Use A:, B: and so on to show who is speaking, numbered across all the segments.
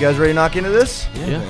A: guys ready to knock into this?
B: Yeah.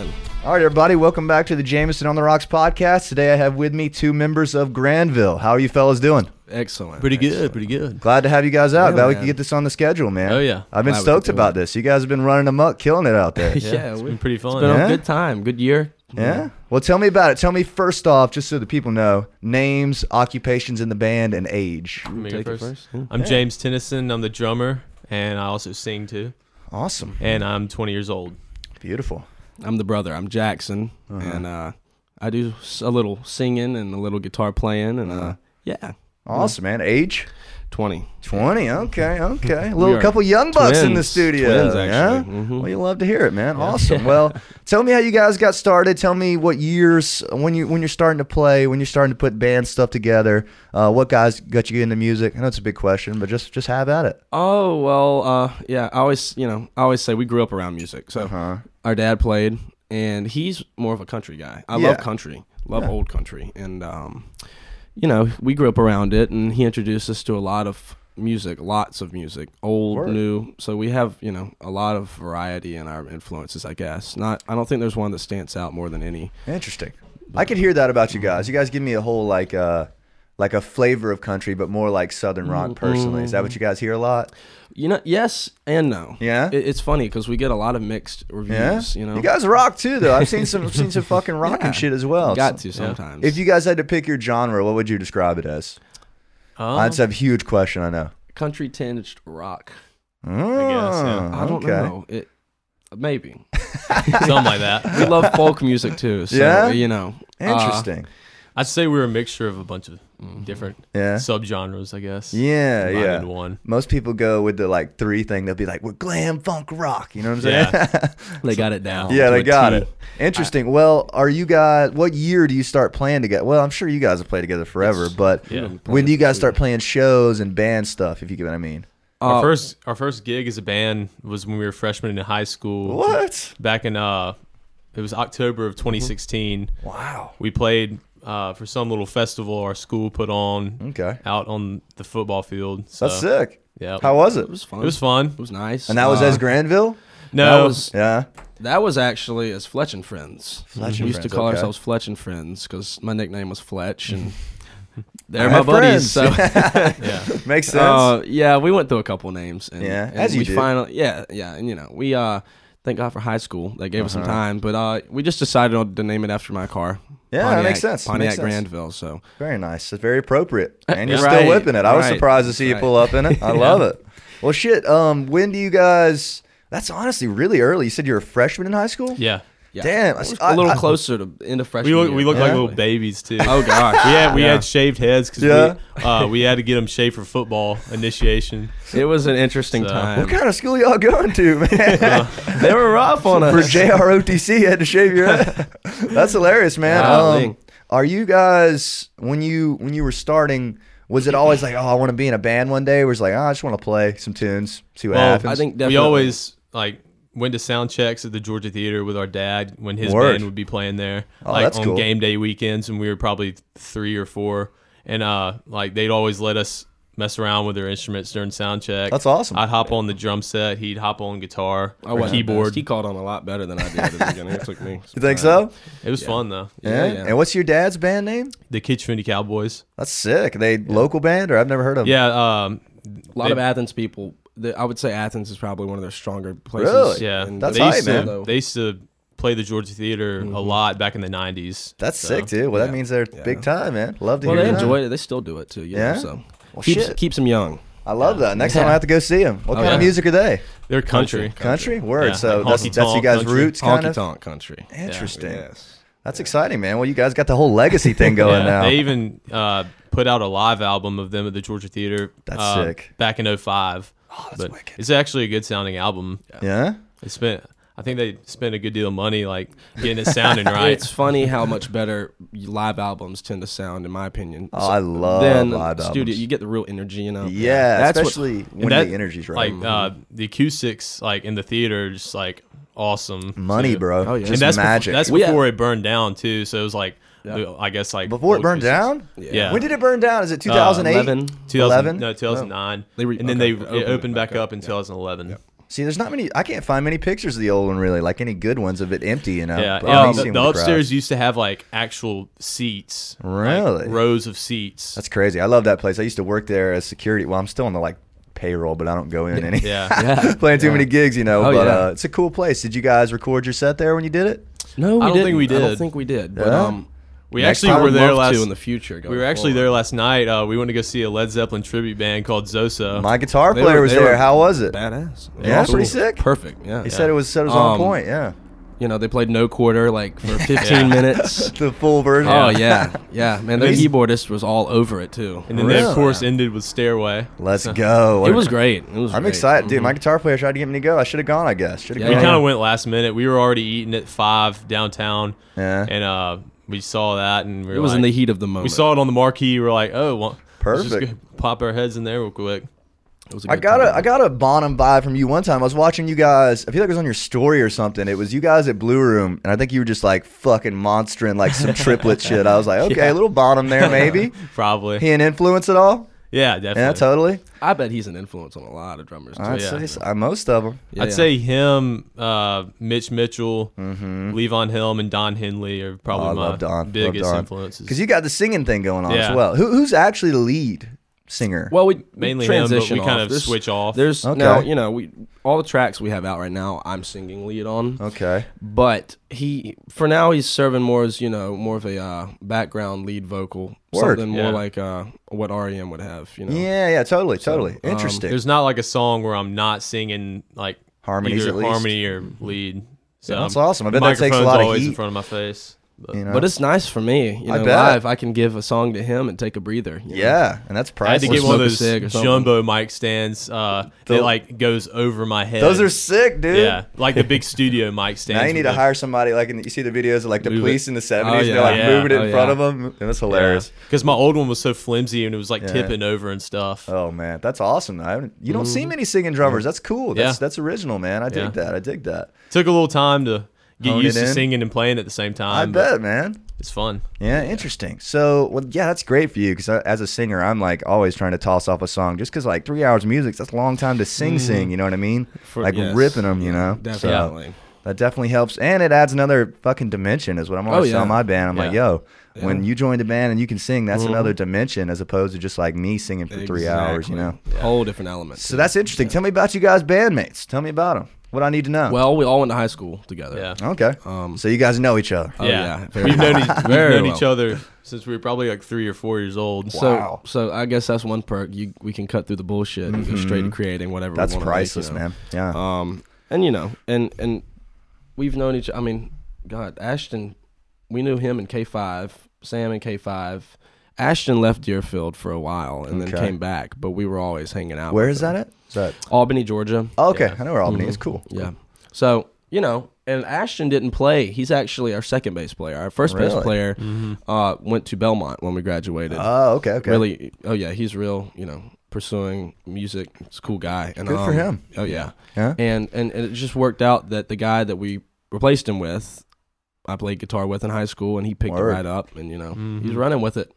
A: All right, everybody, welcome back to the Jameson on the Rocks podcast. Today I have with me two members of Granville. How are you fellas doing?
C: Excellent.
B: Pretty good.
C: excellent.
B: Pretty good.
A: Glad to have you guys out.
C: Yeah,
A: Glad we
C: man.
A: could get this on the schedule, man.
B: Oh, yeah.
A: I've been
C: Glad we could
A: stoked
C: do
A: about
C: it.
A: this. You guys have been running amok, killing it out there.
C: Yeah,
B: it's
C: we-
B: been pretty fun.
C: Been
A: Yeah.
C: a good time. Good year.
A: yeah? Well, tell me about it. Tell me first off, just so the people know, names, occupations in the band, and age.
B: Let me go
C: Take it
B: first.
C: first. Hmm.
B: I'm James Tennyson. I'm the drummer, and I also sing too.
A: Awesome.
B: And I'm 20 years old.
A: Beautiful.
C: I'm the brother. I'm Jackson, and uh, I do s- a little singing and a little guitar playing, and uh, yeah,
A: Awesome, man. Age?
C: twenty.
A: 20. Okay, okay. A little
C: are
A: couple young bucks in the
C: twins.
A: studio.
C: Twins,
A: yeah?
C: actually. Mhm.
A: Well, you love to hear it, man. Awesome. Well, tell me how you guys got started. Tell me what years when you when you're starting to play, when you're starting to put band stuff together. Uh, what guys got you into music? I know it's a big question, but just just have at it.
C: Oh well, uh, yeah. I always, you know, I always say we grew up around music. So
A: Uh-huh.
C: our dad played, and he's more of a country guy. I
A: Yeah.
C: love country, love old country, and um, you know, we grew up around it, and he introduced us to a lot of music, lots of music, old,
A: Word.
C: new. So we have, you know, a lot of variety in our influences. I guess not. I don't think there's one that stands out more than any.
A: Interesting. I could hear that about you guys. You guys give me a whole like uh like a flavor of country, but more like southern rock personally. Is that
C: Mm-hmm.
A: what you guys hear a lot?
C: You know, yes and no.
A: Yeah?
C: it, it's funny because we get a lot of mixed reviews. You know,
A: You guys rock too though. I've seen some I've seen some fucking rock
C: Yeah.
A: and shit as well.
C: got
A: So-
C: to sometimes.
A: If you guys had to pick your genre, what would you describe it as?
B: Um,
A: That's a huge question, I know.
C: country tinged rock.
B: guess, yeah.
A: Mm,
C: I don't
A: okay.
C: know. It maybe
B: something like that.
C: we love folk music too. So,
A: Yeah?
C: you know, uh,
A: Interesting.
B: I'd say we're a mixture of a bunch of different
A: yeah.
B: subgenres, I guess.
A: yeah,
B: combined
A: yeah.
B: into one.
A: Most people go with the like three thing. They'll be like, "We're glam funk rock." You know what I'm saying?
B: Yeah.
C: they got it down.
A: Yeah,
C: to
A: they
C: a
A: got
C: T.
A: it. Interesting. well, are you guys? What year do you start playing together? Well, I'm sure you guys have played together forever, but
B: Yeah.
A: when do you guys start playing shows and band stuff? If you get what I mean.
B: our
C: Uh,
B: first our first gig as a band was when we were freshmen in high school.
A: What?
B: Back in uh, it was October of 2016.
A: Wow.
B: We played uh, for some little festival our school put on
C: Uh,
A: Okay.
B: out on the football field. So,
A: That's sick.
B: Yeah.
A: How was it?
C: It was fun.
B: It was fun.
C: It was nice.
A: And that was
C: Uh,
A: as Granville.
B: No,
C: That was
A: Yeah.
C: that was actually as Fletch and Friends.
A: Fletch and
C: we used
A: Friends,
C: to call
A: okay.
C: ourselves Fletch and Friends because my nickname was Fletch, and they're
A: I
C: my
A: had
C: buddies. So.
A: friends.
B: yeah.
A: Makes sense.
C: Uh, yeah, we went through a couple names. And,
A: Yeah,
C: and
A: as you
C: we
A: do.
C: Finally, yeah, yeah, and you know, we uh, thank God for high school. That gave us
A: Uh-huh.
C: some time, but uh, we just decided on to name it after my car.
A: Yeah, that
C: Pontiac,
A: makes sense. That
C: Pontiac
A: makes sense.
C: Grandville. So
A: Very nice. It's very appropriate. And you're
C: Right,
A: still whipping it. I was
C: right,
A: surprised to see you
C: right.
A: pull up in it. I love it. Well, shit. Um, when do you guys? That's honestly really early. You said you're a freshman in high school.
B: Yeah.
C: yeah,
A: Damn,
C: We're just
A: I-
C: a little
A: I-
C: closer to end of
B: We
C: freshman.
B: look,
C: year.
B: we look
A: Yeah.
B: like little babies too.
C: Oh gosh,
B: We had, we
C: Yeah.
B: had shaved heads because
A: Yeah.
B: we, uh, we had to get them shaved for football initiation.
C: it was an interesting
B: So-
A: What
C: time.
A: kind of school y'all going to, man?
C: they were rough on
A: For
C: us.
A: JROTC, you had to shave your head. That's hilarious, man.
C: Golly.
A: Um, are you guys when you when you were starting? Was it always like, oh, I want to be in a band one day? Or was it like, oh, I just want to play some tunes, see what
B: Well,
A: happens.
C: I
B: Um,
C: think
B: We
C: definitely-
B: always like went to sound checks at the Georgia Theater with our dad when his
A: Word.
B: band would be playing there,
A: Oh,
B: like
A: that's
B: on
A: cool.
B: game day weekends, and we were probably three or four, and uh, like they'd always let us mess around with their instruments during sound check.
A: That's awesome.
B: I'd hop on the drum set, he'd hop on guitar
C: I
B: or
C: wasn't the
B: keyboard.
C: best. He called on a lot better than I did at the beginning. It took me.
A: you think so?
B: It was fun though.
C: Yeah, yeah.
A: And what's your dad's band name?
B: The Kitchener Cowboys.
A: That's sick. Are they local band or I've never heard of them.
B: Yeah, um,
C: A lot
B: They-
C: of Athens people. The, I would say Athens is probably one of their stronger places.
A: Really?
B: yeah.
C: in
A: That's
C: the
A: tight,
B: they
C: East,
B: used to,
A: man.
C: though.
B: They used to play the Georgia Theater
C: Mm-hmm.
B: a lot back in the '90s.
A: That's
B: so-
A: sick, dude. Well, that
C: yeah.
A: means they're
C: Yeah.
A: big time, man. Love to
C: Well,
A: hear
C: they
A: that.
C: enjoy it. They still do it too. You yeah.
A: Yeah?
C: Know, so
A: Well,
C: keeps
A: shit.
C: keeps them young.
A: I love that. Next time I
C: Yeah.
A: have to go see them. What kind of
B: yeah.
A: music are they?
B: They're country.
A: Country? Word.
B: Yeah,
A: so
B: like
A: that's,
B: honky
A: that's you
B: tonk
A: guys'
B: country.
A: roots, kind
C: Honky
A: of.
C: tonk country.
A: Interesting.
C: Yes.
A: That's exciting, man. Well, you guys got the whole legacy thing going
B: Yeah,
A: now.
B: They even uh, put out a live album of them at the Georgia Theater.
A: That's
B: uh,
A: sick.
B: Back in 05. Oh, that's
A: wicked.
B: It's actually a good sounding album.
A: yeah.
B: They spent, I think they spent a good deal of money like getting it sounding right.
C: It's funny how much better live albums tend to sound, in my opinion.
A: Oh, I love
C: than
A: live
C: studio.
A: albums.
C: You get the real energy, you know.
A: Yeah,
C: That's what-
A: especially when
B: And that-
A: the energy's right.
B: Like uh, the acoustics, like in the theater, are just like awesome.
A: Money,
B: too.
A: bro.
C: Oh, yeah.
A: Just
B: and that's befo-
A: magic.
B: that's
C: We-
B: before it burned down too. So it was like, the- I guess like
A: Before it
B: low
A: burned
B: acoustics.
A: down?
B: Yeah.
A: When did it burn down? Is it 2008?
C: 11.
B: 2000,
A: 11?
B: No, 2009.
A: Oh.
C: They re-
B: and then
C: okay,
B: they it
C: they opened it
B: opened back
C: back
B: up in 2011.
A: See, there's not many. I can't find many pictures of the old one really, like any good ones of it empty. Oh, You know,
B: Yeah,
A: I've
B: yeah,
A: only
B: the,
A: seen
B: the
A: with crowd.
B: upstairs used to have like actual seats, like,
A: Really?
B: rows of seats.
A: That's crazy. I love that place. I used to work there as security. Well, I'm still on the like payroll, but I don't go in any.
B: Yeah.
A: playing too many gigs, you know.
C: Oh,
A: but
C: yeah.
A: uh, it's a cool place. Did you guys record your set there when you did it?
C: No, we
B: I don't think
C: didn't.
B: we
C: I
B: did.
C: don't think we did. But
A: Yeah?
C: um,
B: we
A: Next
B: actually
A: time.
C: I
B: were
C: would
B: there
C: love
B: last.
C: to in the future.
B: we were actually there last night. Uh, we went to go see a Led Zeppelin tribute band called Zosa.
A: My guitar
C: They
A: player
C: were-
A: was
C: they were
A: there. How was it?
C: Badass.
A: Yeah, pretty sick.
C: Perfect. Yeah.
A: He said it was said it was on
C: Um,
A: point. Yeah,
C: you know they played no quarter like for 15
B: Yeah.
C: minutes.
A: the full version.
C: Oh yeah, yeah, man. Their
B: And then-
C: keyboardist was all over it too.
B: and then they
A: Really?
B: of course ended with Stairway.
A: Let's go.
C: it was great. It was.
A: I'm
C: great.
A: excited,
B: Mm-hmm.
A: dude. My guitar player tried to get me to go. I should have gone. I guess. Should have
C: Yeah.
B: We
A: gone.
B: kind of went last minute. We were already eating at five downtown,
A: Yeah.
B: and uh, we saw that, and we were
C: It was in the
B: like-
C: heat of the moment.
B: We saw it on the marquee. We're like, oh, well, let's just
A: Perfect.
B: go pop our heads in there real quick.
C: It was a
A: I
C: good
A: got
C: time.
A: a I got a Bonham vibe from you one time. I was watching you guys. I feel like it was on your story or something. It was you guys at Blue Room, and I think you were just like fucking monstering like some triplet shit. I was like, okay, a little Bonham there, maybe.
B: Probably.
A: he an influence at all?
B: Yeah, definitely.
A: Yeah, totally.
C: I bet he's an influence on a lot of drummers. Too.
A: I'd
B: yeah.
A: say so. Uh, most of them.
C: Yeah,
B: I'd
C: yeah.
B: say him, uh, Mitch Mitchell, Levon Helm, and Don Henley are probably
A: Mm-hmm. Oh, I
B: my
A: love Don.
B: biggest
A: love Don.
B: influences.
A: Because you got the singing thing going on
B: Yeah.
A: as well. Who, who's actually the lead singer?
C: Well, we
B: Mainly
C: mainly
B: him, but
C: transition.
B: we kind
C: off.
B: of
C: There's-
B: switch off.
C: There's
A: Okay.
C: now you know we all the tracks we have out right now. I'm singing lead on,
A: okay.
C: but he for now he's serving more as you know more of a uh, background lead vocal,
A: Word.
C: something
B: Yeah.
C: more like uh, what REM would have. You know,
A: Yeah, yeah, totally, totally. Interesting.
B: um, There's not like a song where I'm not singing like
A: Harmonies
B: either
A: at least.
B: harmony or lead. So
A: Yeah, that's
B: I'm-
A: awesome. I bet that takes a
B: microphone's
A: lot of
B: always in
A: heat.
B: front of my face. But
A: you know?
C: But it's nice for me, you
A: I
C: know.
A: bet.
C: Live, I can give a song to him and take a breather. you know.
A: yeah, and that's
B: I had to
A: priceless.
B: get one of
C: smoke a
B: those
C: cig or something.
B: jumbo mic stands uh,
A: Tho-
B: that like goes over my head.
A: Those are sick, dude.
B: yeah, like the big studio mic stands.
A: Now you need
B: with
A: to
B: the-
A: hire somebody like in the, you see the videos of like the
B: Move
A: police
B: it. Oh,
A: in the 70s and they're
C: yeah.
A: like
B: Yeah.
A: moving it in
C: Oh,
A: front
C: yeah.
A: of them and that's hilarious.
B: Because my old one was so flimsy and it was like
A: Yeah.
B: tipping over and stuff.
A: Oh man, that's awesome. I haven't- you don't see many singing drummers. That's cool. That's
B: Mm-hmm. Yeah.
A: that's original, man. I dig
B: Yeah.
A: that. I dig that.
B: Took a little time to get
A: Hone
B: used
A: it
B: to
A: in.
B: singing and playing at the same
A: I
B: time. but
A: bet, man.
B: It's fun.
A: Yeah, interesting. So, well, yeah, that's great for you because as a singer, I'm like always trying to toss off a song just because like three hours of music, that's a long time to sing,
B: Mm-hmm.
A: sing. You know what I mean? like
C: yes.
A: ripping them, you know? So
C: Definitely.
A: that definitely helps, and it adds another fucking dimension. Is what I'm
C: Oh,
A: always telling
C: yeah.
A: my band. I'm like, yo, when
C: Yeah. Mm-hmm.
A: you join the band and you can sing, that's another dimension as opposed to just like me singing for three hours, you know?
C: Exactly. Whole different element.
A: So that's interesting. Tell me about you guys' bandmates. Tell me about them. What I need to know.
C: well, we all went to high school
A: Oh,
C: together.
B: Yeah.
A: okay.
C: Um,
A: so you guys know each other.
C: Oh, yeah.
B: yeah.
C: Very
B: We've known, each, we've
C: Very
B: known
C: well.
B: each other since we were probably like three or four years old.
C: So,
A: Wow.
C: so I guess that's one perk. You we can cut through the bullshit and go straight to creating whatever. we
A: Mm-hmm. That's
C: wanna
A: priceless,
C: make, you know?
A: man. Yeah.
C: Um, and you know, and and we've known each. I mean, God, Ashton, we knew him in K five, Sam in K five. Ashton left Deerfield for a while and then
A: Okay.
C: came back, but we were always hanging out.
A: Where
C: with
A: is
C: him.
A: that at? Is that
C: Albany, Georgia.
A: Oh, okay. I know where Albany is. Cool.
C: Mm-hmm. Yeah. So you know, and Ashton didn't play. He's actually our second base player. Our first
A: Really?
C: base player uh, went to Belmont when we graduated.
A: Oh, okay. Okay.
C: Really? Oh yeah, he's real. You know, pursuing music. He's a cool guy. And,
A: Good for
C: um,
A: him.
C: Oh yeah.
A: Yeah.
C: And, and and it just worked out that the guy that we replaced him with, I played guitar with in high school, and he picked
A: Word.
C: it right up, and you know,
B: Mm-hmm.
C: he's running with it.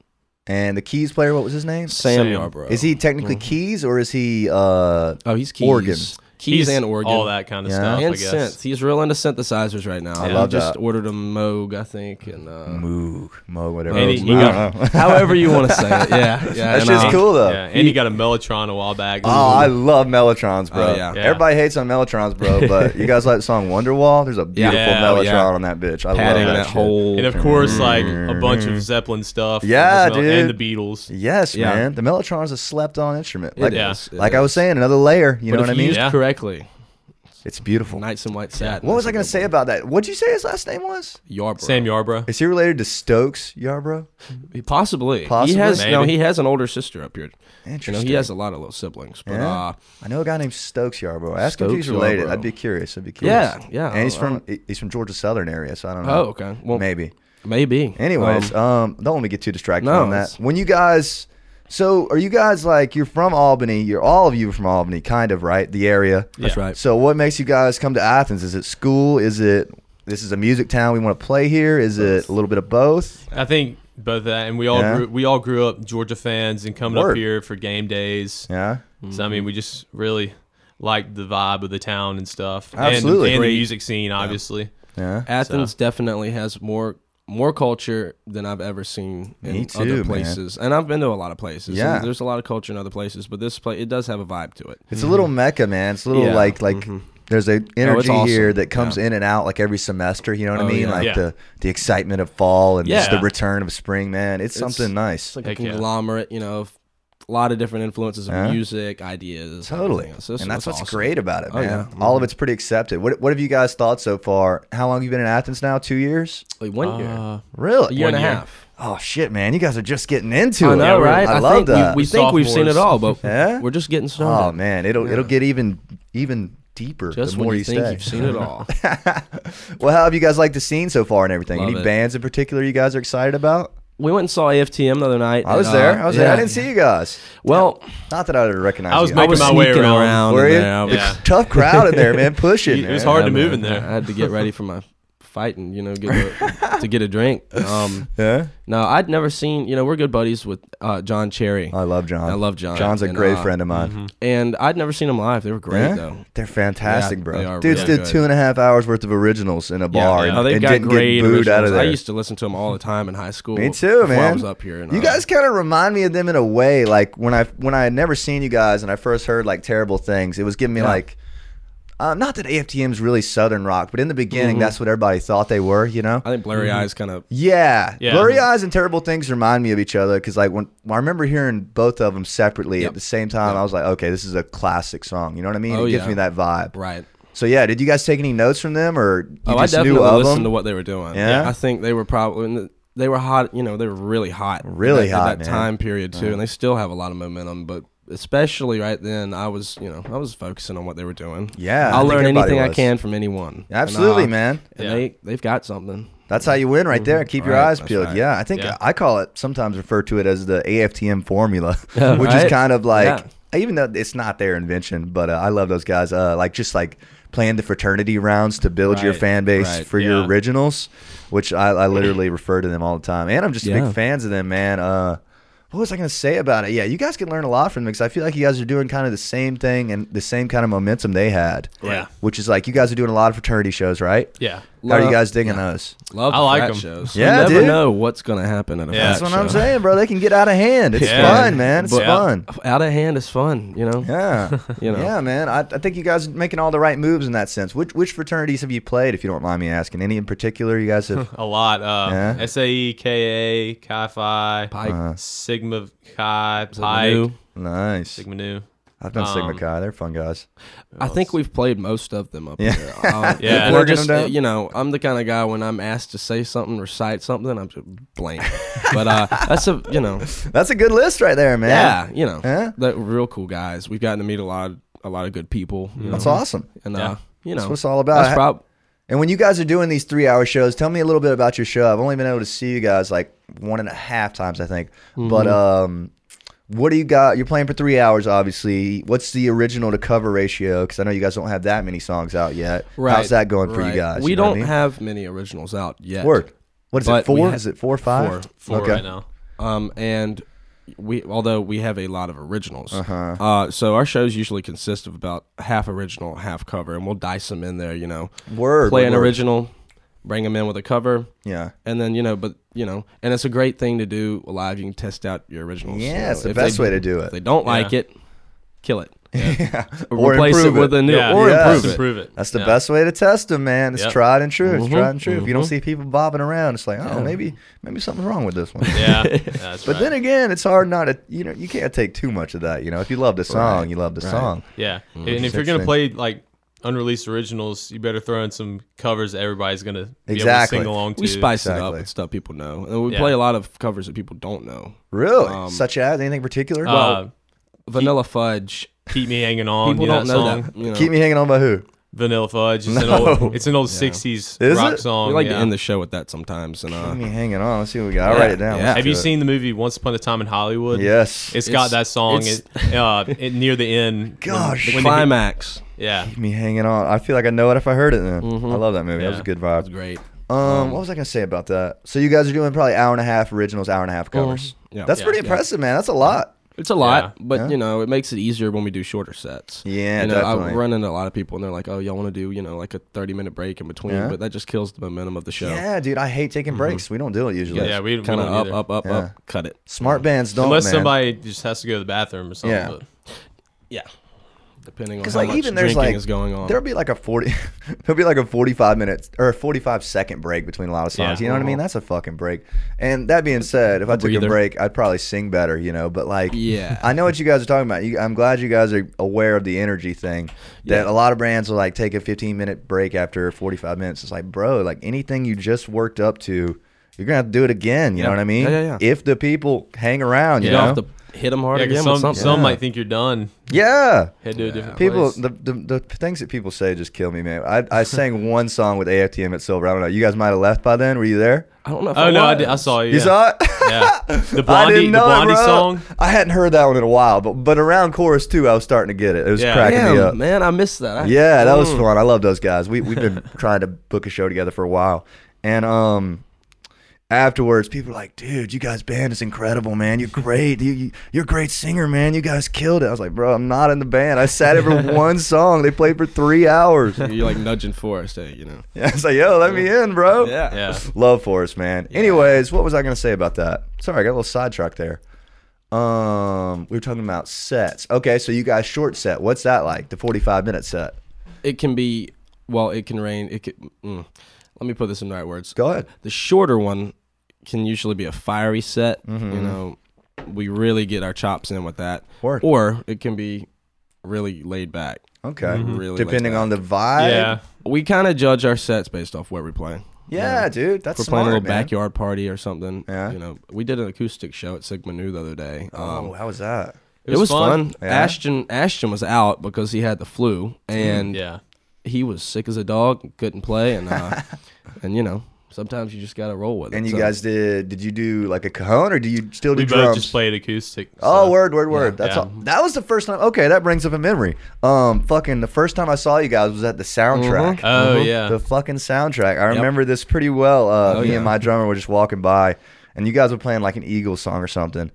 A: And the keys player, what was his name?
C: Sam,
B: Sam.
C: Yarbrough.
A: Is he technically
C: Mm-hmm.
A: keys or is he? uh
C: Oh, he's keys.
A: Organ.
C: Keys and organ.
B: All that kind of
A: Yeah.
B: stuff,
C: And
B: I guess.
C: synth. He's real into synthesizers right now.
A: I
C: He
A: love
C: just
A: that.
C: ordered a Moog, I think, and uh,
A: Moog, Moog, whatever.
B: And
A: it was.
B: he- he
A: I
B: got-
A: don't know.
C: however you want to say it. Yeah, yeah.
A: That's
C: and,
A: just
C: uh,
A: cool though.
B: Yeah, and he got a Mellotron a while back.
A: Oh, I love Mellotrons, bro.
C: Oh, yeah.
B: Yeah.
A: Everybody hates on Mellotrons, bro. But you guys like the song Wonderwall? There's a beautiful
B: Yeah,
A: Mellotron
C: yeah.
A: on that bitch. I
C: Padding
A: love
C: that,
A: that, shit.
C: whole.
B: and of course, like a bunch of Zeppelin stuff.
A: Yeah,
B: as well, And
A: dude.
B: the Beatles.
A: Yes,
C: Yeah.
A: man. The Mellotron's a slept-on instrument.
C: It
A: Like,
C: is, it
A: like
C: is.
A: I was saying, another layer. You
C: but
A: know
C: if
A: what I
C: you
A: mean?
C: used
B: Yeah.
C: correctly,
A: It's beautiful.
C: Knights in White Satin.
A: What was
C: is
A: I
C: a
A: gonna
C: good
A: say
C: one.
A: about that? What'd you say his last name was?
C: Yarbrough?
B: Sam Yarbrough.
A: Is he related to Stokes Yarbrough?
C: Possibly.
A: Possibly?
C: He has no.
B: Maybe.
C: He has an older sister up here. You know,
A: Interesting.
C: he has a lot of little siblings. But
A: Yeah?
C: uh,
A: I know a guy named Stokes Yarbrough. Ask if he's
C: Stokes
A: related.
C: Yarbrough.
A: I'd be curious. I'd be curious.
C: Yeah, yeah,
A: And he's
C: I'll-
A: from he's from Georgia Southern area, so I don't know.
C: oh, okay. Well, maybe.
A: maybe.
C: maybe.
A: Anyways,
C: Um,
A: um, don't let me get too distracted
C: no,
A: on that.
C: it's-
A: When you guys, so are you guys like you're from Albany? You're all of you are from Albany, kind of right? The area.
C: that's
B: yeah.
C: right.
A: So what makes you guys come to Athens? Is it school? Is it this is a music town? We want to play here. Is it a little bit of both?
B: I think both that, and we all
A: Yeah.
B: grew, we all grew up Georgia fans and coming
A: Word.
B: up here for game days.
A: Yeah.
B: So I mean, we just really liked the vibe of the town and stuff. And-
A: Absolutely.
B: and,
C: Great.
B: the music scene, obviously.
A: Yeah.
C: Athens definitely has more more culture than I've ever seen in
A: Me too,
C: other
A: man.
C: places. And I've been to a lot of places.
A: Yeah.
C: And there's a lot of culture in other places, but this place it does have a vibe to it.
A: It's a little mecca, man. It's a little
C: Yeah. Mm-hmm.
A: like like there's a energy
C: awesome.
A: here that comes in and out like every semester. You know what I
C: Oh,
A: mean?
C: yeah.
A: Like
B: Yeah.
A: the the excitement of fall and just the
B: Yeah.
A: return of spring, man. It's, something nice.
C: It's like
B: Heck
C: a
B: yeah.
C: conglomerate, you know, of a lot of different influences of
A: Yeah.
C: music, ideas.
A: Totally,
C: everything else. This
A: and that's
C: was
A: what's
C: awesome.
A: great about it,
C: Oh,
A: man.
C: yeah.
A: All of it's pretty accepted. What, what have you guys thought so far? How long have you been in Athens now? Two years?
C: Like one year.
B: Uh,
C: a
A: Really?
C: year and a
B: one year.
C: half.
A: Oh shit, man! You guys are just getting into it.
C: I know,
B: we're-
C: right?
A: I, love
C: think
A: that.
C: We, we think we've seen it
B: Sophomores.
C: all, but
A: Yeah?
C: we're just getting started.
A: oh man, it'll it'll get even even deeper
C: just
A: the more
C: when
A: you,
C: you think
A: stay.
C: you've seen it all.
A: well, how have you guys liked the scene so far and everything?
C: Love
A: Any
C: it.
A: bands in particular you guys are excited about?
C: we went and saw AFTM the other night.
A: I was
C: and, uh,
A: there. I was there. I
C: yeah.
A: didn't see you guys.
C: Well,
A: Not that I would recognize.
B: I was
A: you.
B: making
C: I was
B: my way
C: sneaking
B: around.
C: around.
A: Were
C: in
A: you?
C: there. I was-
B: Yeah.
A: tough crowd in there, man. Pushing.
B: It was
A: man.
B: hard to
C: Yeah,
B: move
C: man.
B: in there.
C: I had to get ready for my fight and you know get a, to get a drink. Um,
A: Yeah.
C: no, I'd never seen. You know, we're good buddies with uh, John Cherry.
A: I love John.
C: I love John.
A: John's a
C: And,
A: great
C: uh,
A: friend of mine.
C: and I'd never seen him live. They were great
A: Yeah?
C: though.
A: They're fantastic,
C: Yeah,
A: bro.
C: they are
A: Dudes
C: really
A: did
C: good.
A: two and a half hours worth of originals in a bar
B: yeah.
A: and,
C: No, Oh, they've
A: and
C: got
A: didn't
C: great
A: get booed out of
C: originals.
A: there.
C: I used to listen to them all the time in high school.
A: Me too,
C: before
A: man.
C: I was up here. And,
A: you
C: uh,
A: guys kind of remind me of them in a way. Like when I when I had never seen you guys and I first heard like terrible things, it was giving me
C: Yeah.
A: like, uh, not that AFTM's really southern rock, but in the beginning,
C: Mm-hmm.
A: that's what everybody thought they were. You know.
C: I think Blurry Eyes kind of.
A: Yeah.
B: Yeah.
A: Blurry Eyes and Terrible Things remind me of each other because, like, when I remember hearing both of them separately at the same time, I was like, okay, this is a classic song. You know what I mean?
C: Oh,
A: it gives
C: yeah.
A: me that vibe.
C: Right.
A: So, yeah, did you guys take any notes from them or you
C: oh, I
A: just
C: definitely
A: knew of
C: listened
A: them?
C: to what they were doing.
A: Yeah?
C: I think they were probably they were hot. You know, they were really hot.
A: Really
C: at that-
A: hot,
C: at that
A: man.
C: time period too, and they still have a lot of momentum. But especially right then, I was you know I was focusing on what they were doing.
A: Yeah, I
C: I'll
A: think
C: learn
A: everybody
C: anything I
A: was.
C: can from anyone.
A: Absolutely,
C: And, uh,
A: man.
C: And
B: Yeah.
C: they they've got something.
A: That's how you win right there. Keep your
C: Mm-hmm. Right,
A: eyes
C: that's
A: peeled.
C: right.
A: Yeah, I think
B: Yeah.
A: I call it sometimes refer to it as the AFTM formula,
C: Yeah,
A: which is
C: right?
A: kind of like
C: Yeah.
A: even though it's not their invention, but uh, I love those guys. Uh, like just like playing the fraternity rounds to build your
C: Right,
A: fan base
C: right,
A: for your
B: yeah.
A: originals, which I, I literally refer to them all the time. And I'm just
C: Yeah.
A: big fans of them, man. Uh, what was I going to say about it? Yeah, you guys can learn a lot from them because I feel like you guys are doing kind of the same thing and the same kind of momentum they had.
B: Yeah.
A: Which is like you guys are doing a lot of fraternity shows, right?
B: Yeah.
A: How are you
C: Love-
A: guys digging those?
C: Love
B: I
C: the
B: like
C: frat
B: 'em.
C: shows.
A: Yeah,
C: you never
A: dude.
C: know what's gonna happen at a
B: Yeah.
C: frat
A: That's what I'm
C: show.
A: saying, bro. They can get out of hand. It's
B: Yeah.
A: fun, man. It's
B: Yeah.
A: fun.
C: Out of hand is fun, you know.
A: Yeah.
C: You know.
A: Yeah, man. I, I think you guys are making all the right moves in that sense. Which which fraternities have you played, if you don't mind me asking? Any in particular you guys have?
B: A lot. Uh,
A: Yeah.
B: SAE, KA, Chi Phi,
C: Pike.
A: Uh,
B: Sigma Chi,
C: Is it new?
B: Pike,
A: nice.
B: Sigma Nu.
A: I've done Sigma
B: um,
A: Chi. They're fun guys.
C: I think we've played most of them up
A: Yeah.
C: here. Um,
B: Yeah.
C: and I
A: Working
C: just,
A: them down?
C: you know, I'm the kind of guy when I'm asked to say something, recite something, I'm just blank. but uh, that's a, you know,
A: That's a good list right there, man.
C: yeah, you know,
A: Yeah.
C: they're real cool guys. We've gotten to meet a lot, a lot of good people. You
A: That's
C: know,
A: awesome.
C: And
B: Yeah.
C: uh, you know,
A: That's what it's all about.
C: That's prob-
A: And when you guys are doing these three hour shows, tell me a little bit about your show. I've only been able to see you guys like one and a half times, I think. But
C: Mm-hmm.
A: um, what do you got? You're playing for three hours, obviously. What's the original to cover ratio? Because I know you guys don't have that many songs out yet. How's that going for
C: right.
A: you guys?
C: We
A: You know what
C: don't
A: I mean?
C: have many originals out yet.
A: Work. What is it?
C: But we
A: Four?
C: ha-
A: is it four or five?
C: Four.
B: Four
A: Okay.
B: right now.
C: um, and we although we have a lot of originals,
A: Uh-huh.
C: uh, so our shows usually consist of about half original, half cover, and we'll dice them in there. You know,
A: Word.
C: play an
A: word.
C: original, bring them in with a cover,
A: Yeah.
C: and then you know, but you know, and it's a great thing to do live. You can test out your originals.
A: Yeah,
C: So
A: it's the
C: if they-
A: best way to do
C: If
A: it.
C: they don't like
B: Yeah.
C: it, kill it. Or,
A: Or
C: replace it
A: improve
C: with a new,
B: Yeah.
C: or
A: Yeah.
C: improve it.
B: Improve it.
A: That's the
B: Yeah.
A: best way to test them, man. It's
B: Yep.
A: tried and true. It's
C: Mhm.
A: tried and true. If you don't see people bobbing around, it's like, oh, maybe maybe something's wrong with this one.
B: Yeah. That's
A: But
B: right.
A: then again, it's hard not to, you know, you can't take too much of that. You know, if you love the song, you love the song.
B: Yeah, and
A: It's
B: if you're gonna
A: Mm-hmm. interesting.
B: play like unreleased originals, you better throw in some covers that everybody's gonna be
A: Exactly.
B: able to sing along to.
C: We spice it up
A: Exactly.
C: with stuff people know, and we
B: Yeah.
C: play a lot of covers that people don't know.
A: Really?
C: Um,
A: Such as anything particular?
B: Uh,
C: Vanilla Fudge.
B: keep me hanging on.
C: People
B: you know
C: don't
B: that
C: know
B: song?
C: that. You know,
A: Keep me hanging on by who?
B: Vanilla Fudge. It's an
A: No.
B: old. It's an old '60s
A: Is
B: rock
A: it?
B: song.
C: we like
B: Oh, yeah.
C: to end the show with that sometimes, and uh,
A: Keep me hanging on. Let's see what we got. I'll
C: Yeah,
A: write it down.
C: yeah.
A: Let's
B: Have
A: do
B: you
A: it.
B: seen the movie Once Upon a Time in Hollywood?
A: Yes.
B: it's got
C: It's-
B: that song.
C: it's-
B: it, uh, it, near the end.
A: Gosh.
C: the
B: when they-
C: climax.
B: yeah.
A: Keep me hanging on. I feel like I know it if I heard it then. I love that movie. That was
B: Yeah.
A: a good
C: It's
A: vibe.
C: great.
A: Mm-hmm. Um, what was I gonna say about that? So you guys are doing probably hour and a half originals, hour and a half covers.
C: Yeah.
A: That's
C: Yeah.
A: pretty
C: Yeah.
A: impressive, man. That's a lot.
C: It's a lot,
B: Yeah.
C: but
A: Yeah.
C: you know, it makes it easier when we do shorter sets.
A: Yeah,
C: you know,
A: definitely.
C: I run into a lot of people and they're like, "Oh, y'all want to do you know like a thirty minute break in between?"
A: Yeah.
C: But that just kills the momentum of the show.
A: Yeah, Mm-hmm. dude, I hate taking breaks. We don't do it usually.
B: Yeah, we, we
C: kind
B: don't
C: of up,
B: either.
C: up, up,
A: Yeah.
C: up. Cut it.
A: Smart bands don't.
B: Unless
A: man.
B: somebody just has to go to the bathroom or something.
A: Yeah.
B: but-
C: Yeah, depending on
A: Because
C: how
A: like
C: much
A: even there's
C: drinking
A: like
C: is going on.
A: There'll be like a forty, there'll be like a forty-five minute or a forty-five second break between a lot of songs.
B: Yeah.
A: You know what I
C: Uh-huh.
A: mean? That's a fucking break. And that being said, if I took a
B: breather.
A: break, I'd probably sing better. You know, but like,
C: Yeah.
A: I know what you guys are talking about. You, I'm glad you guys are aware of the energy thing. That
C: Yeah.
A: a lot of brands will like take a 15 minute break after 45 minutes. It's like, bro, like anything you just worked up to. You're gonna have to do it again. You know
C: Yeah.
A: what I mean?
C: Yeah, yeah, yeah.
A: If the people hang around, you
C: You
B: Yeah.
A: know.
C: have to hit them hard
B: Yeah, 'cause
C: again with
B: some,
C: something.
B: some
A: Yeah.
B: might think you're done.
A: yeah.
B: Head to a different
A: People,
B: place.
A: the, the the things that people say just kill me, man. I, I sang one song with AFTM at Silver. I don't know. You guys might have left by then. Were you there?
C: I don't know. If
B: oh,
C: I
B: no, I,
C: was.
B: did, I saw you.
A: You
B: yeah.
A: saw it?
B: Yeah. The
A: I
B: Blondie,
A: didn't know
B: the Blondie
A: it, bro.
B: song.
A: I hadn't heard that one in a while, but but around chorus two, I was starting to get it. It was
B: Yeah.
A: cracking me up.
C: Damn, man, I missed that. I-
A: Yeah, that was
C: Mm.
A: fun. I love those guys. We we've been trying to book a show together for a while, and um, afterwards, people are like, "Dude, you guys' band is incredible, man. You're great. You, you you're a great singer, man. You guys killed it." I was like, "Bro, I'm not in the band. I sat in for one song. They played for three hours."
C: You're like nudging Forrest, hey, you know.
A: Yeah, I was like, "Yo, let me in, bro."
B: Yeah.
A: Love Forrest, man. Anyways, what was I gonna say about that? Sorry, I got a little sidetracked there. Um, we were talking about sets. Okay, so you guys short set. What's that like? The forty-five minute set.
C: It can be, well, it can rain. It can, mm. Let me put this in the right words.
A: Go ahead.
C: The shorter one can usually be a fiery set. You know, we really get our chops in with that.
A: Mm-hmm. Word.
C: Or it can be really laid back.
A: Okay.
C: Really laid
A: Depending
C: back.
A: on the vibe.
B: Yeah.
C: We kind of judge our sets based off where we play.
A: Yeah, dude. That's
C: If we're
A: smart,
C: playing a little
A: man.
C: backyard party or something.
A: Yeah.
C: You know, we did an acoustic show at Sigma Nu the other day. Um,
A: Oh, how was that?
C: It was fun.
A: Yeah. Mm-hmm.
C: Ashton Ashton was out because he had the flu, and
B: Yeah.
C: he was sick as a dog, couldn't play, and uh, and you know sometimes you just gotta roll with it.
A: And you
C: so-
A: guys did? Did you do like a cajon, or do you still do
B: We
A: drums?
B: both just played acoustic.
A: Oh,
B: so-
A: word, word, word. That's
B: yeah.
A: all. That was the first time. Okay, that brings up a memory. Um, fucking the first time I saw you guys was at the soundtrack.
B: Oh, yeah.
A: The fucking soundtrack. I remember this pretty well. Uh,
C: Mm-hmm. Oh,
A: me
C: yeah.
A: and my drummer were just walking by, and you guys were playing like an Eagles song or something.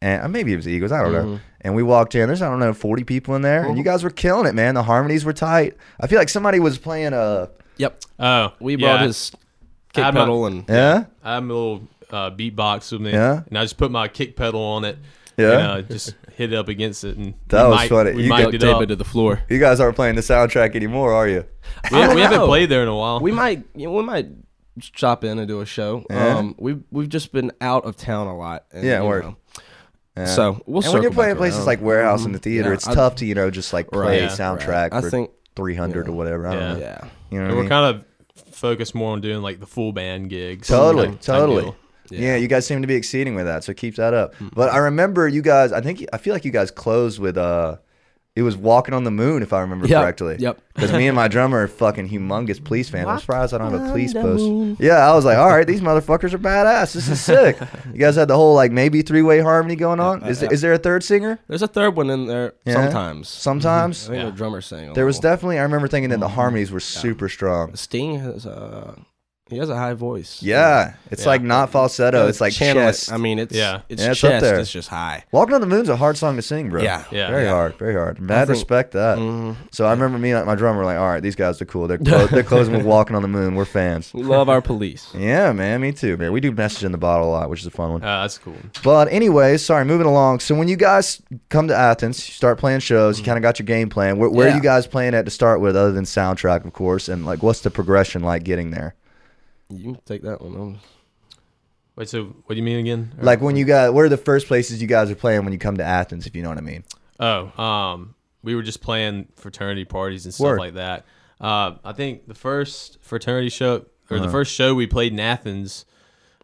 A: And uh, maybe it was Eagles. I don't
C: Mm-hmm.
A: know. And we walked in. There's I don't know 40 people in there, and you guys were killing it, man. The harmonies were tight. I feel like somebody was playing uh, a
C: Yep,
B: Oh.
C: we brought
B: yeah.
C: his kick
B: I'm not-
C: pedal and
A: yeah.
B: I'm a little uh, beatbox with me.
A: Yeah?
B: And I just put my kick pedal on it.
A: Yeah?
B: And, uh, just hit it up against it. And
A: That
B: we
A: was
B: mic-
A: funny.
B: We
A: You
B: mic'd
C: duct
B: it
C: tape
B: up.
C: it to the floor.
A: You guys aren't playing the soundtrack anymore, are you?
B: We, we
C: I don't
B: haven't
C: know.
B: played there in a while.
C: We might you know, we might chop in and do a show.
A: Yeah.
C: Um, we've we've just been out of town a lot. And,
A: Yeah,
C: you
A: word.
C: know,
A: Yeah.
C: So we'll.
A: and when you're
C: circle
A: playing
C: back
A: places
C: around. Mm-hmm.
A: like warehouse and the theater,
C: Yeah,
A: it's
C: I-
A: tough to you know just like play
B: Right,
A: soundtrack
C: right. I
A: for
C: think-
A: 300 or whatever. I don't
B: Yeah.
A: know.
C: yeah.
A: You know what
B: and
A: I
B: we're
A: mean?
B: kind of focused more on doing like the full band gigs.
A: Totally,
B: like, type
A: totally.
B: deal.
A: Yeah.
C: Yeah.
A: you guys seem to be exceeding with that, so keep that up.
C: Mm.
A: But I remember you guys. I think I feel like you guys closed with uh, it was walking on the moon, if I remember
C: Yep,
A: correctly.
C: yep.
A: Because me and my drummer are fucking humongous police fans. I'm
C: Walk
A: surprised I don't have a
C: on
A: police
C: the
A: post.
C: moon.
A: Yeah, I was like, all right, these motherfuckers are badass. This is sick. you guys had the whole like maybe three way harmony going on. Is there, is there a third singer?
C: There's a third one in there
A: Yeah.
C: sometimes. I
A: Sometimes
C: think
B: Yeah.
C: the drummer sang. a
A: there was
C: little.
A: definitely. I remember thinking that
C: Mm-hmm.
A: the harmonies were super strong.
C: Sting has a he has a high voice.
A: Yeah, it's
B: Yeah.
A: like not falsetto. It's like
C: channel.
A: chest.
C: I mean, it's
B: Yeah.
C: it's
A: Yeah, it's up
C: chest.
A: there.
C: It's just high.
A: Walking on the Moon's a hard song to sing, bro.
C: Yeah. Mm-hmm.
B: Yeah.
A: very
B: Yeah.
A: hard, very hard. Mad
C: think-
A: respect that. So I remember me and my drummer were like, all right, these guys are cool. They're clo- they're closing with Walking on the Moon. We're fans.
C: We love our police.
A: Yeah, man, me too, man. We do message in the bottle a lot, which is a fun one.
B: Uh, that's cool.
A: But anyways, sorry, moving along. So when you guys come to Athens, you start playing shows. You kind of got your game plan. Where, where are
C: Mm-hmm. Yeah.
A: you guys playing at to start with, other than soundtrack, of course? And like, what's the progression like getting there?
C: You can take that one. I'm-
B: Wait, so what do you mean again? Or-
A: Like when you got, where are the first places you guys are playing when you come to Athens? If you know what I mean.
B: Oh, um, we were just playing fraternity parties and stuff
A: Word.
B: like that. Uh, I think the first fraternity show or
A: Uh-huh.
B: the first show we played in Athens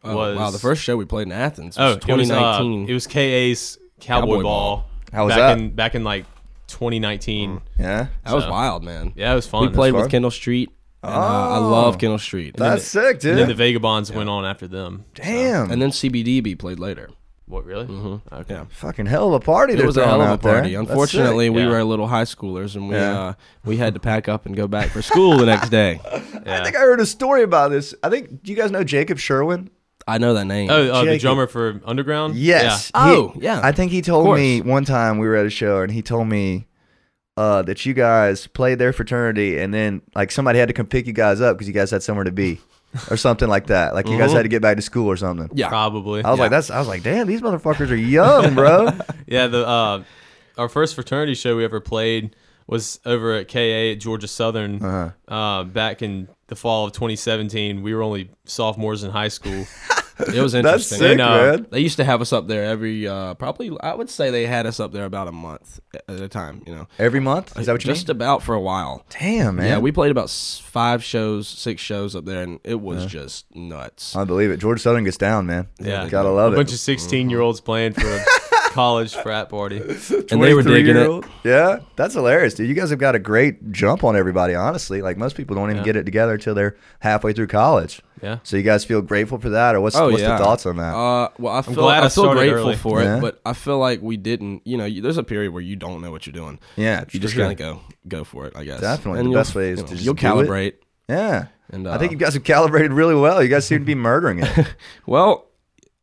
C: oh,
B: was
C: wow, the first show we played in Athens
B: oh
C: was
B: it was, uh,
C: 2019.
B: It was, KA's Cowboy,
C: Cowboy
B: Ball.
C: Ball.
A: How was that?
B: back In, back in like 2019.
A: Yeah.
C: that was
B: so-
C: wild, man.
B: uh, Yeah, it was fun.
C: we played
A: fun.
C: with Kendall Street. And, uh, I love Kendall Street. And then
A: Oh. That's sick, dude.
B: And then the Vagabonds went on after them.
A: Damn.
C: the- and then CBDB played later.
B: What really? Mm-hmm. Okay.
C: Yeah.
A: Fucking hell of a party
C: It
A: they're
C: was a
A: throwing
C: hell of a
A: out there.
C: party.
A: That's
C: Unfortunately, we
B: Yeah.
C: were little high schoolers, and we
A: Yeah.
C: uh, we had to pack up and go back for school the next day.
A: sick. I think I heard a story about this. I think do you guys know Jacob Sherwin?
C: I know that name.
B: Oh, uh, the
A: Jacob.
B: drummer for Underground.
A: Yes.
C: Yeah.
A: He-
C: Oh, yeah,
A: I think he told
C: course.
A: me one time we were at a show and he told me uh, that you guys played their fraternity and then like somebody had to come pick you guys up because you guys had somewhere to be or something like that. Like you guys had to get back to school or something.
B: yeah,
C: yeah.
B: probably.
A: I was like, that's. I was like, damn, these motherfuckers are young, bro.
B: yeah, the uh, our first fraternity show we ever played was over at KA at Georgia Southern
A: Uh-huh.
B: uh back in the fall of 2017. We were only sophomores in high school.
C: It was
A: That's
C: interesting.
A: sick,
B: And, uh,
A: man.
C: They used to have us up there every uh, probably. I would say they had us up there about a month at a time. You know,
A: Every month is that what you
C: just
A: mean?
C: about for a while.
A: damn, man.
C: Yeah, we played about s- five shows, six shows up there, and it was just nuts.
A: I believe it. George Southern gets down, man.
B: Yeah,
A: gotta love
B: a
A: it.
B: bunch of 16 year olds playing for a college frat party.
C: and they were digging it.
A: 23-year-old? Yeah, that's hilarious, dude. You guys have got a great jump on everybody. Honestly, like most people don't even
B: Yeah.
A: get it together till they're halfway through college.
B: Yeah.
A: So you guys feel grateful for that, or what's
C: Oh
A: what's
C: yeah.
A: the thoughts on that?
C: Uh, well, I feel,
B: glad
C: I
B: I
C: feel
B: started
C: grateful
B: early.
C: for
A: Yeah.
C: it, but I feel like we didn't. You know, you, there's a period where you don't know what you're doing.
A: yeah,
C: You
A: for
C: just
A: sure.
C: gotta go go for it. I guess
A: Definitely. The
C: you'll-
A: best way is
C: you
A: to just
C: you'll
A: do it.
C: calibrate.
A: Yeah.
C: And
A: I think
C: uh,
A: you guys have calibrated really well. You guys seem to be murdering it.
C: Well,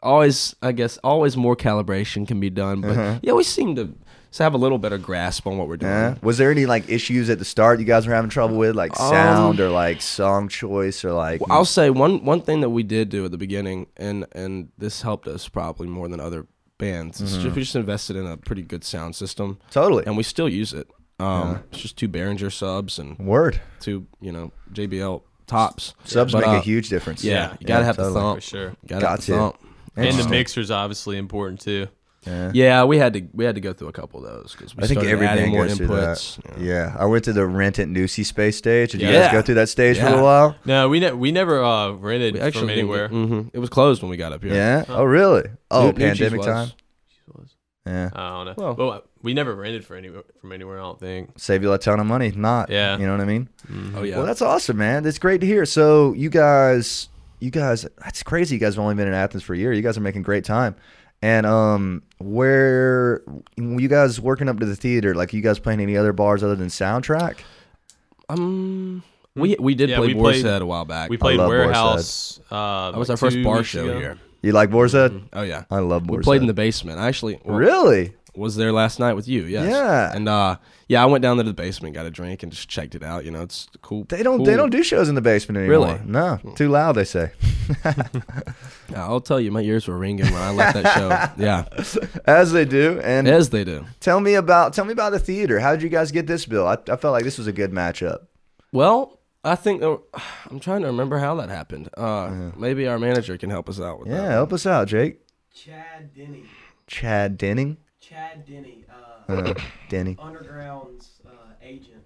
C: always, I guess, always more calibration can be done, but
A: Uh-huh.
C: yeah, we seem to s- have a little better grasp on what we're doing.
A: Yeah. Was there any like issues at the start you guys were having trouble with, like
C: Um,
A: sound or like song choice or like?
C: I'll say one one thing that we did do at the beginning, and and this helped us probably more than other bands. It's just, we just invested in a pretty good sound system,
A: Mm-hmm. totally.
C: and we still use it. Um, It's just two Behringer subs and
A: Word.
C: two, you know, JBL tops.
A: Subs
C: But,
A: make
C: uh,
A: a huge difference.
C: Yeah, you gotta have the
A: totally.
B: For
C: thump.
B: sure.
C: Gotta have
A: Gotcha.
C: the thump.
B: And the
A: Oh. Interesting.
B: mixer's obviously important too.
C: Yeah, we had to we had to go through a couple of those because we
A: I think
C: started adding
A: everything
C: more
A: goes through
C: inputs.
A: that. Yeah. I went to the rent at Nucy space stage. Did you guys
C: Yeah.
A: go through that stage for a
C: Yeah.
A: little while?
B: No, we ne- we never uh, rented
C: We
B: from
C: actually
B: anywhere.
A: mm.
C: hmm It was closed when we got up here.
A: Yeah. Oh, really? Oh,
C: Uh-huh. New- New Cheese
A: pandemic
C: was.
A: time. Yeah.
B: I don't know.
C: Well-
B: but we never rented for anywhere from anywhere. I don't think.
A: Save you a ton of money. if Not.
B: Yeah.
A: You know what I mean?
C: Oh yeah.
A: Well, that's awesome, man. That's great to hear. So you guys, you guys, that's crazy. You guys have only been in Athens for a year. You guys are making great time. And um, where you guys working up to the theater? Like, you guys playing any other bars other than soundtrack?
C: um, we we did
B: Yeah,
C: play
B: we played-
C: Boar's Head a while back.
B: We played
A: love Boar's Head.
B: warehouse. Uh,
C: that was
B: like
C: our first
B: two
C: bar
B: weeks
C: show
B: ago.
C: here.
A: You like Borza?
C: Oh yeah.
A: I love Borza.
C: we played in the basement. I actually well,
A: really.
C: was there last night with you. Yes.
A: Yeah.
C: And uh, yeah, I went down to the basement, got a drink, and just checked it out. You know, it's cool.
A: They don't.
C: cool-
A: They don't do shows in the basement anymore.
C: Really?
A: No, too loud. They say.
C: I'll tell you, my ears were ringing when I left that show. Yeah,
A: As they do. And
C: as they do.
A: tell me about tell me about the theater. How did you guys get this bill? I, I felt like this was a good matchup.
C: Well, I think there were- I'm trying to remember how that happened. Uh, maybe our manager can help us out with
A: Yeah,
C: that.
A: help us out, Jake.
D: Chad Denny.
A: Chad Denning.
D: Chad Denny, uh,
A: Uh, Denny.
D: Underground's uh, agent,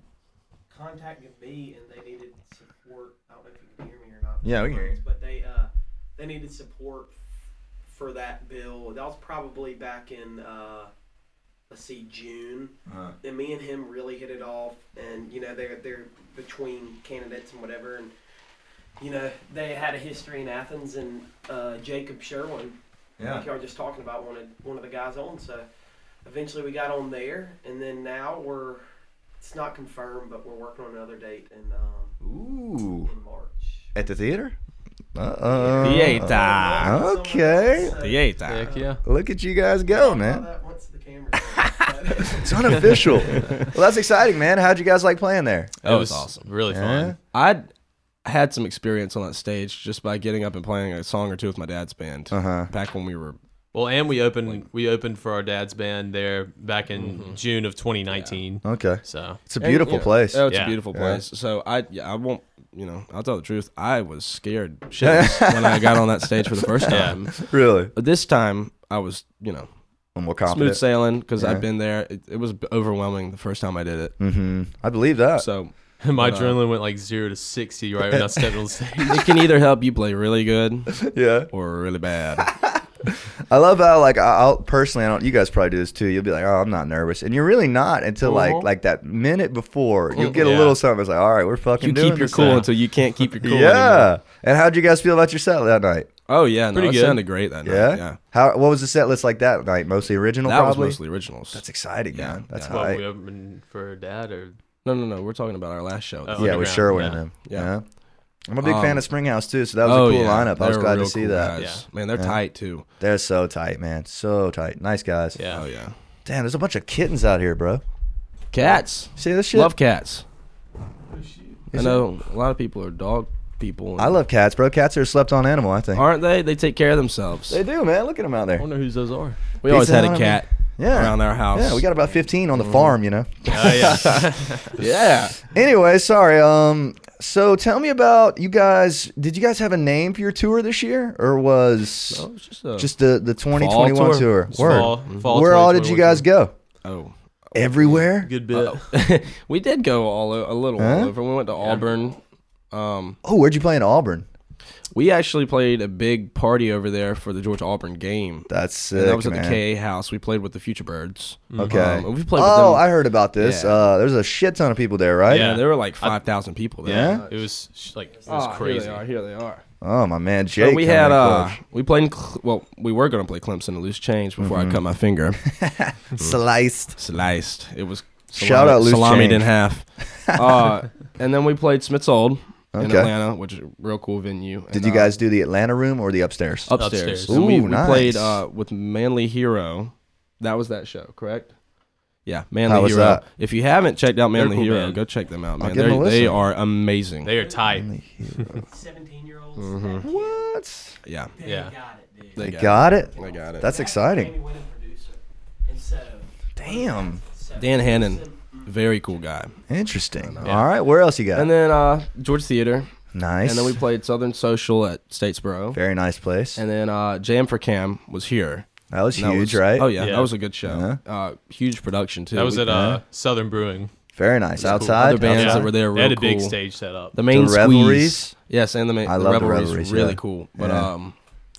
D: contacted me and they needed support. I don't know if you can hear me or not.
A: Yeah, we can hear you.
D: But they uh, they needed support for that bill. That was probably back in uh, let's see, June.
A: Uh-huh.
D: And me and him really hit it off. And you know they're they're between candidates and whatever. And you know they had a history in Athens and uh, Jacob Sherwin. like y'all were just talking about wanted one of the guys on. So eventually we got on there, and then now we're it's not confirmed, but we're working on another date in um,
A: Ooh.
D: in March.
A: At the theater? Uh-uh.
C: Theater.
A: Okay.
D: So,
B: Heck yeah.
A: Look at you guys go,
D: I saw
A: man.
D: that once the camera.
A: It's unofficial. well, that's exciting, man. How'd you guys like playing there?
C: That was awesome.
B: Really
A: Yeah?
B: fun.
C: I had some experience on that stage just by getting up and playing a song or two with my dad's band
A: Uh-huh.
C: back when we were.
B: Well, and we opened we opened for our dad's band there back in
C: Mm-hmm.
B: June of 2019.
A: Okay.
B: So
A: It's a beautiful
C: you know,
A: place.
C: Oh, it's
B: Yeah.
C: a beautiful
A: Yeah.
C: place. So I, yeah, I won't. You know, I'll tell the truth. I was scared shitless when I got on that stage for the first time.
A: really?
C: But this time, I was, you know,
A: I'm more
C: smooth
A: confident.
C: sailing because I've been there. It, it was overwhelming the first time I did it.
A: hmm I believe that.
C: So
B: my adrenaline went like zero to 60 right when I stepped on stage.
C: it can either help you play really good
A: yeah.
C: or really bad.
A: I love how like I- I'll personally I don't you guys probably do this too. You'll be like, oh, I'm not nervous, and you're really not until like like that minute before you'll get a
B: Yeah.
A: little something. It's like, all right, we're fucking.
C: Mm-hmm. You
A: doing
C: keep your
A: this
C: cool
A: now."
C: until you can't keep your cool.
A: yeah.
C: anymore.
A: And how'd you guys feel about your set that night?
C: Oh yeah. No,
B: Pretty
C: it
B: good.
C: sounded great that night.
A: Yeah.
C: Yeah.
A: How what was the set list like that night? Mostly original,
C: That
A: probably.
C: was mostly originals.
A: That's exciting,
C: Yeah,
A: man. That's
C: yeah.
A: high.
B: Well, we
A: yeah,
B: opened for dad or
C: no, no, no. We're talking about our last show.
B: Oh.
A: we
B: Underground,
A: sure went
B: yeah.
A: in. Yeah.
C: Yeah.
A: I'm a big fan
C: Um, oh,
A: of Springhouse too, so that was a cool lineup. I was
C: They're
A: glad to
C: real
A: see
C: cool
A: that.
C: guys. Man, they're
A: Yeah.
C: tight too.
A: They're so tight, man. So tight. Nice guys.
B: Yeah.
C: Oh yeah.
A: Damn, there's a bunch of kittens out here, bro.
C: Cats.
A: See this shit?
C: Love cats. I
A: Is it-
C: know a lot of people are dog people. and-
A: I love cats, bro. Cats are a slept on animal, I think.
C: Aren't they? They take care of themselves.
A: They do, man. Look at them out
B: I
A: there.
B: wonder whose those are.
C: we always
A: Pizza Hut,
C: had a
A: I mean.
C: cat
A: Yeah.
C: around our house. Mm-hmm.
A: Yeah, we got about 15 on the farm, you know.
B: Oh yeah.
C: Yeah.
A: Anyway, sorry. Um so tell me about you guys, did you guys have a name for your tour this year or was
C: Oh, it's just, a,
A: just the the 2021
C: tour.
A: tour?
B: Just
A: Word.
B: fall- fall
A: Where all did you
B: 2021
A: guys go?
C: oh.
A: Everywhere?
B: Good bit.
C: we did go all o- a little
A: Huh?
C: all over. We went to Auburn. Um,
A: Oh, where'd you play in Auburn?
C: we actually played a big party over there for the Georgia Auburn game.
A: That's sick,
C: And that was at
A: man.
C: the KA house. We played with the Future Birds.
A: Okay.
C: Um, and we played with
A: oh,
C: them.
A: I heard about this.
C: Yeah.
A: Uh, there's a shit ton of people there, right?
B: Yeah.
C: yeah, there were like five thousand people there.
A: Yeah?
B: It was sh- like it
C: Oh,
B: was crazy.
C: Here they are. Here they are.
A: Oh my man,
C: So
A: Jake.
C: we
A: kinda
C: had uh,
A: like
C: we played. In Cle- well, we were gonna play Clemson and loose change before
A: Mm-hmm.
C: I cut my finger.
A: sliced.
C: Sliced. It was salami,
A: Shout out Loose
C: salamied in
A: Change.
C: half. uh, and then we played Smith's Old in
A: Okay.
C: Atlanta, which is a real cool venue.
A: Did
C: And,
A: you
C: uh,
A: guys do the Atlanta room or the upstairs?
C: upstairs?
B: Upstairs.
C: And we,
A: Ooh,
C: we
A: nice.
C: played uh, with Manly Hero. That was that show, correct? Yeah, Manly
A: How was
C: Hero.
A: that?
C: If you haven't checked out
B: They're
C: Manly
B: cool,
C: Hero,
B: man.
C: go check them out,
A: I'll
C: man.
A: give them a
C: They're- They
A: listen.
C: are amazing.
B: They are tight.
D: Seventeen year olds.
A: Mm-hmm. what?
C: yeah,
D: They
B: Yeah.
D: got it, dude.
A: They
C: got
A: got it.
C: it. They got
A: That's
C: it.
D: That's
A: exciting.
D: Jamie Wynn, a producer. And so,
A: Damn.
D: so-
C: Dan Hannon, very cool guy.
A: Interesting.
B: Yeah.
A: All right. Where else you got?
C: And then uh, George Theater,
A: nice.
C: and then we played Southern Social at Statesboro,
A: Very nice place.
C: and then uh, Jam for Cam was here.
A: that was
C: And that
A: huge,
C: was-
A: right?
C: Oh yeah,
B: Yeah.
C: that was a good show.
A: Uh-huh.
C: Uh, huge production too.
B: That was
C: We-
B: at uh, Southern Brewing.
A: Very nice.
C: cool.
A: Outside.
C: Other bands
A: outside.
C: that were there
B: They had
C: real
B: a big
C: cool.
B: stage set up.
C: the main
A: The Revelries?
C: squeeze. Yes, and the main
A: I
C: the
A: love the
C: revelries, were
A: Revelries,
C: really
A: yeah.
C: cool. But
A: Yeah. Uh-huh.
C: um,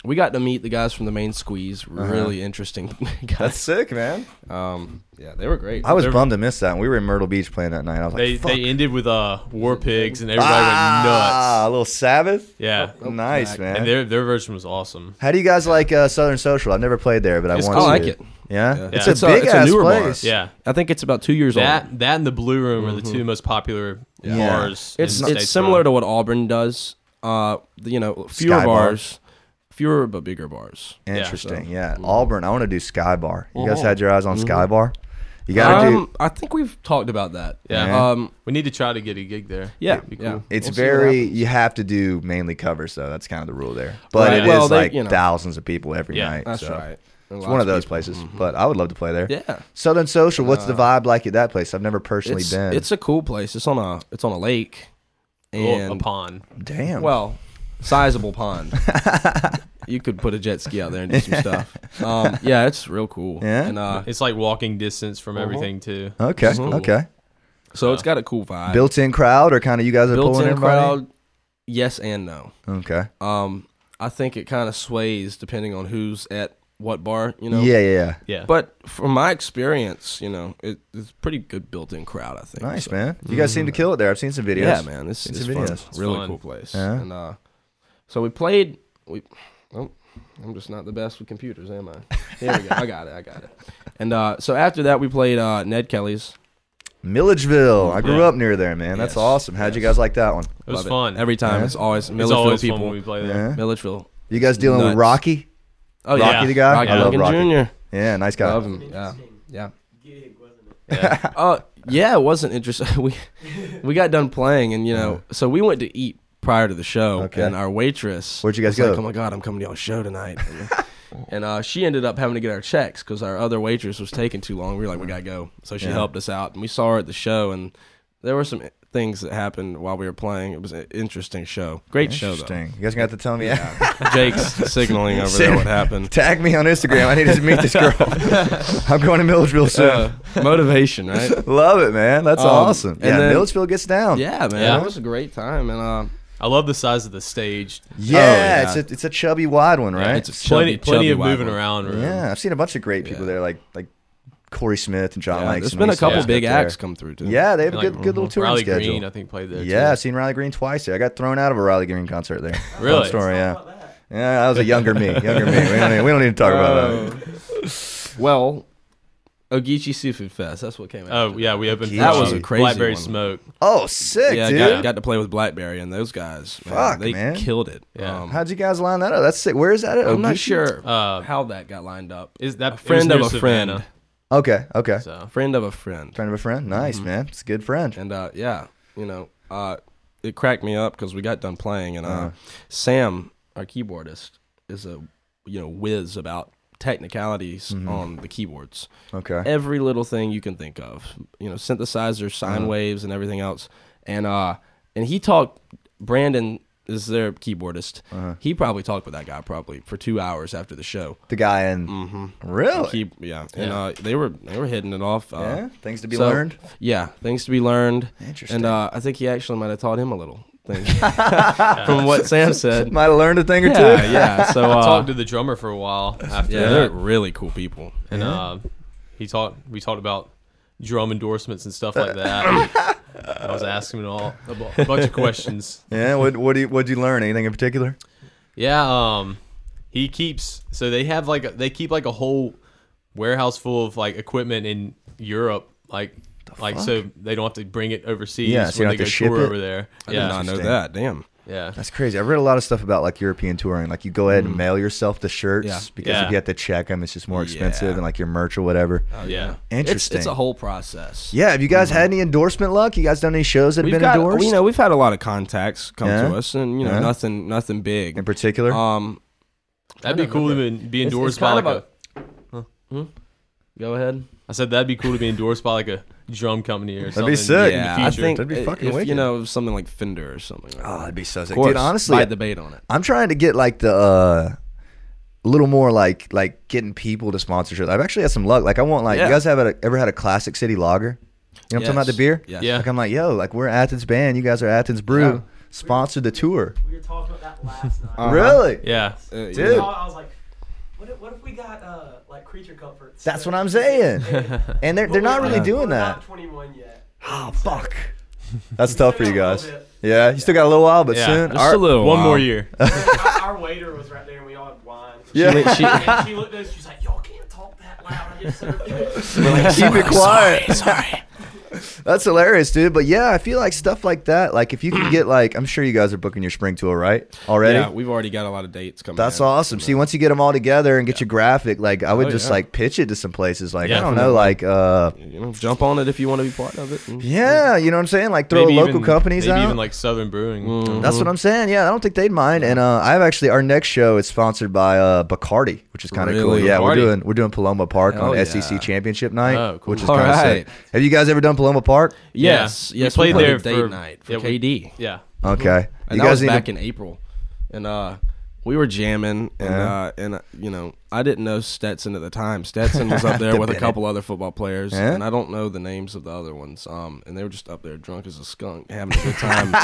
C: we got to meet the guys from the main squeeze. Really interesting
A: That's
C: guys.
A: sick, man.
C: Um, yeah, they were great.
A: I was
B: They're-
A: bummed to miss that. We were in Myrtle Beach playing that night. I was like,
B: They
A: fuck.
B: they ended with uh War Pigs and everybody
A: ah, Oh, a little Sabbath.
B: went nuts. Yeah.
A: Nice, man.
B: And their their version was awesome.
A: How do you guys like uh, Southern Social? I've never played there, but I
B: It's
A: want
B: cool.
A: to.
B: I
C: like it.
A: Yeah,
C: Yeah.
A: it's
B: Yeah.
A: a
B: It's
C: a-
A: big
C: it's a
A: ass
C: newer bar.
A: place.
B: Yeah.
C: I think it's about two years old.
B: That that and the Blue Room are the two most popular
A: Yeah.
B: bars. in
C: Mm-hmm. It's
B: Statesboro.
C: it's similar to what Auburn does. Uh, the- you know, fewer
A: Sky Bar.
C: bars, fewer but bigger bars.
A: Interesting.
C: so-
A: Yeah, Auburn. I want to do Sky Bar. You guys
B: Uh-huh.
A: had your eyes on Sky Bar. You gotta do.
C: Mm-hmm. Um, I think we've talked about that.
B: Yeah.
C: Um,
B: We need to try to get a gig there.
C: yeah,
B: It'd be
C: yeah.
B: cool.
A: It's
C: We'll see what
A: very.
C: happens.
A: You have to do mainly covers though. That's kind of the rule there. But
C: Right.
A: it is
C: Well, they-
A: like
C: you know.
A: thousands of people every
B: Yeah,
A: night.
C: That's
A: so.
C: right.
A: It's one of those places. But I would love to play there.
C: Mm-hmm. Yeah. Uh,
A: Southern Social. What's the vibe like at that place? I've never personally
C: It's,
A: been.
C: it's a cool place. It's on a it's on a lake,
B: Well, Oh, a
C: and
B: pond.
A: damn.
C: well, sizable pond. you could put a jet ski out there and do some stuff. Um, yeah, it's real cool.
A: Yeah?
C: And uh,
B: It's like walking distance from
C: Uh-huh.
B: everything too.
A: okay.
B: It's cool.
A: Okay.
C: so it's got a cool vibe.
A: Built-in crowd or kind of you guys are pulling
C: Built-in
A: everybody?
C: crowd. Yes and no.
A: Okay.
C: Um, I think it kind of sways depending on who's at what bar. You know.
A: Yeah. Yeah. yeah.
B: Yeah.
C: But from my experience, you know, it, it's pretty good built-in crowd. I think.
A: Nice
C: So- Mm-hmm.
A: man. You guys seem to kill it there. I've seen some videos.
C: Yeah, man, this
A: Seen
C: is
A: some
C: fun.
A: videos.
C: It's really
B: Fun.
C: cool place.
A: Yeah.
C: And uh, so we played. We, oh, I'm just not the best with computers, am I? Here we go. I got it. I got it. And uh, so after that, we played uh, Ned Kelly's.
A: Milledgeville. I grew
B: Yeah.
A: up near there, man. That's
C: Yes.
A: awesome. How'd you guys like that one?
B: it was
C: Love
B: fun.
C: every time.
A: Yeah.
C: It's always
B: it's
C: Milledgeville
B: always
C: people.
B: fun when we play there.
A: Yeah.
C: Milledgeville.
A: You guys dealing with
C: Nuts.
A: Rocky?
C: Oh
B: Rocky
C: yeah,
A: the guy?
C: Rocky
B: I love
C: Duncan Jr.
A: Yeah, nice guy.
C: Love him. Yeah, yeah.
D: Gig, wasn't it?
C: Uh, yeah. It wasn't interesting. we we got done playing, and you know, so we went to eat prior to the show,
A: Uh-huh. Okay.
C: and our waitress.
A: Where'd you guys
C: was like,
A: go?
C: oh my god, I'm coming to y'all's show tonight. And, and, uh, she ended up having to get our checks because our other waitress was taking too long. We were like, we gotta go. So she
A: Yeah.
C: helped us out, and we saw her at the show, and there were some things that happened while we were playing. It was an interesting show. Great show though.
A: Interesting. You guys gonna have to tell me.
C: Jake's signaling over there what happened.
A: Tag me on Instagram. I need to meet this girl. I'm going to Milledgeville soon.
C: Uh, motivation, right?
A: Love it, man. That's
C: Um,
A: awesome.
C: and
A: Yeah,
C: then-
A: Milledgeville gets down.
C: Yeah, man.
B: Yeah.
C: It was a great time, and uh,
B: I love the size of the stage.
A: Yeah,
C: Oh, yeah.
A: It's a it's a chubby wide one, right?
C: it's a
B: Plenty
C: chubby,
B: plenty
C: chubby
B: of
C: white
B: moving
C: one.
B: around room.
A: yeah, I've seen a bunch of great people
C: Yeah.
A: there, like like Corey Smith and John
C: Yeah,
A: Lakes.
C: there's
A: and
C: been a
A: these
C: couple
A: guys
C: big
A: up there.
C: acts come through too.
A: Yeah, they have a
B: Like,
A: good good little touring
B: Riley
A: schedule.
B: Green, I think, played there.
A: yeah, I've
B: too.
A: seen Riley Green twice there. I got thrown out of a Riley Green concert there. Fun
B: Really?
A: story, Oh, yeah.
D: How about that?
A: Yeah, I was a younger me. Younger me. We don't need, we don't need to talk about that.
C: Well, Ogeechee Seafood Fest. That's what came out.
B: Oh yeah, we opened.
A: Gee.
B: for
A: That was
B: them.
A: a
C: crazy
B: Blackberry
C: one.
B: smoke.
A: Oh, sick,
C: yeah, I
A: dude.
C: got, got to play with Blackberry and those guys. Man,
A: Fuck,
C: they
A: man.
C: killed it.
B: Yeah.
C: Um,
A: How'd you guys line that up? That's sick. Where is that at?
C: I'm not
A: Ogeechee?
C: Oh, sure
B: Uh,
C: how that got lined up.
B: Is that
C: A friend
B: it
C: of
B: was
C: a
B: near
C: friend.
B: Savannah,
A: Okay, okay.
B: So
C: Friend of a friend.
A: Friend of a friend. Nice, man. It's a good friend.
C: Mm-hmm. And uh, yeah, you know, uh, it cracked me up because we got done playing, and uh,
A: Uh-huh.
C: Sam, our keyboardist, is a you know whiz about technicalities
A: Mm-hmm.
C: on the keyboards.
A: Okay.
C: Every little thing you can think of, you know, synthesizer,
A: Uh-huh.
C: sine waves, and everything else. And uh, and he talked. Brandon is their keyboardist.
A: Uh-huh.
C: He probably talked with that guy probably for two hours after the show.
A: The guy in.
C: Mm-hmm.
A: Really?
C: Key, yeah, and uh, they were they were hitting it off. Uh,
A: yeah. Things to be
C: so,
A: learned.
C: Yeah, things to be learned.
A: Interesting.
C: And uh, I think he actually might have taught him a little thing from what Sam said.
A: Might have learned a thing or
C: yeah,
A: two.
C: yeah. So uh,
B: I talked to the drummer for a while after
C: yeah, they're
B: that,
C: really cool people.
B: and uh, he talked. We talked about drum endorsements and stuff like that. I was asking him all a bu- a bunch of questions.
A: Yeah. What What do you What'd you learn? Anything in particular?
B: Yeah, um he keeps so they have like a, they keep like a whole warehouse full of like equipment in Europe like like so they don't have to bring it overseas
A: Yeah, so you
B: when
A: don't
B: they
A: have to
B: go
A: ship
B: tour
A: it.
B: over there.
C: I
B: yeah.
C: did not know
A: Interesting.
C: that. Damn.
B: yeah.
A: That's crazy. I've read a lot of stuff about like European touring. Like you go ahead and mail yourself the shirts
C: Mm. Yeah.
A: because
B: Yeah.
A: if you have to check them, it's just more expensive
C: Yeah. Uh,
A: than like your merch or whatever.
B: Yeah.
A: Interesting.
C: It's, it's a whole process.
A: yeah. Have you guys had any endorsement luck? You guys done any shows that have
C: mm-hmm. We've
A: been
C: got,
A: endorsed?
C: you know, we've had a lot of contacts come
A: Yeah.
C: to us, and you know,
A: Yeah.
C: nothing, nothing big.
A: in particular.
C: Um,
B: That'd be cool to be- be
C: it's-
B: endorsed
C: it's
B: by
C: kind
B: like
C: of
B: a,
C: a- go ahead.
B: I said that'd be cool to be endorsed by like a drum company or
A: That'd be
B: something.
A: sick.
B: In
C: yeah,
B: the
C: I
B: future.
C: think
A: That'd be
C: i-
A: fucking
C: if, you
A: wicked.
C: know something like Fender or something. Like
A: oh, that'd be so
C: Of
A: sick,
C: course,
A: dude. Honestly,
C: buy debate on it.
A: I'm trying to get like the uh little more like like getting people to sponsorship. I've actually had some luck. Like I want like
C: Yeah.
A: you guys have a, ever had a classic city lager? You know what I'm talking about the
C: Yes.
A: beer?
C: Yes.
B: Yeah.
A: Like I'm like, yo, like we're Athens band, you guys are Athens Brew. Sponsor the tour.
D: We were talking about that last night.
C: Uh-huh.
A: Really?
B: Yeah.
C: Uh, you
A: Dude.
C: know,
D: I was like, what if, what if we got uh, like creature comforts?
A: That's what I'm saying. And they're they're not really
C: Yeah.
A: doing
D: We're
A: that.
D: Not 21 yet.
A: Oh fuck. That's tough for you
D: Still got a
A: guys.
D: little bit.
A: Yeah, you still got a little while, but
B: Yeah.
A: soon.
C: Just a little.
B: One more
C: while.
B: year.
D: our, our waiter was right there, and we all had wine.
A: Yeah.
C: She- she-
D: And she looked at us. She's like, y'all can't talk that loud. I get so offended."
A: keep it quiet. That's hilarious, dude. But yeah, I feel like stuff like that. Like if you can get like, I'm sure you guys are booking your spring tour, right? Already.
C: Yeah, we've already got a lot of dates coming.
A: That's
C: in.
A: awesome. See, once you get them all together and get your graphic, like I would just
C: yeah.
A: like pitch it to some places. Like
B: Oh, Yeah,
A: I don't know, like uh,
C: You know, jump on it if you want to be part of it. and-
A: yeah, you know what I'm saying? Like throw
B: Maybe
A: local
B: even-
A: companies
B: maybe
A: out.
B: even like Southern Brewing.
C: Mm.
A: That's what I'm saying. Yeah, I don't think they'd mind. And uh, I've actually our next show is sponsored by uh, Bacardi, which is kind of cool.
C: Really?
A: Yeah, we're
B: Bacardi?
A: doing we're doing Paloma Park
C: Hell
A: on
C: yeah.
A: SEC Championship night,
B: Oh, cool.
A: which is
C: All
A: kind of sick.
C: right.
A: Have you guys ever done Paloma Park?
C: Yes,
B: Yeah.
C: yes.
B: We played
C: We played
B: there
C: date
B: for-
C: night for
B: yeah, we-
C: KD.
B: Yeah.
A: Okay,
C: Mm-hmm. And
A: you
C: that
A: guys
C: was
A: need
C: back
A: to,
C: in April, and uh, we were jamming, and
A: Yeah.
C: uh, and uh, you know, I didn't know Stetson at the time. Stetson was up there with a
A: Bennett.
C: couple other football players,
A: Yeah.
C: and I don't know the names of the other ones. Um, and they were just up there drunk as a skunk, having a good time,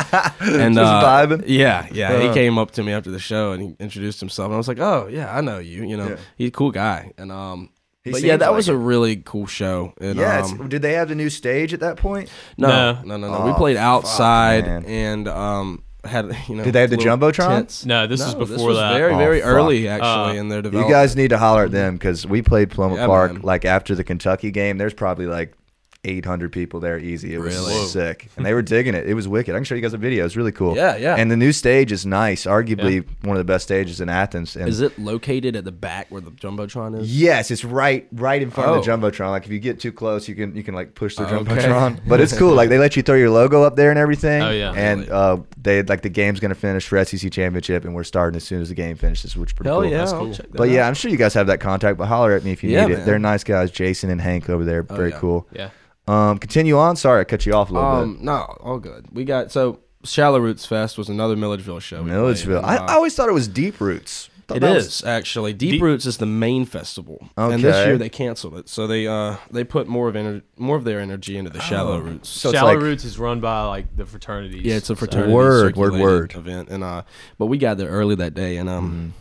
C: and
A: Just
C: uh,
A: vibing?
C: Yeah, yeah.
A: Uh.
C: he came up to me after the show and he introduced himself, and I was like, "Oh yeah, I know you. You know,
A: Yeah.
C: he's a cool guy." And um,
A: He
C: but yeah,
A: seems
C: that
A: like
C: was
A: it.
C: a really cool show. And,
A: yeah,
C: um,
A: it's, did they have the new stage at that point?
C: No, no, no, no. we
A: Oh,
C: played outside
A: man.
C: and um had you know.
A: Did they have the
C: little
A: jumbotron?
C: tents.
B: No, this was before
C: was
B: that.
C: Very,
A: Oh,
C: very
A: fuck.
C: early actually
B: Uh,
C: in their
A: You
C: development.
A: guys need to holler at them because we played Pluma
C: Yeah,
A: Park
C: man.
A: like after the Kentucky game. There's probably like 800 people there easy. It was
C: Really?
B: Whoa.
A: sick, and they were digging it. It was wicked. I can show you guys a video. It's really cool.
C: Yeah, yeah.
A: And the new stage is nice. Arguably one of the best stages in Athens. And
C: Is it located at the back where the jumbotron is?
A: Yes, it's right, right in front of the
C: Oh.
A: jumbotron. Like if you get too close, you can you can like push the
C: Okay.
A: jumbotron. But it's cool. Like they let you throw your logo up there and everything.
B: Oh, yeah.
A: And
C: Really?
A: uh, they like the game's gonna finish for SEC championship, and we're starting as soon as the game finishes, which is pretty
C: Hell
A: cool.
C: yeah!
B: That's
C: I'll
B: cool.
C: check that
A: But
C: out.
A: yeah, I'm sure you guys have that contact. But holler at me if you
C: Yeah,
A: need it.
C: man.
A: They're nice guys, Jason and Hank over there. Very
C: yeah.
A: cool.
B: Oh, Yeah.
A: Um, continue on. Sorry, I cut you off a little
C: um, no, all good. We got so Shallow Roots Fest was another Milledgeville show. we
A: bit.
C: played,
A: Milledgeville.
C: and,
A: I,
C: uh,
A: I always thought it was Deep Roots. Thought
C: It
A: that
C: is
A: was-
C: actually Deep,
B: Deep-
C: Roots is the main festival, and this
A: Okay.
C: year they canceled it. So they uh they put more of ener- more of their energy into the Shallow Roots.
A: so it's
B: Shallow
A: like
B: Roots is run by like the fraternities.
C: Yeah, it's
B: so-
C: a fraternity
A: Word, word,
C: circulated
A: word. Mm-hmm.
C: event, and uh, but we got there early that day, and um,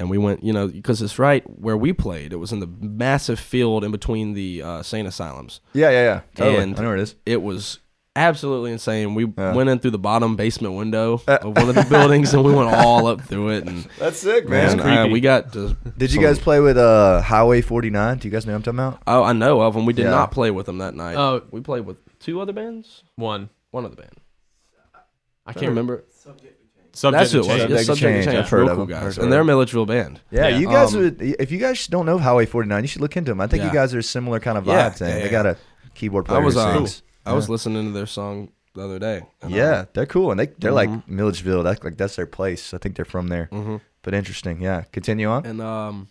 C: and we went, you know, because it's right where we played. It was in the massive field in between the uh, sane asylums.
A: yeah, yeah, yeah. Totally.
C: And-
A: I know where it is.
C: It was absolutely insane. We went in through the bottom basement window
A: Uh.
C: of one of the buildings, and we went all up through it. And
A: That's sick,
C: man,
B: That's
C: uh,
B: creepy.
C: we got to.
A: Did you guys play with uh, Highway 49? Do you guys know what I'm talking about?
C: Oh, I know of them. We did
A: Yeah.
C: not play with them that night.
B: Oh.
C: we played with two other bands.
B: One.
C: One other band.
B: I
C: I
B: can't
C: can't
B: remember.
C: remember.
B: Subject
C: That's who it was.
A: Change.
C: Yeah,
A: Subject to
C: subject
A: Change.
C: to change.
A: I've heard
C: Real
A: of
C: cool
A: 'em.
C: guys,
A: Heard
C: and
A: of
C: they're a
A: 'em.
C: Milledgeville band.
A: Yeah,
B: Yeah.
A: you guys
C: Um,
A: would. If you guys don't know Highway 49, you should look into them. I think
C: Yeah.
A: you guys are a similar kind of vibe
C: Yeah,
A: thing.
C: yeah,
A: they
C: yeah.
A: got a keyboard
C: I
A: player.
C: was
A: who
C: uh,
A: sings.
C: I was listening to their song the other day. and, Mm-hmm. uh,
A: Yeah, they're cool, and they they're like Milledgeville. That's like that's their place. I think they're from there.
C: Mm-hmm.
A: But interesting, yeah. Continue on.
C: and um,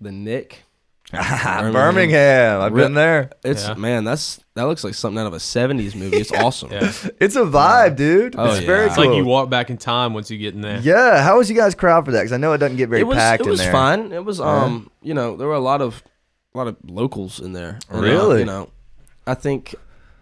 C: the Nick.
A: Birmingham. I've
C: Re-
A: been there.
C: It's
B: Yeah.
C: man, that's that looks like something out of a '70s movie. It's awesome.
B: Yeah.
A: It's a vibe, dude.
C: Oh,
A: it's very
C: yeah.
B: It's
A: cool.
B: like you walk back in time once you get in there.
A: yeah, how was you guys crowd for that? Because I know it doesn't get very
C: it was
A: packed
C: it was
A: in there.
C: fine. It was um, you know, there were a lot of a lot of locals in there. And, uh,
A: Really?
C: you know, I think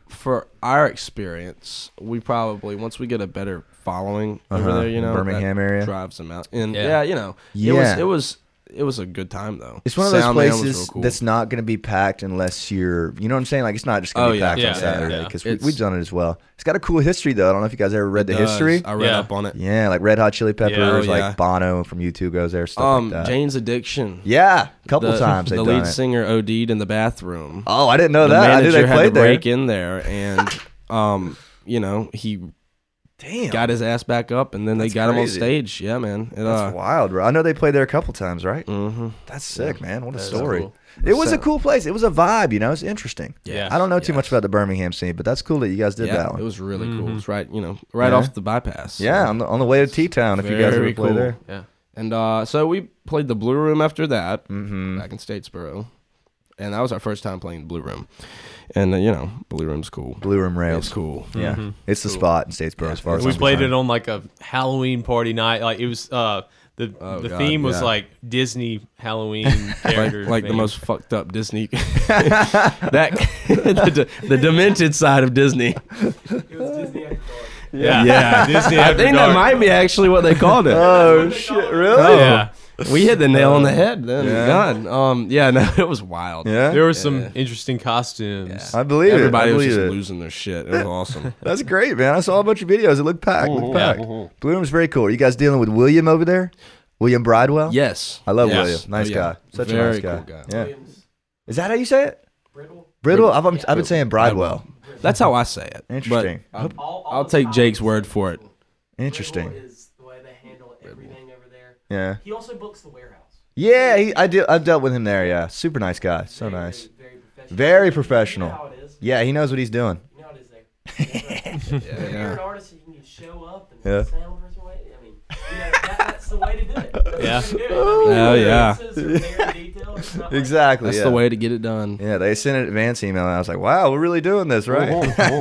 C: for our experience, we probably once we get a better following over
A: Uh-huh.
C: there, you know,
A: Birmingham
C: that
A: area?
C: drives them out. And
B: Yeah.
C: yeah, you know,
A: Yeah.
C: it was it was it was a good time though.
A: It's one of those
C: Sound man was real
A: places
C: cool.
A: that's not going to be packed unless you're, you know what I'm saying? Like, it's not just going to
C: Oh,
A: be
C: yeah.
A: packed
B: Yeah,
A: on
B: yeah,
A: Saturday
B: yeah.
A: because
C: It's-
A: we, have done it as well. It's got a cool history, though. I don't know if you guys ever read the
C: Does.
A: history.
C: I read
B: Yeah.
C: up on it.
A: Yeah, like Red Hot Chili Peppers,
B: Oh,
A: like
C: yeah.
A: Bono from U2 goes there, stuff
C: Um,
A: like that.
C: Jane's Addiction.
A: yeah, a couple
C: the,
A: times they've
C: the
A: done
C: lead
A: it.
C: singer OD'd in the bathroom.
A: oh, I didn't know
C: the
A: that. I knew
C: manager
A: they
C: had to
A: played there.
C: break in there, and um, you know, he
A: Damn,
C: got his ass back up, and then they
A: That's
C: got him on
A: crazy.
C: stage. Yeah, man. It,
A: that's
C: uh,
A: wild, bro. I know they played there a couple times, right?
C: hmm
A: That's sick, man. What a
B: That is
A: story.
B: cool.
A: It was a
C: So-
A: cool place. It was a vibe, you know. It's interesting.
B: Yeah.
A: I don't know too
C: Yes.
A: much about the Birmingham scene, but that's cool that you guys did that
C: Yeah,
A: one.
C: it was really cool. It's right, you know, right
A: Yeah.
C: off the bypass.
A: yeah, on the, on the way to T Town, if you guys ever
C: Very
A: play
C: cool.
A: there.
B: Yeah.
C: And uh, so we played the Blue Room after that,
A: Mm-hmm.
C: back in Statesboro, and that was our first time playing Blue Room, and uh, you know, Blue Room's cool.
A: Blue Room
C: It's
A: Rails.
C: cool.
A: Yeah, it's the spot in Statesboro as far as
B: We
A: I'm
B: played it
A: concerned.
B: on like a Halloween party night. Like it was uh the
C: Oh,
B: the
C: God,
B: theme was
C: yeah.
B: like Disney Halloween
C: Like,
B: characters.
C: like the
B: theme.
C: most fucked up Disney, that the, the demented side of Disney.
D: It was Disney After Dark.
B: yeah,
C: Yeah.
B: Disney.
C: I think that might be actually what they called it.
A: Oh shit! Really?
C: Oh,
B: Yeah.
C: we hit the nail on the head. Then
A: uh, Yeah.
C: God, um, yeah, no, it was wild.
A: Yeah,
B: There were some interesting costumes.
A: I believe
C: Everybody
A: it. I
C: was
A: believe
C: just
A: it.
C: losing their shit. It was awesome.
A: That's great, man. I saw a bunch of videos. It looked packed. Looked
B: Yeah.
A: packed. Blue Room's very cool. Are you guys dealing with William over there? William Bridewell.
C: yes,
A: I love
C: Yes.
A: William. Nice
C: Oh, yeah.
A: guy. Such
C: Very
A: a nice guy.
C: cool guy.
A: Yeah.
D: Williams,
A: Is that how you say it?
D: Brittle.
A: Brittle. I've, I'm, I've been saying Bridewell.
C: That's how I say it.
A: Interesting. Oh,
C: But I'll,
D: All, all
C: I'll
D: the
C: take
D: time.
C: Jake's word for it.
D: Brittle
A: Interesting.
D: Is the way they handle everything over there.
A: Yeah.
D: He also books the warehouse.
A: Yeah. He, I do. I've dealt with him there. Yeah. Super nice guy. So
D: Very,
A: nice.
D: Very, very professional.
A: Very
D: You know how
A: professional.
D: it is.
A: Yeah. He knows what he's doing.
D: You know how it is there. yeah, You're an artist, you can show up and
A: Yeah.
D: sound person way. I mean, you know, that, that's the way to do it. That's the
B: Yeah.
D: way to do it. I mean,
C: Hell
D: the
C: Oh, yeah.
D: differences are very detailed. It's not like-
A: Exactly.
C: That's
A: yeah.
C: the way to get it done.
A: Yeah. They sent an advance email, and I was like, "Wow, we're really doing this, right?" All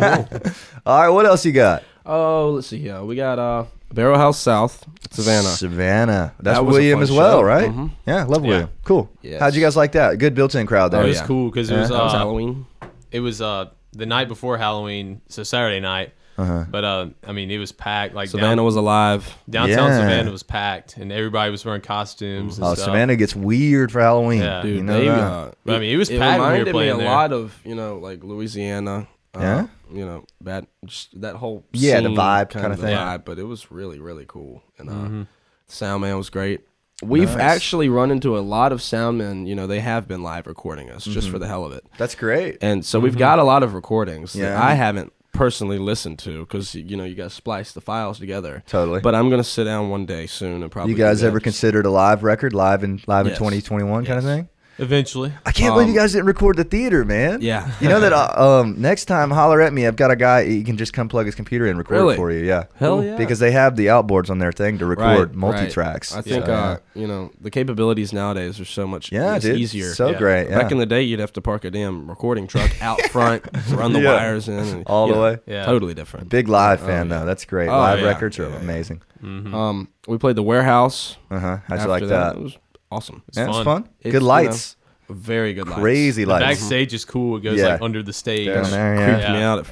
A: right. What else you got?
C: Oh, let's see here. We got uh, Barrel House South, Savannah.
A: Savannah. That's
C: That was a
A: William
C: fun
A: as well,
C: show.
A: right?
C: Mhm.
A: Yeah, love William. Cool.
C: Yes.
A: How'd you guys like that? Good built-in crowd there.
B: It
C: Oh,
B: was
C: yeah.
B: cool because it was,
A: Yeah.
C: That was
B: uh,
C: Halloween.
B: it was uh the night before Halloween, so Saturday night.
A: Uh-huh.
B: But uh, I mean, it was packed. Like
C: Savannah
B: down,
C: was alive.
B: downtown
A: Yeah.
B: Savannah was packed, and everybody was wearing costumes. And
A: Oh,
B: stuff.
A: Savannah gets weird for Halloween.
B: Yeah.
C: Dude,
A: you know
C: they,
A: that?
C: uh,
B: But, I mean, it was
C: it
B: packed when we were
C: reminded me
B: playing
C: a
B: there.
C: lot of you know like Louisiana. Uh,
A: Yeah?
C: You know that just that whole
A: Yeah, the
C: scene
A: vibe kinda
C: the
A: thing.
B: Yeah.
C: Vibe, but it was really really cool, and uh,
B: Mm-hmm.
C: sound man was great. We've actually run into a lot of soundmen. You know, they have been live recording us just
A: Mm-hmm.
C: for the hell of it,
A: That's great.
C: and so
B: Mm-hmm.
C: we've got a lot of recordings that
A: Yeah.
C: I haven't personally listened to because you know you got to splice the files together.
A: Totally.
C: But I'm gonna sit down one day soon and probably.
A: you guys
C: do that.
A: ever considered a live record, live in live in
C: Yes.
A: 2021 kind of thing?
B: Eventually,
A: I can't believe you guys didn't record the theater, man.
C: Um, Yeah.
A: You know that uh, um, next time, holler at me. I've got a guy. He can just come plug his computer in and record
C: Really?
A: for you. Yeah.
C: Hell yeah.
A: Because they have the outboards on their thing to
C: Right,
A: record
C: right.
A: multi-tracks.
C: I think
A: So,
C: uh, you know the capabilities nowadays are so much
A: yeah,
C: it's
A: dude.
C: easier.
A: So
B: Yeah.
A: great. Yeah.
C: Back in the day, you'd have to park a damn recording truck out front, run the
A: Yeah.
C: wires in, and,
A: All
C: you
A: the
C: know,
A: way.
B: Yeah.
C: Totally different.
A: Big live fan though. That's great.
C: Oh,
A: live
C: yeah.
A: records are
C: Yeah, yeah.
A: amazing.
C: Um, we played the warehouse.
A: Uh huh. How'd you
C: after
A: Mm-hmm. like that?
C: It was awesome.
A: Yeah, it's
B: fun.
A: fun.
C: It's,
A: Good
C: you
A: lights.
C: know, very good. lights.
A: Crazy
B: the
A: lights.
B: backstage is cool. It goes
A: Yeah.
B: like under the stage.
A: Down there,
C: Creeped
A: yeah.
B: Yeah.
C: me out at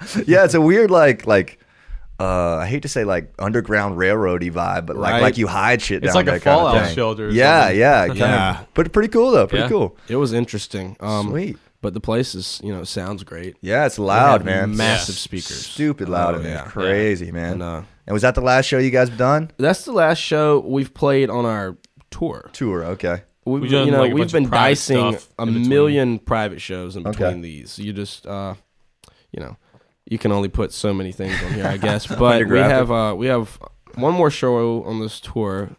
C: first.
A: yeah, it's a weird like like uh I hate to say like underground railroady vibe, but like
C: Right.
A: like you hide shit
B: It's
A: down
B: like a
A: there kinda
B: fallout
A: thing.
B: shelter or
A: Yeah,
B: something.
A: yeah, kind
C: Yeah.
A: of. But pretty cool though. Pretty
B: Yeah.
A: cool.
C: it was interesting. Um,
A: Sweet.
C: But But the place is, you know, sounds great.
A: Yeah, it's
C: They have
A: loud, man.
C: Massive
B: Yeah.
C: speakers.
A: Stupid loud,
C: Oh,
A: in there.
C: yeah.
A: Crazy, man.
C: And uh,
A: And was that the last show you guys have done?
C: that's the last show we've played on our tour.
A: Tour, okay.
C: We've,
B: We've done,
C: you know,
B: like, a bunch
C: we've
B: of
C: been
B: private
C: dicing
B: stuff
C: a
B: in between.
C: million private shows in between
A: Okay.
C: these. You just, uh, you know, you can only put so many things on here, I guess. But we
A: graphic.
C: have uh, we have one more show on this tour.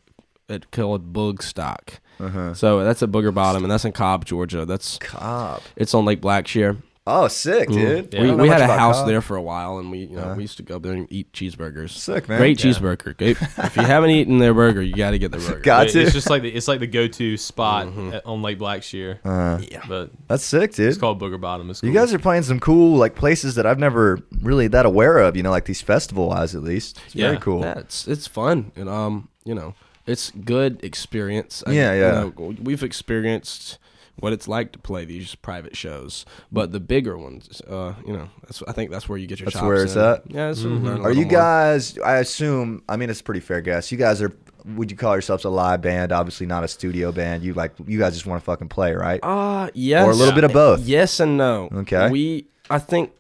C: It called Boogstock.
A: Uh-huh.
C: So that's at Booger Bottom, and that's in Cobb, Georgia. That's
A: Cobb.
C: it's on Lake Blackshear.
A: Oh, sick, dude. I
C: We,
A: don't know
C: we
A: much
C: had a
A: about
C: house
A: Cobb. Uh-huh.
C: there for a while, and we you know we used to go up there and eat cheeseburgers.
A: Sick, man.
C: Great
A: Yeah.
C: cheeseburger. Great- if you haven't eaten their burger, you got to get their burger.
A: Got
B: It-
A: to.
B: It's just like the it's like the go to spot
C: Mm-hmm.
B: at- on Lake Blackshear. yeah, but
A: That's sick, dude.
B: it's called Booger Bottom. It's
A: Uh-huh. You
B: cool.
A: guys are playing some cool like places that I've never really that aware of. You know, like these festival wise, at least. It's very
B: Yeah.
A: cool.
C: Yeah, it's it's fun, and um, you know, it's good experience. I-
A: Yeah,
C: you
A: yeah.
C: know, we've experienced what it's like to play these private shows, but the bigger ones, uh, you know, that's I think that's where you get your.
A: That's
C: chops
A: where it's
C: in.
A: at?
C: Yeah, it's where you learn a
A: Are
C: little
A: you
C: more.
A: guys? I assume. I mean, it's a pretty fair guess. You guys are. Would you call yourselves a live band? Obviously, not a studio band. You like. You guys just want to fucking play, right?
C: Uh yes.
A: Or a little bit of both?
C: Yes and no.
A: Okay.
C: We I think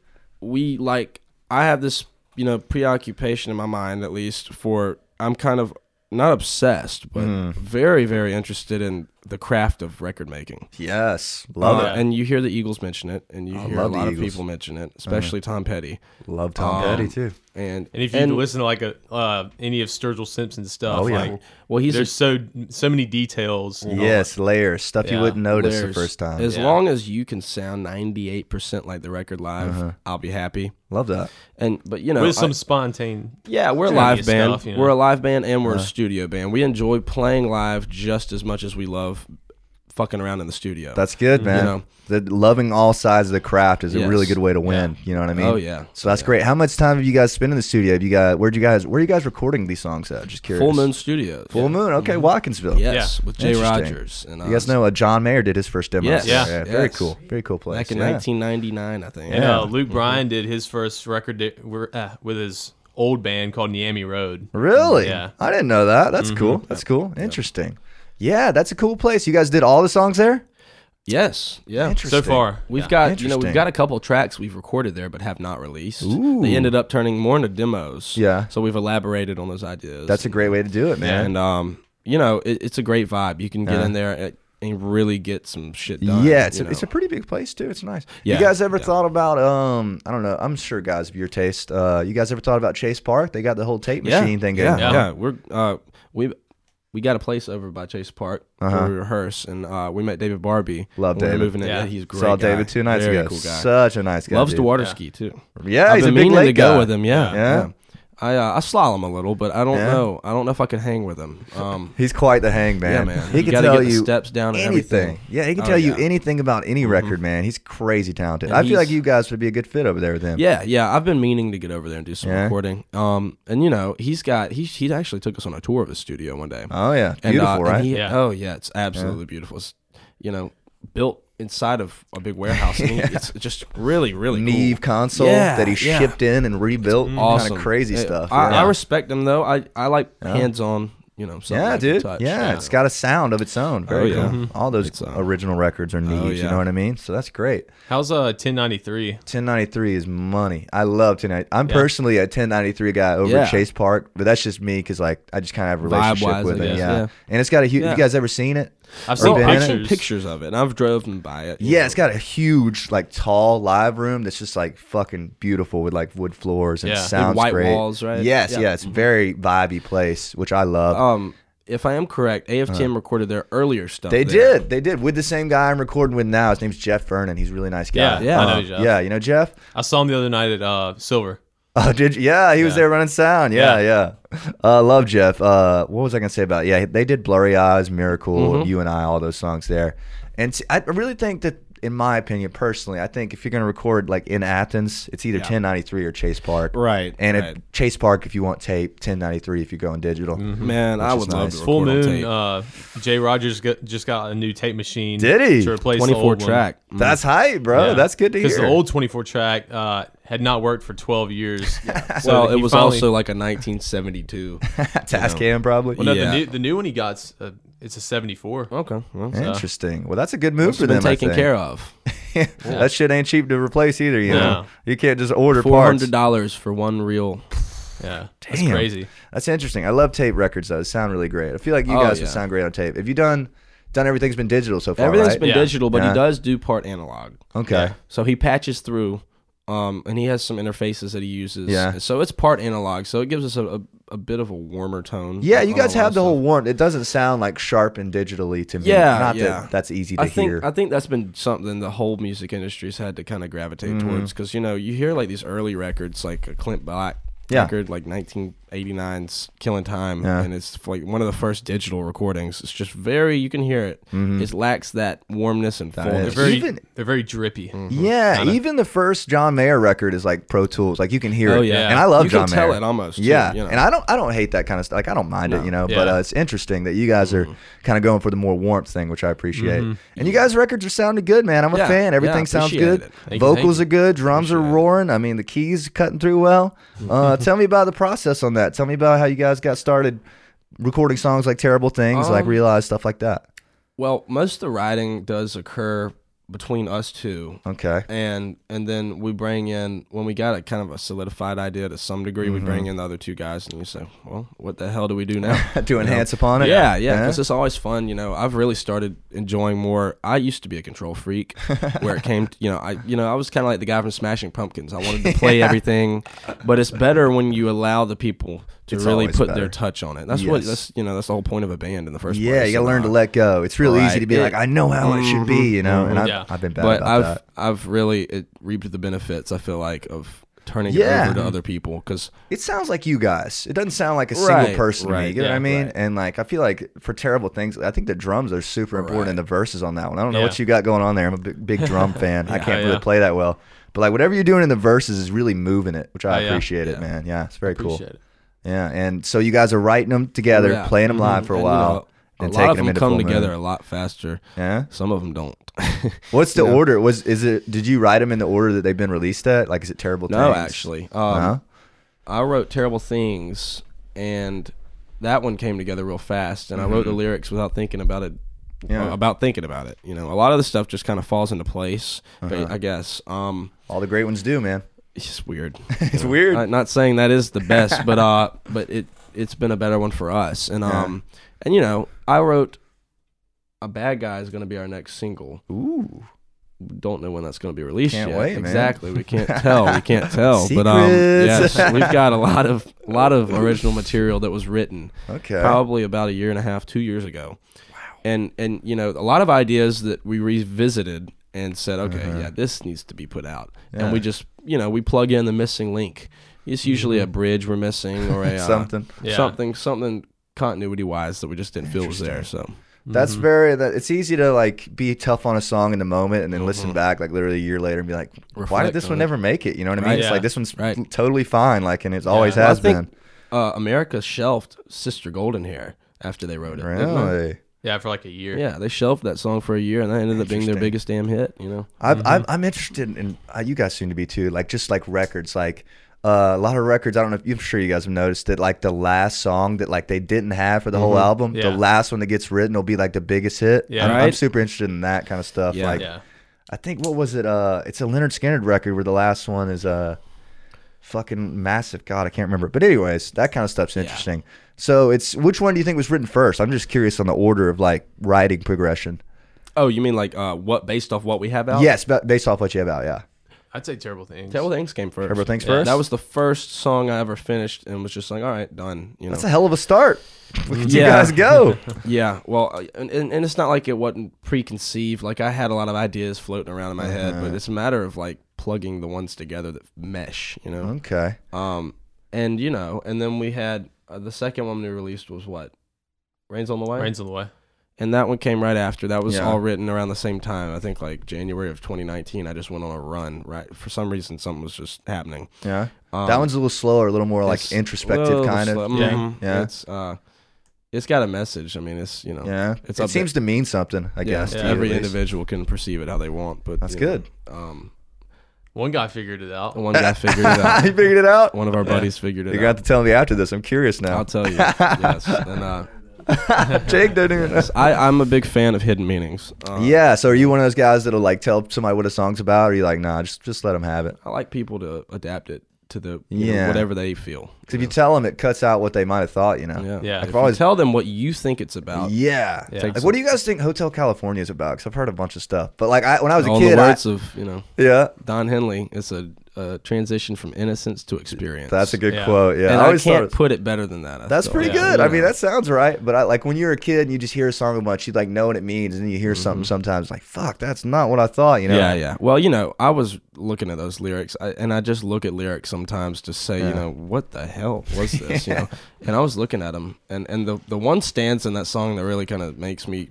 C: we like I have this, you know, preoccupation in my mind at least for I'm kind of not obsessed, but
A: Mm-hmm.
C: very, very interested in the craft of record making.
A: yes. Love
C: Uh,
A: it.
C: And you hear the Eagles mention it, and you hear a
A: love the
C: lot
A: Eagles.
C: of
A: Uh-huh.
C: people mention it, especially Tom Petty.
A: Love Tom
C: um,
A: Petty too.
C: And
B: And if you listen to like a uh, any of Sturgill Simpson's stuff,
A: Oh, yeah.
B: like
C: well, he's a
B: there's so so many details. and all
A: Yes, layers stuff you
B: Yeah,
A: wouldn't notice the
C: players.
A: first time.
C: As
B: Yeah.
C: long as you can sound ninety eight percent like the record live,
A: Uh-huh.
C: I'll be happy.
A: Love that.
C: And but you know,
B: With
C: I-
B: some spontane.
C: Yeah, we're a
B: Trivia
C: live band.
B: stuff, you know.
C: We're a live band and
A: Uh-huh.
C: we're a studio band. We enjoy playing live just as much as we love fucking around in the studio.
A: That's good, man.
C: know.
A: The loving all sides of the craft is a really
C: Yes.
A: good way to win. You know what I mean?
C: Oh, yeah.
A: So that's great. How much time have you guys spent in the studio? Have you got where'd you guys where are you guys recording these songs at? Just curious.
C: Full Moon Mm-hmm. Studios.
A: Full Moon. Okay, Watkinsville.
C: Yes,
B: Yeah.
C: with Jay
A: Interesting.
C: Rogers. And,
A: You guys know uh, John Mayer did his first demo.
C: Yes.
A: there.
B: Yeah.
A: Very
C: Yes.
A: cool. Very cool place.
C: back in
A: Yeah.
C: 1999, I think.
B: And uh,
A: Mm-hmm.
B: Luke Bryan did his first record di- wer- uh, with his old band called Niami Road.
A: Really?
B: Yeah.
A: I didn't know that. That's
C: Mm-hmm.
A: cool. That's cool. Interesting. Yeah, that's a cool place. You guys did all the songs there?
C: Yes. Yeah.
A: Interesting.
B: So far,
C: We've
B: Yeah.
C: got you know we've
A: Interesting.
C: got a couple tracks we've recorded there but have not released.
A: Ooh.
C: They ended up turning more into demos.
A: Yeah.
C: So we've elaborated on those ideas.
A: That's a great way to do it, man.
C: and um you know it, it's a great vibe. You can get
A: Yeah.
C: in there and, and really get some shit done.
A: yeah, it's
C: you
A: a,
C: know.
A: it's a pretty big place too. It's nice.
C: Yeah,
A: you guys ever
C: yeah.
A: thought about um I don't know, I'm sure guys of your taste, uh you guys ever thought about Chase Park? They got the whole tape machine thing
C: yeah,
A: going.
C: Yeah,
A: on.
C: yeah. We're uh, we we got a place over by Chase Park where we rehearse, and uh, we met David Barbie.
A: Uh-huh. Love
C: when we were
A: David.
C: Moving in.
B: Yeah.
C: Yeah, he's a great.
A: Saw
C: guy.
A: David two nights
C: Very
A: ago.
C: Cool guy.
A: Such a nice guy.
C: Loves to
A: dude.
C: water ski too.
A: Yeah,
C: I've
A: he's
C: been
A: a big
C: meaning
A: lake
C: to go
A: guy.
C: with him. Yeah,
A: Yeah.
C: yeah. I uh, I slalom a little, but I don't
A: Yeah.
C: know. I don't know if I could hang with him. Um,
A: He's quite the hang man.
C: yeah, man.
A: He
C: you
A: can
C: gotta
A: tell
C: get
A: you
C: the steps down and
A: anything.
C: everything.
A: Yeah, he can
C: Oh,
A: tell you
C: yeah. Mm-hmm.
A: anything about any record, man. He's crazy talented. I feel
C: he's-
A: like you guys would be a good fit over there with him.
C: Yeah, yeah. I've been meaning to get over there and do some
A: Yeah.
C: recording. Um, and you know, he's got he he actually took us on a tour of his studio one day.
A: Oh yeah.
C: And,
A: Beautiful,
C: uh, and
A: right?
C: he-
B: Yeah.
C: Oh yeah, it's absolutely beautiful. It's you know built inside of a big warehouse. and he- It's just really really
A: Neve
C: cool.
A: console
C: Yeah,
A: that he
C: yeah.
A: shipped in and rebuilt.
C: Awesome,
A: Kind of crazy
C: Uh,
A: stuff.
C: I,
A: yeah.
C: I respect him though. I I like hands on. You know, something I
A: Yeah,
C: can
A: dude.
C: touch.
A: Yeah, it's got a sound of its own. Very
C: Oh,
A: cool.
C: yeah.
A: All those
C: It's, uh,
A: original records are needs. You
C: yeah.
A: know what I mean? So that's great.
B: How's uh 1093?
A: 1093 is money. I love 1093. I'm personally a 1093 guy over
C: Yeah.
A: Chase Park, but that's just me because like I just kind of have a relationship
C: Vibe-wise,
A: with
C: I
A: it.
C: guess,
A: Yeah.
C: yeah.
A: and it's got a huge.
C: Yeah.
A: You guys ever seen it?
B: I've
A: Or
B: seen
A: been in it?
C: I've seen
B: pictures.
C: pictures of it, and I've driven by it. you
A: Yeah,
C: know.
A: it's got a huge, like, tall live room that's just like fucking beautiful with like wood floors and
B: Yeah. And
A: sounds
C: white
A: great.
C: walls, right?
A: Yes, yeah,
C: Yeah.
A: it's very vibey place, which I love.
C: Um, if I am correct, AFTM recorded their earlier stuff.
A: Uh-huh. They
C: there.
A: did. They did with the same guy I'm recording with now. His name's Jeff Vernon. He's a really nice guy. Uh,
B: Yeah,
C: Yeah. I
B: know Jeff.
A: Yeah, you know Jeff.
B: I saw him the other night at uh Silver.
A: Oh, did you? Yeah, he was there running sound. Yeah, yeah. Uh, love Jeff. Uh, what was I gonna say about? It? Yeah, they did Blurry Eyes, Miracle,
C: Mm-hmm.
A: You and I, all those songs there. And t- I really think that, in my opinion, personally, I think if you're gonna record like in Athens, it's either 1093 or Chase Park.
C: Right,
A: And
C: right. Mm-hmm.
A: If Chase Park, if you want tape, 1093 if you're going digital.
C: Man, I
A: is
C: would love
A: nice.
C: to
B: Full
C: record on
B: Moon.
C: tape.
B: Uh, Jay Rogers got, just got a new tape machine.
A: Did he?
B: To replace the
C: 24
B: old one.
C: track. Mm.
A: That's hype, bro.
B: Yeah.
A: That's good to hear.
B: Because the old 24 track uh, had not worked for 12 years. So
C: well,
B: he
C: it was
B: finally-
C: also like a 1972.
A: Tascam probably.
B: Well, no,
C: Yeah.
B: the, new, the new one he got's uh, it's a 74.
C: okay, well,
A: Interesting. Well, that's a good move
C: it's
A: for
C: been
A: them. I
C: taken
A: think.
C: care of.
A: that shit ain't cheap to replace either. You know,
B: No.
A: you can't just order
C: Four
A: parts.
C: hundred dollars for one reel.
B: Yeah, that's
A: Damn.
B: crazy.
A: That's interesting. I love tape records though. They sound really great. I feel like you
C: Oh,
A: guys
C: yeah.
A: would sound great on tape. Have you done done everything's been digital so far?
C: Everything's
A: right?
C: been
B: Yeah.
C: digital, but
A: Yeah.
C: he does do part analog.
A: okay.
C: So he patches through, um, and he has some interfaces that he uses.
A: Yeah.
C: So it's part analog. So it gives us a, a, a bit of a warmer tone.
A: Yeah, you
C: on
A: guys
C: a lot
A: have
C: of
A: the
C: stuff.
A: whole warmth. It doesn't sound like sharp and digitally to me.
C: Yeah,
A: not
C: yeah.
A: that that's easy to
C: I think
A: hear.
C: I think that's been something the whole music industry's had to kind of gravitate
A: Mm-hmm.
C: towards because you know you hear like these early records like a Clint Black
A: Yeah.
C: record like 1989's Killing Time
A: Yeah.
C: and it's like one of the first digital recordings. It's just very you can hear it. It lacks that warmness and
B: They're
A: Mm-hmm. is.
C: fullness.
B: very
A: Even- Mm.
B: they're very drippy.
A: yeah,
B: kinda.
A: even the first John Mayer record is like Pro Tools. Like you can hear
C: Oh,
A: it.
B: yeah.
A: And I love
C: You
A: John
C: can tell
A: Mayer.
C: it almost, too,
A: Yeah.
C: you know.
A: And I don't I don't hate that kind of stuff. Like I don't mind it, you know, but
B: Yeah.
A: uh, it's interesting that you guys are
C: Mm-hmm.
A: kind of going for the more warmth thing, which I appreciate. And you guys records are sounding good, man. I'm a
C: Yeah,
A: fan.
C: yeah,
A: Everything sounds
C: appreciate
A: good.
C: it.
B: Thank you,
A: Vocals
B: thank you.
A: are good, drums are roaring. I mean, the keys cutting through well. Uh, tell me about the process on that. Tell me about how you guys got started recording songs like Terrible Things, like
C: Um,
A: Realize stuff like that.
C: Well, most of the writing does occur between us two.
A: Okay.
C: and and then we bring in when we got a kind of a solidified idea to some degree we
A: Mm-hmm.
C: bring in the other two guys and we say well what the hell do we do now
A: to enhance upon it.
C: yeah yeah because it's always fun you know i've really started enjoying more i used to be a control freak where it came to, you know i you know i was kind of like the guy from smashing pumpkins i wanted to play everything but it's better when you allow the people to
A: It's
C: really
A: always
C: put
A: better.
C: their touch on it that's what
A: Yes.
C: that's you know that's the whole point of a band in the first
A: Yeah,
C: place
A: you gotta learn to
C: Uh,
A: let go. It's real easy
C: Right.
A: to be
C: It-
A: like,
C: Mm-hmm.
A: I know how it should be, you know. And I've,
B: Yeah.
A: I've been bad
C: but
A: about
C: I've
A: that.
C: I've really it reaped the benefits. I feel like of turning
A: Yeah.
C: it over to other people because
A: It sounds like you guys. It doesn't sound like a single
C: Right,
A: person. to me,
C: right,
A: you know what I
B: yeah,
A: mean? And like, I feel like for terrible things, I think the drums are super important in the verses on that one. I don't know what
B: Yeah.
A: you got going on there. I'm a big, big drum fan. I can't
B: Yeah,
A: really
B: yeah.
A: play that well. But like, whatever you're doing in the verses is really moving it, which I
B: Oh, yeah.
A: appreciate it, man. Yeah, it's very cool.
B: Appreciate it.
A: Yeah, and so you guys are writing them together,
C: Yeah. Mm-hmm.
A: playing them live for a
C: and, you
A: while,
C: know,
A: and
C: a lot
A: taking
C: of them
A: into
C: come
A: Full Moon.
C: together a lot faster.
A: Yeah.
C: Some of them don't.
A: What's the order? Was is it? Did you write them in the order that they've been released at? Like, is it terrible?
C: no,
A: Things? Uh-huh.
C: actually, um,
A: Huh?
C: I wrote terrible things, and that one came together real fast. And I wrote the lyrics without thinking about it.
A: Mm-hmm.
C: uh,
A: Yeah.
C: About thinking about it, you know, a lot of the stuff just kind of falls into place.
A: Uh-huh.
C: But I guess um,
A: All the great ones do, man.
C: it's just weird.
A: It's weird.
C: Not, not saying that is the best, but uh, but it it's been a better one for us. And um, and you know, I wrote a bad guy is going to be our next single.
A: Ooh,
C: Don't know when that's going to be released
A: Can't
C: yet.
A: wait, man.
C: Exactly, we can't tell. We can't tell. But um,
A: Secrets.
C: yes, we've got a lot of a lot of original material that was written
A: okay.
C: probably about a year and a half, two years ago. Wow. And and you know, a lot of ideas that we revisited and said, okay,
A: Uh-huh.
C: yeah, this needs to be put out, and we just you know we plug in the missing link. It's usually a bridge we're missing or a
A: Mm-hmm.
C: uh,
A: Something.
B: Yeah.
C: something, something continuity wise that we just didn't feel was there. So
A: That's
C: Mm-hmm.
A: very. That it's easy to like be tough on a song in the moment and then listen back like literally a year later and be like, why did
C: Mm-hmm. Reflect
A: this
C: on
A: one
C: it.
A: never make it? You know what I mean?
C: Right.
A: It's
B: Yeah.
A: like this one's
C: Right.
A: totally fine. Like, and it's always
C: Well,
A: has
C: I think
A: been.
C: uh, America shelved Sister Golden Hair after they wrote it. didn't they?
A: Really.
B: Yeah, for like a year.
C: Yeah, they shelved that song for a year, and that ended up being their
A: Interesting.
C: biggest damn hit. You know.
A: I've, I've,
C: Mm-hmm.
A: I'm interested in uh, you guys seem to be too. Like just like records, like uh, a lot of records. I don't know. if I'm sure you guys have noticed that like the last song that like they didn't have for the
C: Mm-hmm.
A: whole album,
B: Yeah.
A: the last one that gets written will be like the biggest hit.
B: Yeah.
A: I'm, I'm
C: Right.
A: super interested in that kind of stuff.
C: Yeah.
A: like
B: Yeah.
A: I think what was it? Uh, it's a Leonard Skinner record where the last one is uh, fucking massive. God, I can't remember. But anyways, that kind of stuff's interesting. So it's which one do you think was written first? I'm just curious on the order of like writing progression.
C: Oh, you mean like uh, what based off what we have out?
A: Yes, ba- based off what you have out. Yeah.
B: I'd say terrible things.
C: Terrible Things came first.
A: Terrible Things
C: Yeah,
A: first?
C: That was the first song I ever finished and was just like, all right, done. You know.
A: That's a hell of a start. Look at you
C: Yeah.
A: guys go.
C: yeah. Well, I- and, and, and it's not like it wasn't preconceived. Like I had a lot of ideas floating around in my head,
A: Uh-huh.
C: but it's a matter of like plugging the ones together that mesh. You know.
A: okay.
C: Um, and you know, and then we had uh, the second one we released was what. Rains on the way,
B: Rains on the way.
C: and that one came right after. That was
A: Yeah.
C: all written around the same time. I think like January of 2019. I just went on a run. Right, for some reason, something was just happening.
A: Yeah.
C: Um,
A: that one's a little slower, a little more like
C: It's
A: introspective
C: little
A: kind
C: slow-
A: of.
B: Yeah.
C: mhm.
A: Yeah.
C: It's uh, it's got a message. I mean, it's you know,
A: Yeah.
C: It's
A: it
C: up
A: seems to mean something, I
C: yeah,
A: guess. to
B: yeah,
A: you at
C: every
A: least.
C: individual can perceive it how they want. But
A: That's
C: you know,
A: good.
C: um,
B: One guy figured it out.
C: one guy figured it
A: you
C: out.
A: figured it out?
C: One of our buddies figured it
A: You're going to
C: out.
A: have to tell me after this. I'm curious now.
C: I'll tell you. yes, and uh,
A: Jake don't even know.
C: I, I'm a big fan of hidden meanings. Uh,
A: Yeah, so are you one of those guys that'll like tell somebody what a song's about, or are you like, nah, just just let them have it?
C: I like people to adapt it to the you know,
A: Yeah.
C: whatever they feel.
A: 'Cause if you tell them, it cuts out what they might have thought, you know?
C: Yeah,
B: Yeah.
C: If
B: I've
C: you
A: always-
C: tell them what you think it's about.
A: Yeah.
B: Yeah.
A: Like, what do you guys think Hotel California is about? Because I've heard a bunch of stuff. But like I, when I was a
C: All
A: kid,
C: the
A: I-
C: words of you know
A: yeah,
C: Don Henley. It's a, a transition from innocence to experience.
A: that's a good
B: Yeah.
A: quote. Yeah,
C: And
A: I
C: I,
A: always thought
C: can't
A: it-
C: put it better than that. I
A: that's
C: feel
A: pretty
C: like.
A: good.
C: You
A: I mean,
C: know.
A: that sounds right. But I like when you're a kid and you just hear a song a bunch, you like know what it means, and then you hear something sometimes like, fuck, that's not what I thought. You know?
C: Mm-hmm. Yeah, yeah. Well, you know, I was looking at those lyrics, I, and I just look at lyrics sometimes to say, you know, what the hell was this? You know, and I was looking at them, and and the the one stanza in that song that really kind of makes me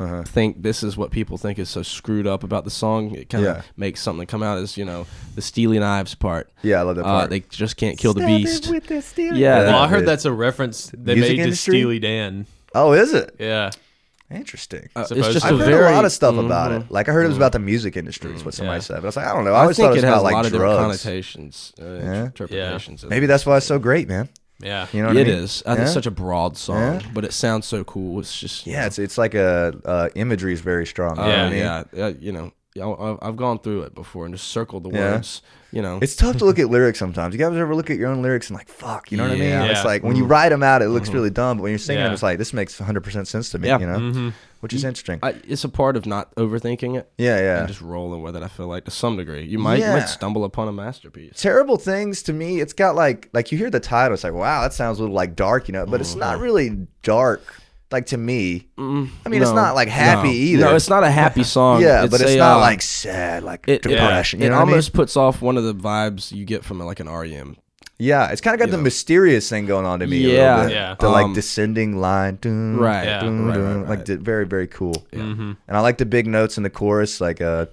A: Uh-huh.
C: think this is what people think is so screwed up about the song. It kind of
A: Yeah.
C: makes something come out as you know the Steely Knives part.
A: Yeah, I love that
C: Uh,
A: part.
C: they just can't kill the beast. Yeah,
A: Yeah.
B: Well, I
A: it-
B: heard that's a reference they
A: Music
B: made to
A: industry?
B: Steely Dan.
A: oh, is it
B: Yeah.
A: interesting?
C: Uh, it's
B: Supposed
C: just
B: to.
A: I've
C: a
A: heard
C: very
A: a lot of stuff about
C: mhm.
A: it. Like I heard it was about the music industry. Is what somebody
B: Yeah.
A: said. But I was like, I don't know. I
C: I,
A: always
C: think
A: thought
C: it
A: it was
C: has
A: about
C: a lot
A: like
C: of different
A: drugs.
C: connotations, uh,
A: Yeah.
C: interpretations. of it.
A: Maybe that's why it's so great, man.
B: Yeah.
A: You know
C: It
A: what I
C: is.
A: mean?
C: I think
A: Yeah.
C: it's such a broad
A: Yeah.
C: song, but it sounds so cool. It's just
A: Yeah, it's it's like a uh, imagery is very strong. you know
C: Oh,
A: what
B: Yeah.
A: I mean?
C: yeah, yeah. You know, yeah, I- I've gone through it before and just circled the
A: Yeah.
C: words. You know,
A: It's tough to look at lyrics sometimes. You guys ever look at your own lyrics and like, fuck, you know what I mean?
C: Yeah. Mm-hmm.
A: It's
B: Yeah.
A: like when you write them out, it looks really dumb, but when you're singing them,
B: Yeah.
A: it's like this makes 100 percent sense to me.
C: Yeah. Mm-hmm.
A: You know,
B: hmm
A: which is interesting.
C: I, it's a part of not overthinking it
A: yeah, yeah.
C: and just rolling with it. I feel like to some degree, you might you
A: Yeah.
C: might stumble upon a masterpiece.
A: Terrible things to me. It's got like like you hear the title, it's like wow, that sounds a little like dark, you know, but it's
C: Mm-hmm.
A: not really dark. Like to me, I mean, it's
C: Mm, No.
A: not like happy
C: No.
A: either.
C: No, it's not a happy song.
A: yeah, but it's
C: a,
A: not
C: uh,
A: like sad, like
C: it, it-
A: depression.
C: It,
A: you know what I mean?
C: almost puts off one of the vibes you get from like an E REM.
A: Yeah, it's kind of got the mysterious thing going on to me. a
C: Yeah.
A: little bit.
B: Yeah.
A: The like
C: Um,
A: descending line, dun,
C: Right,
B: Yeah. Mm-hmm.
A: dun,
C: right,
A: dun.
C: right,
A: like
C: right.
A: di- very very cool. And I like the big notes in the chorus. Like uh,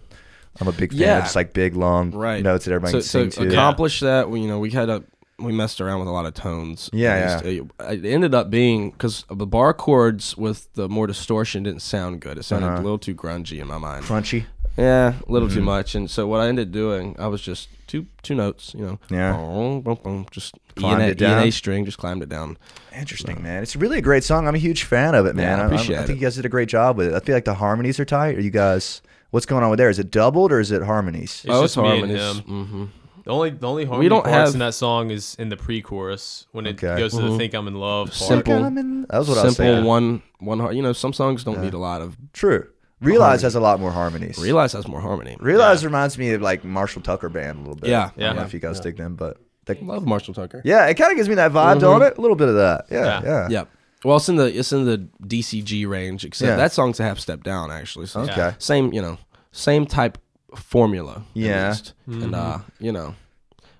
A: I'm a big fan
C: Yeah.
A: of just like big long
C: Right.
A: notes that everybody
C: So,
A: can sing
C: so
A: to.
B: com-
C: accomplish that, we, you know, we had a we messed around with a lot of tones.
A: Yeah,
C: At least. It, it ended up being because the bar chords with the more distortion didn't sound good. It sounded
A: Uh-huh.
C: a little too grungy in my mind.
A: Crunchy.
C: Yeah, a little
A: mm-hmm.
C: too much. And so what I ended up doing, I was just two two notes, you know.
A: Yeah.
C: Boom, boom, boom, just
A: Climbed it
C: E and A- E and
A: down.
C: A string, just climbed it down.
A: Interesting, man. It's really a great song. I'm a huge fan of it, man.
C: I
A: I'm- I'm-
C: appreciate
A: I
C: it.
A: think you guys did a great job with it. I feel like the harmonies are tight. Are you guys? What's going on with there? Is it doubled or is it harmonies?
B: It's just me and him.
C: hmm
B: The only the only harmony
C: don't
B: parts
C: have- Mm-hmm.
B: in that song is in the pre-chorus when it
A: Okay.
B: goes to the "Think I'm in Love" part.
C: Simple.
A: Think I'm in- That was what I was
C: Simple
A: saying.
C: one one har You know, some songs don't need a lot of
A: True. Realize has a lot more harmonies.
C: realize has more harmony.
A: Realize reminds me of like Marshall Tucker band a little bit.
C: Yeah.
A: I don't know
B: Yeah.
A: if you guys dig them, but the,
C: Love Marshall Tucker.
A: yeah, it kind of gives me that vibe, don't it? A little bit of that. Yeah, yeah.
B: Yeah.
C: Yeah. Well, it's in the it's in the DCG range, except
A: Yeah.
C: that song's a half step down actually. So
A: Okay. Yeah.
C: Same, you know, same type formula. at
A: Yeah.
C: least. And uh, you know,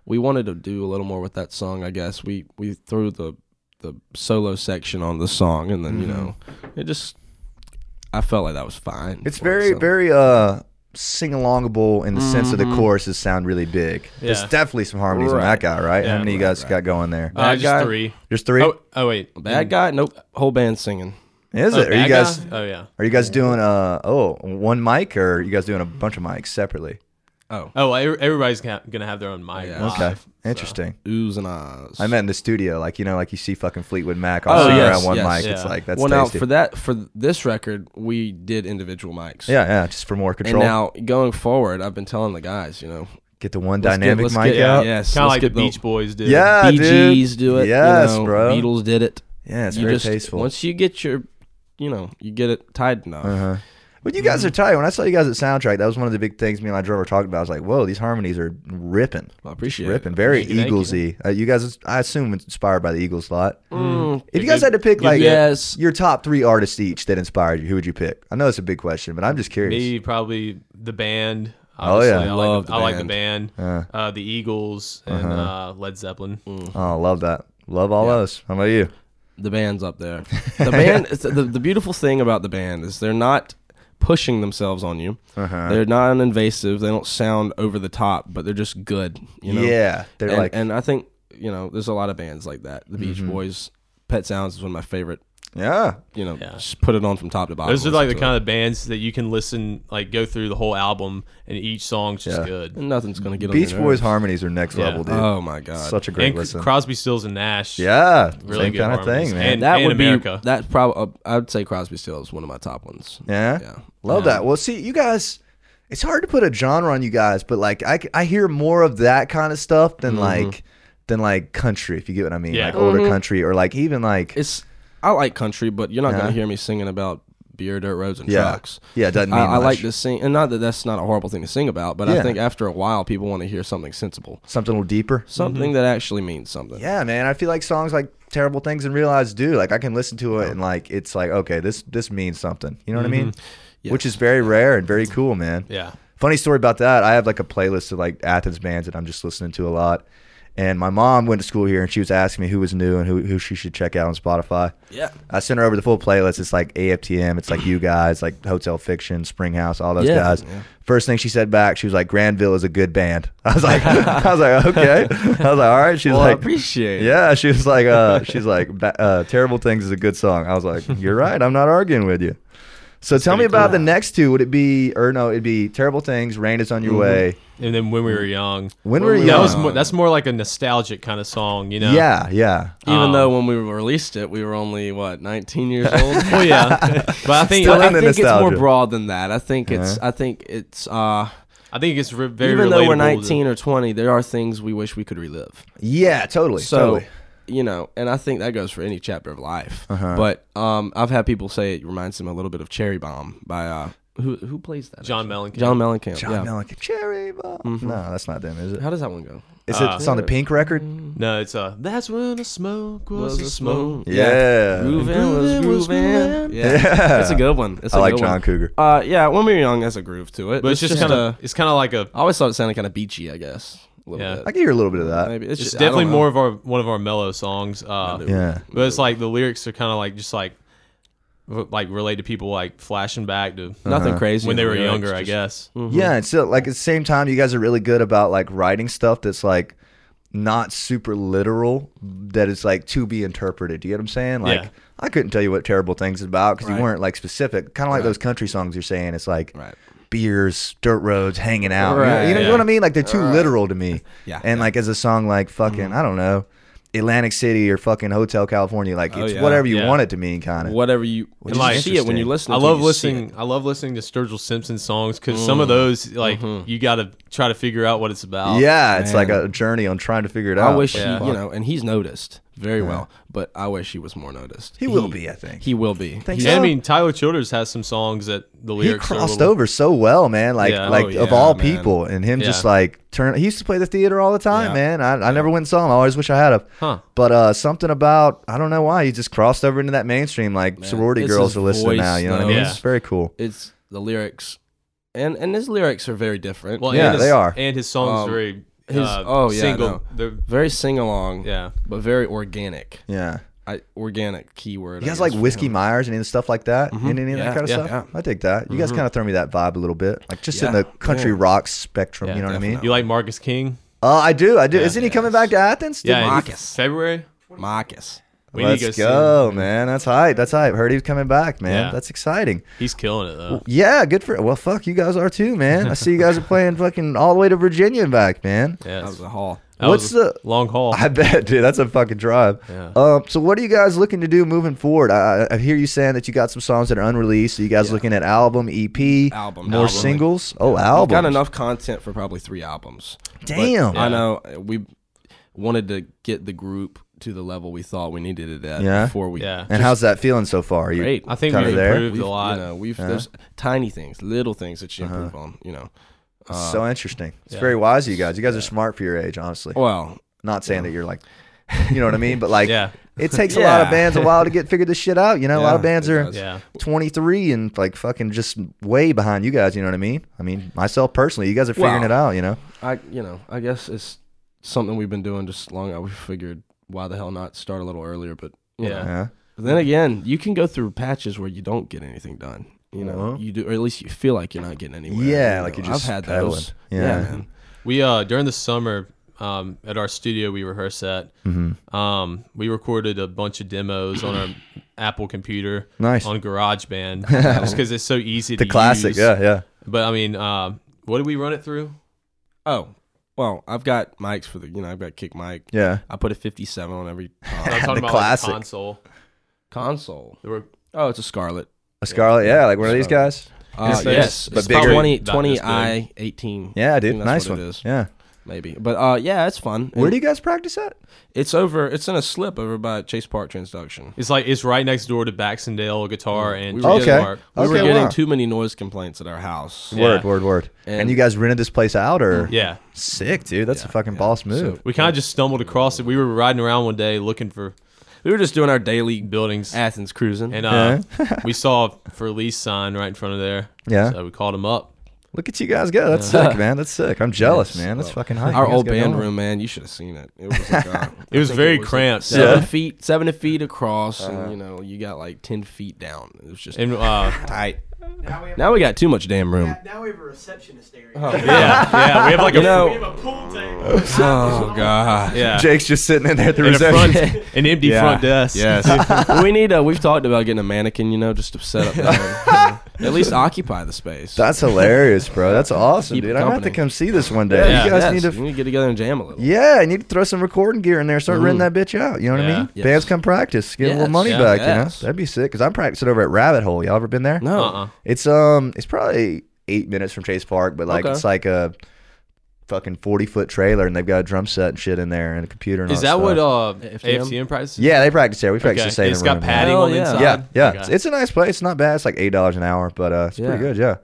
C: we wanted to do a little more with that song. I guess we we threw the the solo section on the song, and then you
A: Mm-hmm.
C: know, it just I felt like that was fine.
A: It's
C: for
A: very,
C: itself.
A: very uh sing alongable in the sense of the choruses sound really big. There's
B: Yeah.
A: definitely some harmonies on that
C: Right.
A: guy, right? How many you guys got going there?
B: Uh, just
C: guy.
B: three.
A: There's three.
B: Oh, oh wait.
A: Mm.
C: bad guy. Nope, whole band singing.
A: Is
B: Oh,
A: it? Are you
B: bad
A: guys?
B: guy? Oh yeah.
A: Are you guys doing uh oh one mic or are you guys doing a bunch of mics separately?
C: Oh,
B: Oh, well, every- everybody's gonna gonna have their own mic.
C: Yeah.
B: live,
A: Okay,
B: so.
A: interesting.
C: oohs and ahs.
A: I meant in the studio, like you know, like you see fucking Fleetwood Mac all
C: Oh,
A: sitting
C: yes,
A: around one
C: yes.
A: mic. It's
B: Yeah.
A: like that's
C: well, now
A: tasty.
C: for that for this record, we did individual mics.
A: yeah, yeah, just for more
C: And
A: control.
C: now going forward, I've been telling the guys, you know,
A: Get the one
C: Let's get-
A: dynamic
C: let's
A: mic
C: get-
A: out. Yeah,
C: Yes,
B: Kind of
C: let's
B: like the
C: get
B: Beach Boys did.
A: yeah
C: Bee
A: dude.
C: Gees do it. you
A: Yes,
C: know,
A: bro.
C: Beatles did it.
A: Yeah, it's
C: you
A: very
C: just,
A: tasteful.
C: Once you get your, you know, you get it tied enough.
A: Uh-huh. but
C: Mm.
A: you guys are tight. When I saw you guys at Soundtrack, that was one of the big things me and I drove were talking about. I was like, whoa, these harmonies are ripping.
C: I appreciate
A: Ripping.
C: it.
A: Very
B: Thank you.
A: Eaglesy. Uh, you guys, I assume, inspired by the Eagles a lot.
C: Mm,
A: If you guys had to pick, like,
C: yes.
A: your top three artists each that inspired you, who would you pick? I know it's a big question, but I'm just curious.
B: Me probably the band.
A: Oh, yeah.
B: obviously. I
C: Love
B: love
C: the
B: I like the band. Uh, the Eagles and
A: Uh-huh.
B: uh, Led Zeppelin.
A: Oh, love that. Love all those. How about you?
C: The band's up there. The band. it's, the, the beautiful thing about the band is they're not pushing themselves on you.
A: Uh-huh.
C: They're not invasive. They don't sound over the top, but they're just good. You know.
A: yeah. They're
C: and,
A: like, Mm-hmm.
C: and I think you know, there's a lot of bands like that. The Beach Boys, Pet Sounds is one of my favorite
A: Yeah.
C: you know,
B: Yeah.
C: just put it on from top to bottom.
B: Those are like the
C: listen to
B: kind of bands that you can listen, like go through the whole album, and each song's just
A: Yeah.
B: good.
C: it. nothing's gonna get on
A: Beach
C: your
A: Boys
C: nerves.
A: harmonies are next
B: Yeah.
A: level, dude.
C: Oh my god,
A: Such a great
B: and C-
A: listen.
B: Crosby, Stills, and Nash.
A: yeah.
B: really
A: same
B: good
A: kind of
B: harmonies.
A: thing, man.
B: And-
C: that would
B: America.
C: be that's probably I would say Crosby Still is one of my top ones.
A: yeah.
C: Yeah.
A: Love
B: Yeah.
A: that. Well, see, you guys, it's hard to put a genre on you guys, but like I, c- I hear more of that kind of stuff than
C: Mm-hmm.
A: like than like country, if you get what I mean,
B: Yeah.
A: like older country or like even like
C: It's I like country, but you're not
A: Yeah.
C: gonna hear me singing about beer, dirt roads, and
A: yeah,
C: trucks.
A: yeah, it doesn't mean
C: I, I like
A: much.
C: to sing, and not that that's not a horrible thing to sing about, but
A: Yeah.
C: I think after a while, people want to hear something sensible,
A: something a little deeper.
C: something
B: Mm-hmm.
C: that actually means something.
A: Yeah, man, I feel like songs like "Terrible Things" and "Realize" do. Like I can listen to it and like it's like okay, this this means something. You know what I mean? Which is very rare and very cool, man.
B: Yeah.
A: Funny story about that. I have like a playlist of like Athens bands that I'm just listening to a lot. And my mom went to school here and she was asking me who was new and who, who she should check out on Spotify.
C: Yeah.
A: I sent her over the full playlist. It's like AFTM, it's like you guys, like Hotel Fiction, Springhouse, all those
C: Yeah.
A: guys. First thing she said back, she was like, Granville is a good band. I was like, I was like, okay. I was like, all right. She's
C: Well, I
A: like,
C: appreciate. it.
A: yeah, she was like, uh, she's like, ba- uh, terrible things is a good song. I was like, you're right. I'm not arguing with you. So tell me
B: pretty
A: about the
B: cool.
A: next two. Would it be or no? It'd be terrible things. Rain is on your way.
B: And then when we were young,
A: When
C: Mm-hmm. When
A: were
C: We
A: you?
B: that was
C: Young.
B: more, that's more like a nostalgic kind of song, you know?
A: Yeah, yeah.
C: Even
B: Um,
C: though when we released it, we were only what 19 years old.
B: Well, yeah, but I think
A: Still
C: I
A: in the
C: think it's more
A: nostalgia. Uh-huh.
C: broad than that. I think it's. I think it's. uh
B: I think it's re- very
C: Even though
B: relatable
C: we're
B: to-
C: 19 or 20, there are things we wish we could relive.
A: Yeah, totally.
C: So,
A: totally.
C: you know, and I think that goes for any chapter of life.
A: Uh-huh.
C: But um, I've had people say it reminds them a little bit of Cherry Bomb by uh, who who plays that?
B: John Mellencamp.
C: John Mellencamp.
A: John
C: yeah. Mm-hmm. Uh,
A: Mellencamp, cherry bomb. No, that's not them, is it?
C: How does that one go?
A: Is it? it's on the Pink record.
B: No, it's uh, that's when a smoke was,
C: Was
B: a
C: a
B: smoke.
C: smoke.
A: Yeah.
C: Groovin' was
B: Groovin' was
C: groovin'.
B: groovin'.
C: Yeah. It's a good one. It's a
A: I like
C: good
A: John
C: one.
A: Cougar.
C: Uh, yeah, when we were young, has a groove to it.
B: But it's just kind of, it's kind of like a,
C: I always thought it sounded kind of beachy. I guess. A little
B: Yeah.
A: I
C: Bit.
A: can hear a little bit of that.
C: Maybe it's,
B: it's
C: just, I don't
B: definitely
C: know.
B: more of our one of our mellow songs. Uh,
A: Yeah.
B: but it's like the lyrics are kind of like just like, re- like relate to people like flashing back to
C: Uh-huh. Nothing crazy.
B: Uh-huh. when they
C: in
B: were
C: the lyrics,
B: younger, I
C: just- Mm.
B: guess.
C: Mm-hmm.
A: Yeah, and so like at the same time, you guys are really good about like writing stuff that's like not super literal, that is like to be interpreted. Do you get what I'm saying? Like
B: Yeah.
A: I couldn't tell you what terrible things is about because
C: Right.
A: you weren't like specific. Kind of like those country songs you're saying. It's like
C: Right.
A: beers, dirt roads, hanging out. You know- You, know,
C: Right.
A: you know what I mean? Like they're too literal to me.
C: Yeah. Mm-hmm.
A: And like as a song like fucking I don't know. Atlantic City or fucking Hotel California, like it's
C: Oh, yeah.
A: whatever you
B: Yeah.
A: want it to mean, kind of.
C: Whatever you,
A: is
C: you see it when you
A: interesting.
C: listen.
B: I
C: to it,
B: love
C: you see it. Mm.
B: listening. I love listening to Sturgill Simpson songs because some of those, like,
C: Mm-hmm.
B: you got to try to figure out what it's about.
A: Yeah, it's like
C: Oh, man.
A: a journey on trying to figure it out.
C: I wish
B: Yeah.
C: he, you know, and he's noticed very well, but I wish he was more noticed.
A: He will be, I think.
C: He will be.
A: Think
C: He's-
A: so?
B: And I mean, Tyler Childers has some songs that the
A: he
B: lyrics are a
A: crossed
B: little-
A: over so well, man. Like,
B: Yeah.
A: like
B: Oh,
A: of
C: yeah,
A: all
C: man.
A: people, and him just
B: Yeah.
A: like turn. He used to play the theater all the time,
C: Yeah.
A: man. I, I never went and saw him. I always wish I had him.
B: Huh.
A: But uh, something about I don't know why he just crossed over into that mainstream. Like sorority
C: it's
A: girls
C: his
A: are listening
C: voice,
A: now. You know what I
C: though.
A: mean?
B: Yeah.
A: It's very cool.
C: It's the lyrics, and and his lyrics are very different.
B: Well,
A: Yeah,
B: and his,
A: they are.
B: And his songs
C: Um,
B: very
C: his-
B: uh,
C: oh, yeah,
B: single.
C: no.
B: They're-
C: very sing along,
B: yeah.
C: but very organic.
A: Yeah.
C: I organic keyword.
A: You guys
C: I guess,
A: like
C: for
A: Whiskey
C: him.
A: Myers and any stuff like that? And any of that
C: Mm-hmm. Yeah, Mm-hmm.
A: kind of
B: yeah,
A: stuff? I take that. You guys kind of throw me that vibe a little bit. Like just in
C: Yeah.
A: the country rock spectrum.
B: Yeah,
A: you know what I
B: You
A: mean?
B: like Marcus King?
A: Oh, I do. I do.
B: Yeah.
A: Isn't he coming back to Athens? Did
B: yeah. in
C: Marcus.
B: February.
C: Marcus.
B: We
A: Let's
B: need to
A: go,
B: go, see him.
A: man. That's hype. That's hype. Heard he was coming back, man.
B: Yeah.
A: That's exciting.
B: He's killing it though.
A: Yeah, good for well. Fuck, you guys are too, man. I see you guys are playing fucking all the way to Virginia and back, man.
B: Yeah.
C: That was a haul.
B: that
A: What's
B: was a
A: the?
B: long haul?
A: I bet, dude. That's a fucking drive.
B: Yeah.
A: Um. So, what are you guys looking to do moving forward? I, I I hear you saying that you got some songs that are unreleased. So you guys looking at album, EP,
C: Album,
A: more
C: album.
A: singles? Oh,
C: We've
A: album.
C: Got enough content for probably three albums. But
A: Damn.
C: I know uh, we wanted to get the group to the level we thought we needed it at
A: Yeah.
C: before we
B: Yeah.
A: And how's that feeling so far? Are you
C: Great.
B: I think
A: kinda
B: we've
A: there?
B: improved
C: We've-
B: a lot.
C: You know, we've there's tiny things, little things that you improve on. You know,
A: Uh-huh.
C: Uh,
B: Uh,
A: so interesting. It's very wise of you guys. You guys are smart for your age, honestly.
C: well,
A: Not saying that you're like, you know what I mean, but like,
B: Yeah.
A: it takes a lot of
C: Yeah.
A: bands a while to get figure this shit out. You know, a lot of
C: Yeah,
A: bands
C: it
A: are
C: does.
B: yeah.
A: 23 and like fucking just way behind you guys. You know what I mean? I mean, myself personally, you guys are figuring
C: Wow.
A: it out. You know?
C: I you know, I guess it's something we've been doing just long. We figured why the hell not start a little earlier, but you
B: Yeah.
C: know.
A: Yeah.
C: But then again, you can go through patches where you don't get anything done. You know,
A: Uh-huh.
C: you do, or at least you feel like you're not getting anywhere.
A: Yeah,
C: you
A: like
C: know.
A: you're just
C: I've had
A: peddling.
C: those.
A: Yeah.
C: man.
B: We uh during the summer um, at our studio we rehearse at.
A: Mm-hmm.
B: Um, we recorded a bunch of demos on our Apple computer,
A: Nice.
B: on GarageBand, just because it's so easy.
A: The
B: to
A: classic,
B: use.
A: yeah, yeah.
B: But I mean, uh, what did we run it through?
C: Oh, well, I've got mics for the you know I've got kick mic.
A: Yeah.
C: I put a 57 on every
B: I'm
C: uh,
B: talking
A: The
B: about
A: classic.
B: Like console.
C: console.
B: There were
C: Oh, it's a Scarlet.
A: A Scarlet, yeah, like one of these guys.
C: Uh,
B: It's
C: yes,
B: this,
A: but
C: it's about
A: bigger.
C: 20,
B: Not this
C: 20
B: big.
C: i 18.
A: Yeah,
C: I think
A: dude,
C: that's
A: nice
C: what
A: one.
C: It is,
A: Yeah.
C: maybe. But uh, yeah, it's fun.
A: Where
C: And
A: do you guys practice at?
C: It's over. It's in a slip over by Chase Park Transduction.
B: It's like it's right next door to Baxendale Guitar and
C: We were
B: Chase
A: Mm. Okay.
C: getting-
B: Park.
C: We were
A: Okay,
C: getting
A: wow.
C: too many noise complaints at our house.
B: Yeah.
A: Word, word, word. And,
C: And-
A: you guys rented this place out, or
B: Yeah,
A: sick, dude? That's a fucking boss move.
B: we kind of just stumbled across it. We were riding around one day looking for
C: We were just doing our daily
B: buildings,
A: Ah,
C: Athens cruising.
B: and uh, we saw a for lease sign right in front of there.
A: Yeah.
B: so we called him up.
A: Look at you guys go. That's sick, man. That's sick. I'm jealous, man. That's fucking hype.
C: our
A: You guys
C: old
A: got
C: band
A: going.
C: room, man, you should have seen it. It was like, uh,
B: It was
C: I think
B: very
C: like
B: cramped. Uh-huh.
C: Seven
A: Yeah.
C: feet, seven feet across, and you know you got like ten feet down. It was just
B: And uh,
C: tight.
D: Now we have,
C: Now we got too much damn room.
D: now- now we have a receptionist area.
B: yeah, yeah, we have like a
C: You
D: We have
C: know,
D: a pool table.
C: oh god,
B: yeah,
A: Jake's just sitting in there at the
B: and a front,
A: reception.
B: an empty
C: Yeah.
B: front desk.
C: yes. we need. Uh, we've talked about getting a mannequin, you know, just to set up. that room. At least occupy the space.
A: That's hilarious, bro. That's awesome,
C: Keep
A: dude.
C: it
A: I'm gonna have to
C: company.
A: come see this one day.
B: Yeah.
A: you guys
C: Yes,
A: need to.
C: we need to get together and jam a little.
A: yeah, I need to throw some recording gear in there. Start renting that bitch out. You know what I
B: Yeah.
A: mean?
C: Yes.
A: Bands come practice, get a little
C: Yes.
A: money
B: Yeah.
A: back. You know,
C: Yes.
A: that'd be sick. Cause I'm practicing over at Rabbit Hole. Y'all ever been there?
C: No.
B: Uh-uh.
A: It's um, it's probably eight minutes from Chase Park, but like
C: Okay.
A: it's like a fucking forty foot trailer, and they've got a drum set and shit in there, and a computer. And
B: Is that
A: all
B: what
A: stuff.
B: uh,
C: AFTM?
B: AFTM practices?
A: yeah, they practice there. We practice
B: Okay.
A: the same.
B: It's got padding
C: Hell
B: on the
C: yeah.
B: inside.
A: Yeah, yeah. It's,
B: Okay.
A: it's a nice place. It's not bad. It's like eight dollars an hour, but uh, it's pretty
C: Yeah.
A: good. Yeah.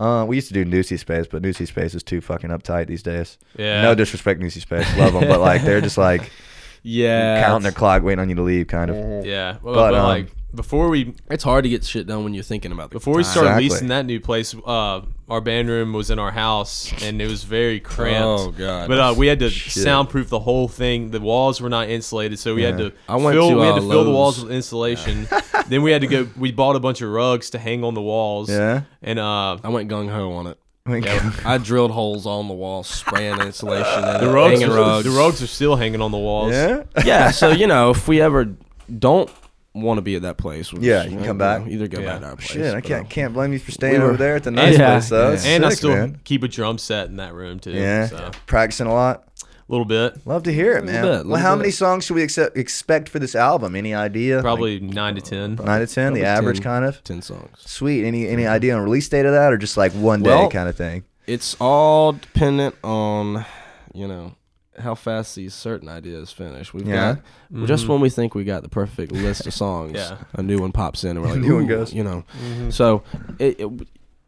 A: Uh, we used to do Newsy Space, but Newsy Space is too fucking uptight these days.
B: Yeah.
A: No disrespect, Newsy Space, love them, but like they're just like
C: Yeah.
A: counting their clock, waiting on you to leave, kind of.
B: yeah. Well,
A: But,
B: but,
A: um,
B: like before we
C: It's hard to get shit done when you're thinking about the
B: before we
C: time.
B: started
A: Exactly.
B: leasing that new place, uh, our band room was in our house and it was very cramped.
C: Oh, God.
B: But uh, we had to soundproof the whole thing. The walls were not insulated, so we had to
C: I went
B: fill
C: to,
B: we had
C: uh,
B: to fill the walls
C: Lowe's.
B: with insulation. then we had to go. We bought a bunch of rugs to hang on the walls.
A: Yeah.
B: And uh,
C: I went gung ho on it.
A: I mean,
C: I drilled holes on the wall, spraying insulation, and
B: the rugs,
C: Uh, hanging
B: are,
C: rugs.
B: the rugs are still hanging on the walls.
A: yeah.
C: yeah. So you know, if we ever don't want to be at that place, we
A: Yeah,
C: just,
A: you can
C: know,
A: come back.
C: Either go
B: Yeah.
C: back to our place.
A: Shit, I
C: but,
A: can't
C: uh,
A: can't blame you for staying
C: we
A: over
C: were-
A: there at the nice
C: Yeah,
A: place though.
C: yeah.
A: It's
B: And I
A: sick,
B: still
A: man.
B: keep a drum set in that room too.
A: yeah
B: so a
A: practicing a lot.
B: little bit,
A: Love to hear it, man.
C: Little bit, little
A: well, how
C: bit.
A: many songs should we accept, expect for this album? Any idea?
B: probably nine to ten.
A: Like uh, nine to ten, the
C: probably
A: average
C: 10.
A: kind of.
C: uh, ten songs.
A: Sweet. Any any idea on release date of that, or just like one day
C: Mm-hmm. Well-
A: kind of thing?
C: It's all dependent on, you know, how fast these certain ideas finish. We've
A: Yeah.
C: got just when we think we got the perfect list of songs,
B: Mm-hmm. Yeah.
C: a new one pops in, and we're like,
A: new one
C: "Ooh,"
A: goes.
C: You know, so it, it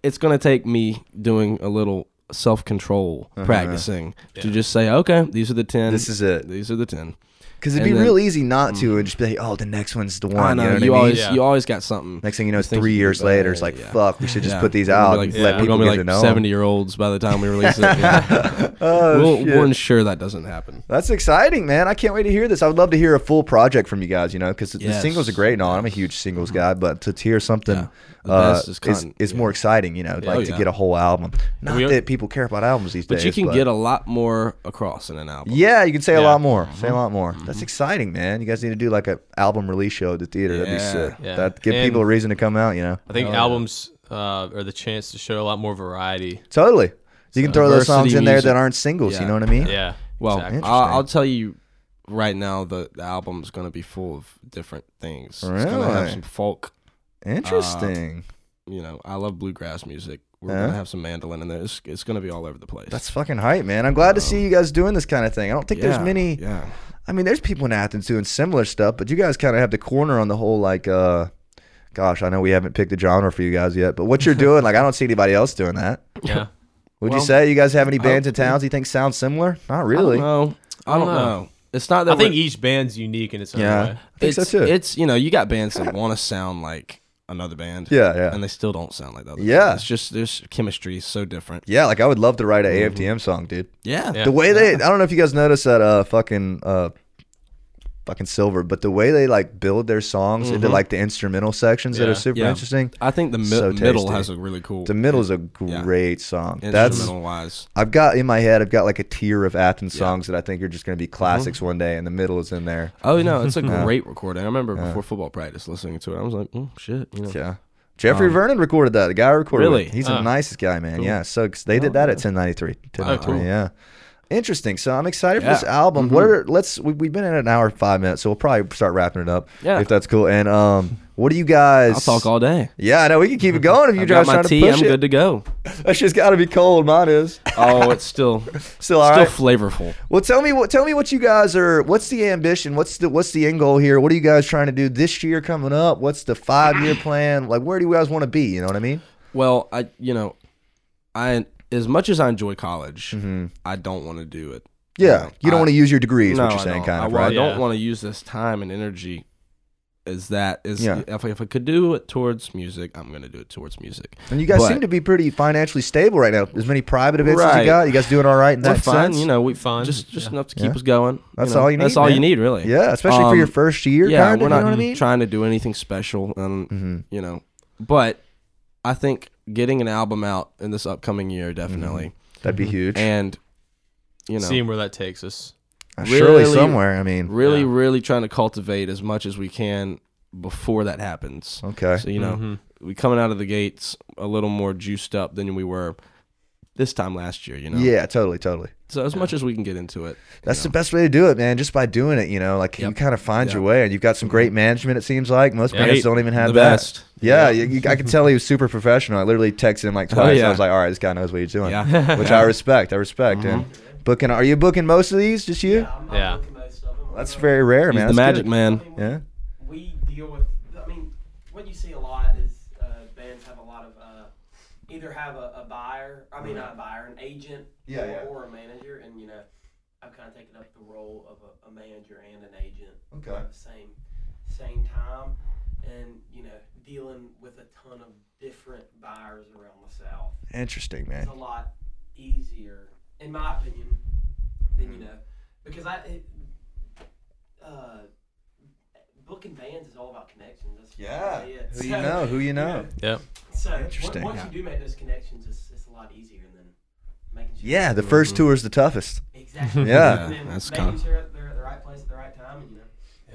C: it's gonna take me doing a little self control practicing to
B: Yeah.
C: just say, okay, these are the ten.
A: Uh-huh. This is it.
C: These are the ten.
A: Because it'd be
C: And then- Mm.
A: real easy not to, and just be like, oh, the next one's the one.
C: I know,
A: you know what
C: you
A: I mean?
C: always
B: Yeah.
C: you always got something.
A: Next thing you know, it's
C: Things
A: three
C: can be
A: years
C: better,
A: later. It's like,
C: yeah.
A: fuck, we should just
C: Yeah.
A: put these
C: We're
A: out
C: gonna
A: and
C: be
A: let
B: yeah,
C: we're
A: people
C: gonna be
A: get
C: like
A: to know 'em.
C: 70 year olds by the time we release it. Yeah.
A: Oh,
C: we'll,
A: shit.
C: we'll ensure that doesn't happen.
A: That's exciting, man. I can't wait to hear this. I would love to hear a full project from you guys, you know, because the
C: Yes. Mm-hmm.
A: singles are great and all. I'm a huge singles guy, but to hear something
C: Yeah. The
A: uh,
C: best
A: is,
C: is
A: is,
C: con- yeah.
A: more exciting, you know, like
C: Oh,
A: to
C: yeah.
A: get a whole album. Not
B: We-
A: that people care about albums these
C: But
A: days.
C: you can get a lot more across in an album.
A: Yeah, you can say a
B: Yeah.
A: lot more. Say
C: Mm-hmm.
A: a lot more. That's exciting, man. You guys need to do like an album release show at the theater. That'd be
C: Yeah.
A: sick.
B: Yeah.
A: That give
B: And-
A: people a reason to come out, you know.
B: I
C: Oh,
B: think albums uh, are the chance to show a lot more variety.
A: Totally. You can throw those
C: diversity
A: songs in there that
C: music.
A: aren't singles. You
C: Yeah.
A: know what I mean?
B: Yeah.
C: Well,
B: exactly.
C: I'll, I'll tell you right now the, the album's going to be full of different things. It's going to have
A: Really?
C: some folk.
A: Interesting.
C: Uh, You know, I love bluegrass music. We're
A: Yeah.
C: going to have some mandolin in there. It's, it's going to be all over the place.
A: Uh-huh. That's fucking hype, man. I'm glad to see you guys doing this kind of thing. I don't think there's
C: um, Yeah,
A: many.
C: Yeah.
A: I mean, there's people in Athens doing similar stuff, but you guys kind of have the corner on the whole like. uh Gosh, I know we haven't picked a genre for you guys yet, but what you're doing, like, I don't see anybody else doing that.
B: yeah.
A: Would you
C: Well,
A: say you guys have any
C: I
A: bands in
C: don't
A: towns you think sound similar? Not really.
C: No, I don't know. It's not that
B: I think
C: we're-
B: each band's unique in its own
A: Yeah.
B: way.
A: I think so
C: it's,
A: too.
C: it's, you know, you got bands that want to sound like another band.
A: Yeah, yeah.
C: And they still don't sound like that. other
A: Yeah.
C: band. It's just, there's chemistry is so different.
A: Yeah, like I would love to write an AFTM song, dude.
C: Mm-hmm. Yeah.
A: The way they, I don't know if you guys noticed that uh fucking uh fucking silver. But the way they like build their songs into like the instrumental sections that
B: Yeah.
A: are super
C: Mm-hmm. Yeah.
A: interesting.
C: I think the mi-
A: So
C: middle
A: tasty.
C: has a really cool
A: The middle is a
C: Yeah.
A: great song. That's
C: instrumental wise.
A: I've got in my head. I've got like a tier of Athens songs that I think are just going to be
C: Mm-hmm.
A: classics one day, and the middle is in there.
C: Oh no, it's a great recording. I remember before football practice listening to it. I was like, mm, shit, you know.
A: Yeah. Jeffrey Vernon recorded that. The guy I recorded.
C: Um, Really? Oh,
A: with. He's
B: Oh.
A: the nicest guy, man. Yeah. So 'cause they did that at 1093. 1093
B: cool.
A: Yeah. Interesting. So I'm excited for this
C: Yeah. Mm-hmm.
A: album. What are let's we, we've been in an hour and five minutes, so we'll probably start wrapping it up.
C: Yeah.
A: If that's cool. And um, what do you guys?
C: I'll talk all day.
A: Yeah, I know we can keep it going if you
C: I've
A: guys
C: got my
A: trying
C: tea.
A: to push
C: I'm
A: it.
C: good to go.
A: That shit's got to be cold. Mine is
C: Oh, it's still
A: still all right.
C: still flavorful.
A: Well, tell me what tell me what you guys are. What's the ambition? What's the what's the end goal here? What are you guys trying to do this year coming up? What's the five year plan? Like, where do you guys want to be? You know what I mean?
C: Well, I you know, I as much as I enjoy college,
A: Mm. Mm-hmm.
C: I don't want to do it.
A: Yeah,
C: know,
A: you don't
C: I-
A: want to use your degree, is
C: No,
A: what you're
C: I
A: saying,
C: don't.
A: kind
C: I,
A: of,
C: well, I
A: right?
C: don't
B: Yeah.
C: want to use this time and energy. As that is,
A: Yeah.
C: if, I- if I could do it towards music, I'm gonna do it towards music.
A: And you guys
C: But-
A: seem to be pretty financially stable right now. As many private events as you
C: Right.
A: got, you guys doing all right in
C: We're
A: that
C: fine,
A: sense?
C: you know. We
B: Fine,
C: just just enough to keep
A: Yeah.
C: us going.
A: That's
C: know.
A: all you need,
C: That's all
A: man.
C: you need, really.
A: yeah, especially for
C: Um,
A: your first year,
C: yeah,
A: kind
C: we're
A: of.
C: not
A: you know what I mean?
C: trying Mm-hmm. to do anything special, and you know, but I think getting an album out in this upcoming year definitely,
A: That'd be huge.
C: Mm-hmm. and you know,
B: Seeing where that takes us.
A: Uh, Surely
C: really-
A: somewhere. I mean,
C: really,
B: Yeah.
C: really trying to cultivate as much as we can before that happens.
A: okay.
C: So you know,
B: Mm-hmm.
C: we coming out of the gates a little more juiced up than we were this time last year. You know,
A: Yeah, totally, totally.
C: So as much as we can get into it,
A: That's the best way to do it, man. Just by doing it, you know, like you
C: Yep.
A: kind of find
C: Yeah. Mm-hmm.
A: your way, and you've got some great management. It seems like most
B: Yeah.
A: bands don't even have
C: the
A: that.
C: best.
A: Yeah, you, you- I could tell he was super professional. I literally texted him like twice. I
C: Oh, yeah.
A: was like, "All right, this guy knows what he's doing,"
C: Yeah.
A: which I respect. I respect.
C: Mm-hmm.
A: And booking, are you booking most of these? Just you?
D: I'm not
B: Yeah.
D: looking most of 'em.
A: That's very rare,
C: He's
A: man.
C: the
A: That's
C: magic
A: good.
D: I
C: man.
D: mean,
A: Yeah.
D: we deal with. I mean, what you see a lot is uh, bands have a lot of uh, either have a, a buyer. I mean, not a buyer, an agent.
A: Yeah,
D: or,
A: yeah.
D: or a manager, and you know, I've kind of taken up the role of a, a manager and an agent
A: Okay.
D: at the same same time, and you know, dealing with a ton of different buyers around the South
A: Interesting, man.
D: it's a lot easier, in my opinion, than you
A: Mm-hmm.
D: know, because I it, uh, booking bands is all about connections. That's
A: Yeah.
D: really it.
A: Who you know? Who you know?
B: Yeah.
D: so on-
A: Interesting.
D: once you do make those connections, it's, it's a lot easier than making sure.
A: Yeah, the first
C: Mm-hmm.
A: tour is the toughest.
D: exactly.
A: Yeah.
D: And then
C: That's
D: making
C: kinda-
D: sure they're at the right place at the right time, and you know.